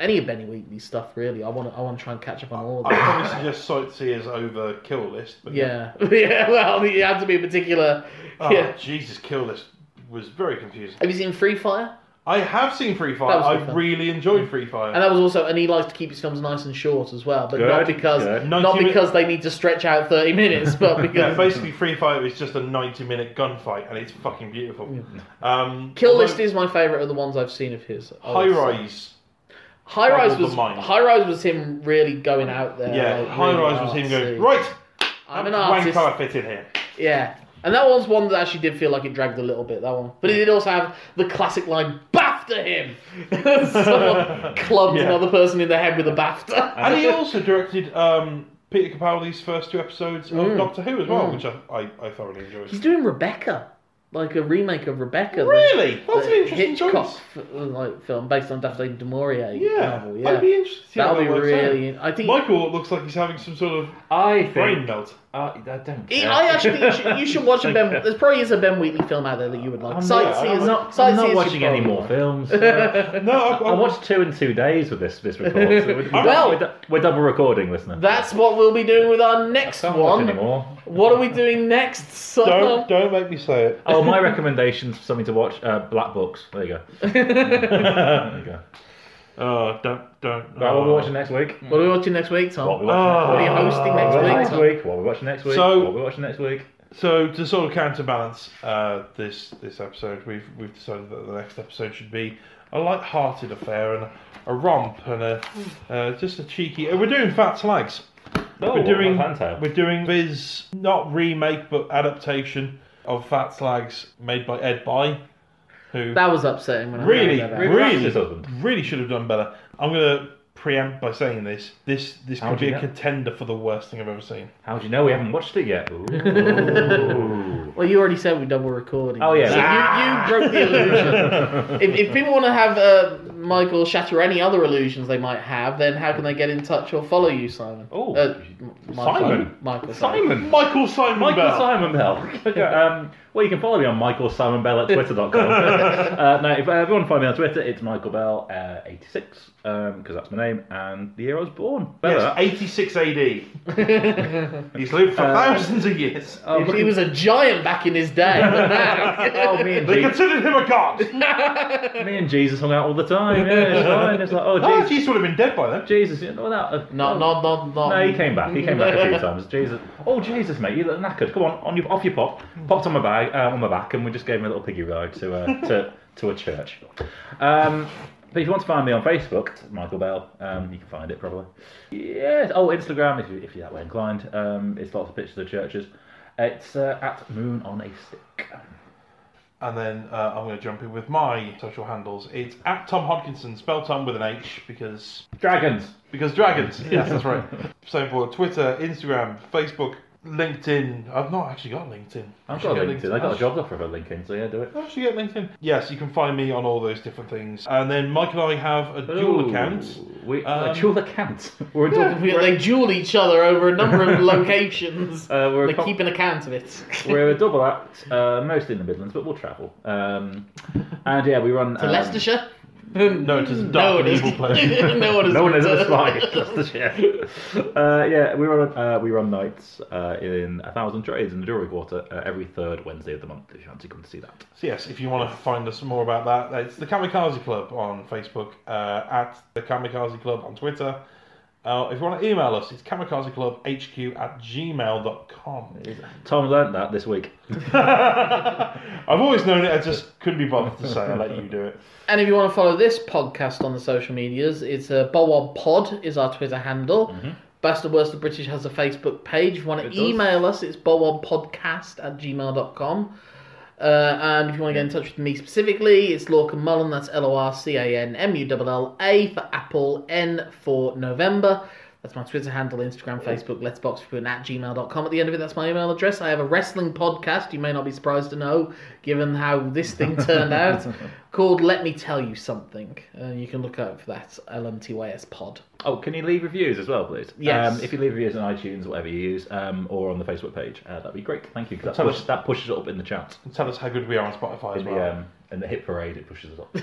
[SPEAKER 1] any of Benny Wheatley's stuff, really. I want to I want to try and catch up on all of
[SPEAKER 2] I
[SPEAKER 1] them.
[SPEAKER 2] probably suggest Sightseers over Kill List. But
[SPEAKER 1] Yeah, yeah. Well, you have to be particular.
[SPEAKER 2] Oh,
[SPEAKER 1] yeah.
[SPEAKER 2] Jesus, Kill List was very confusing.
[SPEAKER 1] Have you seen Free Fire?
[SPEAKER 2] I have seen Free Fire.
[SPEAKER 1] That was
[SPEAKER 2] I
[SPEAKER 1] good fun.
[SPEAKER 2] really enjoyed Free Fire.
[SPEAKER 1] And that was also, and he likes to keep his films nice and short as well, but
[SPEAKER 3] Good,
[SPEAKER 1] not because
[SPEAKER 3] good.
[SPEAKER 1] not
[SPEAKER 2] 90
[SPEAKER 1] because they need to stretch out thirty minutes, but
[SPEAKER 2] yeah,
[SPEAKER 1] because
[SPEAKER 2] basically, Free Fire is just a 90 minute gunfight, and it's fucking beautiful. Um,
[SPEAKER 1] Kill
[SPEAKER 2] although
[SPEAKER 1] List is my favorite of the ones I've seen of his. Oh, I
[SPEAKER 2] High
[SPEAKER 1] would say.
[SPEAKER 2] Rise.
[SPEAKER 1] High Rise
[SPEAKER 2] Troubled
[SPEAKER 1] was
[SPEAKER 2] the Mind.
[SPEAKER 1] High Rise was him really going out there.
[SPEAKER 2] Yeah,
[SPEAKER 1] like,
[SPEAKER 2] High
[SPEAKER 1] really
[SPEAKER 2] Rise was him
[SPEAKER 1] artsy.
[SPEAKER 2] going, right,
[SPEAKER 1] I'm an artist.
[SPEAKER 2] wanker, I fit in here.
[SPEAKER 1] Yeah. And that one's one that actually did feel like it dragged a little bit, that one. But it did also have the classic line, BAFTA him! Someone clubbed
[SPEAKER 2] Yeah.
[SPEAKER 1] another person in the head with a BAFTA.
[SPEAKER 2] And he also directed um, Peter Capaldi's first two episodes of Doctor Who as well, which I, I, I thoroughly enjoyed.
[SPEAKER 1] Mm. He's doing Rebecca, like a remake of Rebecca. the-
[SPEAKER 2] Really? That's an
[SPEAKER 1] the
[SPEAKER 2] interesting
[SPEAKER 1] Hitchcock
[SPEAKER 2] choice.
[SPEAKER 1] f- like film based on Daphne du Maurier
[SPEAKER 2] Yeah,
[SPEAKER 1] novel.
[SPEAKER 2] I'd
[SPEAKER 1] Yeah,
[SPEAKER 2] be interested. to see how
[SPEAKER 1] that'll be
[SPEAKER 2] that works out.
[SPEAKER 1] really. I think
[SPEAKER 2] Michael looks like he's having some sort of
[SPEAKER 3] I think
[SPEAKER 2] brain melt.
[SPEAKER 3] Uh, I don't.
[SPEAKER 1] I-
[SPEAKER 3] care.
[SPEAKER 1] I actually, you should, you should watch a Ben. There probably is a Ben Wheatley film out there that you would like.
[SPEAKER 3] I'm not,
[SPEAKER 1] Sightseers.
[SPEAKER 3] I'm not, I'm
[SPEAKER 1] Sightseers
[SPEAKER 3] not
[SPEAKER 1] should
[SPEAKER 3] watching any
[SPEAKER 1] probably
[SPEAKER 3] more
[SPEAKER 1] like.
[SPEAKER 3] films. Uh,
[SPEAKER 2] No, I,
[SPEAKER 3] I
[SPEAKER 2] I,
[SPEAKER 3] watched two in two days with this this record. So we're,
[SPEAKER 1] Well-
[SPEAKER 3] we're, du- we're double recording, listener.
[SPEAKER 1] That's what we'll be doing with our next
[SPEAKER 3] Can't watch
[SPEAKER 1] one.
[SPEAKER 3] anymore.
[SPEAKER 1] What are we doing next? So,
[SPEAKER 2] don't don't make me say it.
[SPEAKER 3] Oh, my recommendations for something to watch: uh, Black Books. There you go. there you go.
[SPEAKER 2] Oh, don't don't.
[SPEAKER 3] Right, what are we
[SPEAKER 2] oh.
[SPEAKER 3] watching next week?
[SPEAKER 1] what are we watching next week, Tom?
[SPEAKER 3] What are we watching
[SPEAKER 1] What are you
[SPEAKER 2] Ah.
[SPEAKER 1] hosting next
[SPEAKER 3] next week?
[SPEAKER 1] week?
[SPEAKER 3] Next
[SPEAKER 1] Tom?
[SPEAKER 3] week. What are we watching next week?
[SPEAKER 2] So-
[SPEAKER 3] what are we watching next week?
[SPEAKER 2] So to sort of counterbalance uh, this this episode, we've we've decided that the next episode should be a light-hearted affair and a romp and a uh, just a cheeky. uh, We're doing fat slags.
[SPEAKER 3] Oh,
[SPEAKER 2] we're doing we're doing Viz not remake but adaptation of Fat Slags made by Ed By, who
[SPEAKER 1] That was upsetting. When I
[SPEAKER 2] really
[SPEAKER 1] heard that.
[SPEAKER 3] Really?
[SPEAKER 2] really
[SPEAKER 3] His husband.
[SPEAKER 2] really should have done better. I'm gonna preempt by saying this. This this
[SPEAKER 3] How
[SPEAKER 2] could
[SPEAKER 3] do
[SPEAKER 2] be
[SPEAKER 3] you
[SPEAKER 2] a
[SPEAKER 3] know?
[SPEAKER 2] contender for the worst thing I've ever seen.
[SPEAKER 3] How do you know we haven't watched it yet? Ooh.
[SPEAKER 1] Well, you already said we double recording.
[SPEAKER 3] Oh, yeah.
[SPEAKER 1] So you, you broke the illusion. if, if people want to have uh, Michael shatter any other illusions they might have, then how can they get in touch or follow you, Simon?
[SPEAKER 3] Oh,
[SPEAKER 1] Uh, M- Michael.
[SPEAKER 3] Simon.
[SPEAKER 1] Michael.
[SPEAKER 3] Simon.
[SPEAKER 2] Michael Simon
[SPEAKER 3] Michael
[SPEAKER 2] Bell.
[SPEAKER 3] Simon Bell. Yeah, um, well, you can follow me on Michael Simon Bell at twitter.com. uh, no, if uh, everyone find me on Twitter, it's Michael Bell uh, 86 because that's my name and the year I was born. Better.
[SPEAKER 2] Yes, 86 AD. He's lived for thousands of years.
[SPEAKER 3] Uh, Oh,
[SPEAKER 1] He was a giant back in his day. but now-
[SPEAKER 3] oh, me and
[SPEAKER 2] They
[SPEAKER 3] Jesus.
[SPEAKER 2] considered him a god.
[SPEAKER 3] Me and Jesus hung out all the time. Yeah, it's fine. It's like, oh,
[SPEAKER 2] Oh,
[SPEAKER 3] Jesus,
[SPEAKER 2] Jesus would have been dead by then.
[SPEAKER 3] Jesus, you know, without a,
[SPEAKER 1] no, no, no, no.
[SPEAKER 3] uh, oh, No, he came back. He came back a few times. Jesus, oh Jesus, mate, you look knackered. Come on, on your off your pop. Popped on my bag, uh, on my back, and we just gave him a little piggy ride to uh, to to a church. Um, but if you want to find me on Facebook, it's Michael Bell, um, you can find it probably. Yes. Oh, Instagram, if you if you're that way inclined. Um, it's lots of pictures of churches. It's uh, at Moon on a Stick.
[SPEAKER 2] And then uh, I'm going to jump in with my social handles. It's at Tom Hodkinson, spell Tom with an H because
[SPEAKER 3] Dragons.
[SPEAKER 2] because dragons. Yes, that's right. Same for Twitter, Instagram, Facebook, LinkedIn. I've not actually got LinkedIn.
[SPEAKER 3] I've
[SPEAKER 2] should
[SPEAKER 3] got a
[SPEAKER 2] get
[SPEAKER 3] LinkedIn. I got a
[SPEAKER 2] should-
[SPEAKER 3] job offer for LinkedIn, so yeah, do it.
[SPEAKER 2] I should get LinkedIn. Yes, you can find me on all those different things. And then Mike and I have a dual
[SPEAKER 3] Ooh,
[SPEAKER 2] account.
[SPEAKER 3] We
[SPEAKER 2] Um,
[SPEAKER 3] a dual account. We're a dual.
[SPEAKER 1] We- They duel each other over a number of locations.
[SPEAKER 3] Uh, we're a
[SPEAKER 1] they
[SPEAKER 3] co-
[SPEAKER 1] keep an account of it.
[SPEAKER 3] We're a double act, uh, mostly in the Midlands, but we'll travel. Um, and yeah, we run.
[SPEAKER 1] To
[SPEAKER 3] um,
[SPEAKER 1] Leicestershire?
[SPEAKER 2] No, it is a dark and
[SPEAKER 1] one is-
[SPEAKER 2] evil place.
[SPEAKER 1] no one is.
[SPEAKER 3] No one has ever
[SPEAKER 1] returned.
[SPEAKER 3] spied. Leicestershire. uh, yeah, we run. Uh, we run nights uh, in a thousand trades in the Drury Quarter uh, every third Wednesday of the month. If you want to come to see that.
[SPEAKER 2] So yes, if you want to find us more about that, it's the Kamikaze Club on Facebook, uh, at the Kamikaze Club on Twitter. Uh, if you want to email us, it's kamikazeclubhq at gmail.com.
[SPEAKER 3] Tom learnt that this week.
[SPEAKER 2] I've always known it, I just couldn't be bothered to say, I let you do it.
[SPEAKER 1] And if you want to follow this podcast on the social medias, it's uh, Bowob Pod is our Twitter handle. Best or Worst of British has a Facebook page. If you want
[SPEAKER 3] Mm-hmm. It
[SPEAKER 1] to
[SPEAKER 3] does.
[SPEAKER 1] email us, it's bowobpodcast at gmail.com. Uh, and if you want to get in touch with me specifically, it's Lorcan Mullen, that's L O R C A N M U L L A for Apple, N for November. That's my Twitter handle, Instagram, Facebook, Let's Box and at gmail.com. At the end of it, that's my email address. I have a wrestling podcast, you may not be surprised to know, given how this thing turned out, called Let Me Tell You Something. Uh, you can look out for that, LMTYS pod.
[SPEAKER 3] Oh, can you leave reviews as well, please?
[SPEAKER 1] Yes.
[SPEAKER 3] Um, if you leave reviews on iTunes, whatever you use, um, or on the Facebook page, uh, that'd be great. Thank you. 'cause that,
[SPEAKER 2] Tell us-
[SPEAKER 3] push, that pushes it up in the chat.
[SPEAKER 2] And tell us how good we are on Spotify as
[SPEAKER 3] In
[SPEAKER 2] well.
[SPEAKER 3] the, um, in the hit parade, it pushes it up.
[SPEAKER 2] The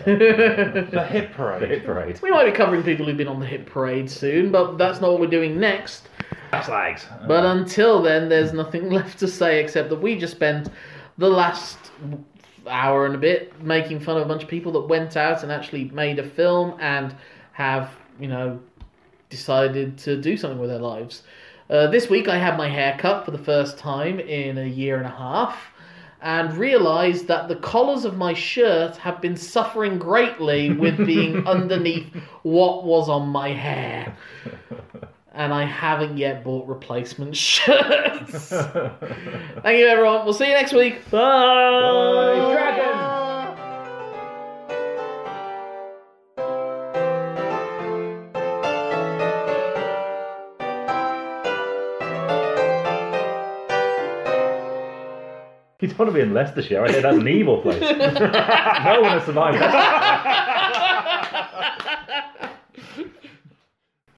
[SPEAKER 2] Hit
[SPEAKER 3] the hit
[SPEAKER 2] Parade.
[SPEAKER 3] parade.
[SPEAKER 1] We might be covering people who've been on the hit parade soon, but that's not what we're doing next.
[SPEAKER 3] Slags.
[SPEAKER 1] But until then, there's nothing left to say except that we just spent the last hour and a bit making fun of a bunch of people that went out and actually made a film and have, you know, decided to do something with their lives. Uh, this week, I had my hair cut for the first time in a year and a half and realized that the collars of my shirt have been suffering greatly with being underneath what was on my hair and I haven't yet bought replacement shirts. Thank you, everyone. We'll see you next week. Bye.
[SPEAKER 3] You don't want to be in Leicestershire. I hear that's an evil place. no one has survived.
[SPEAKER 1] Dragon.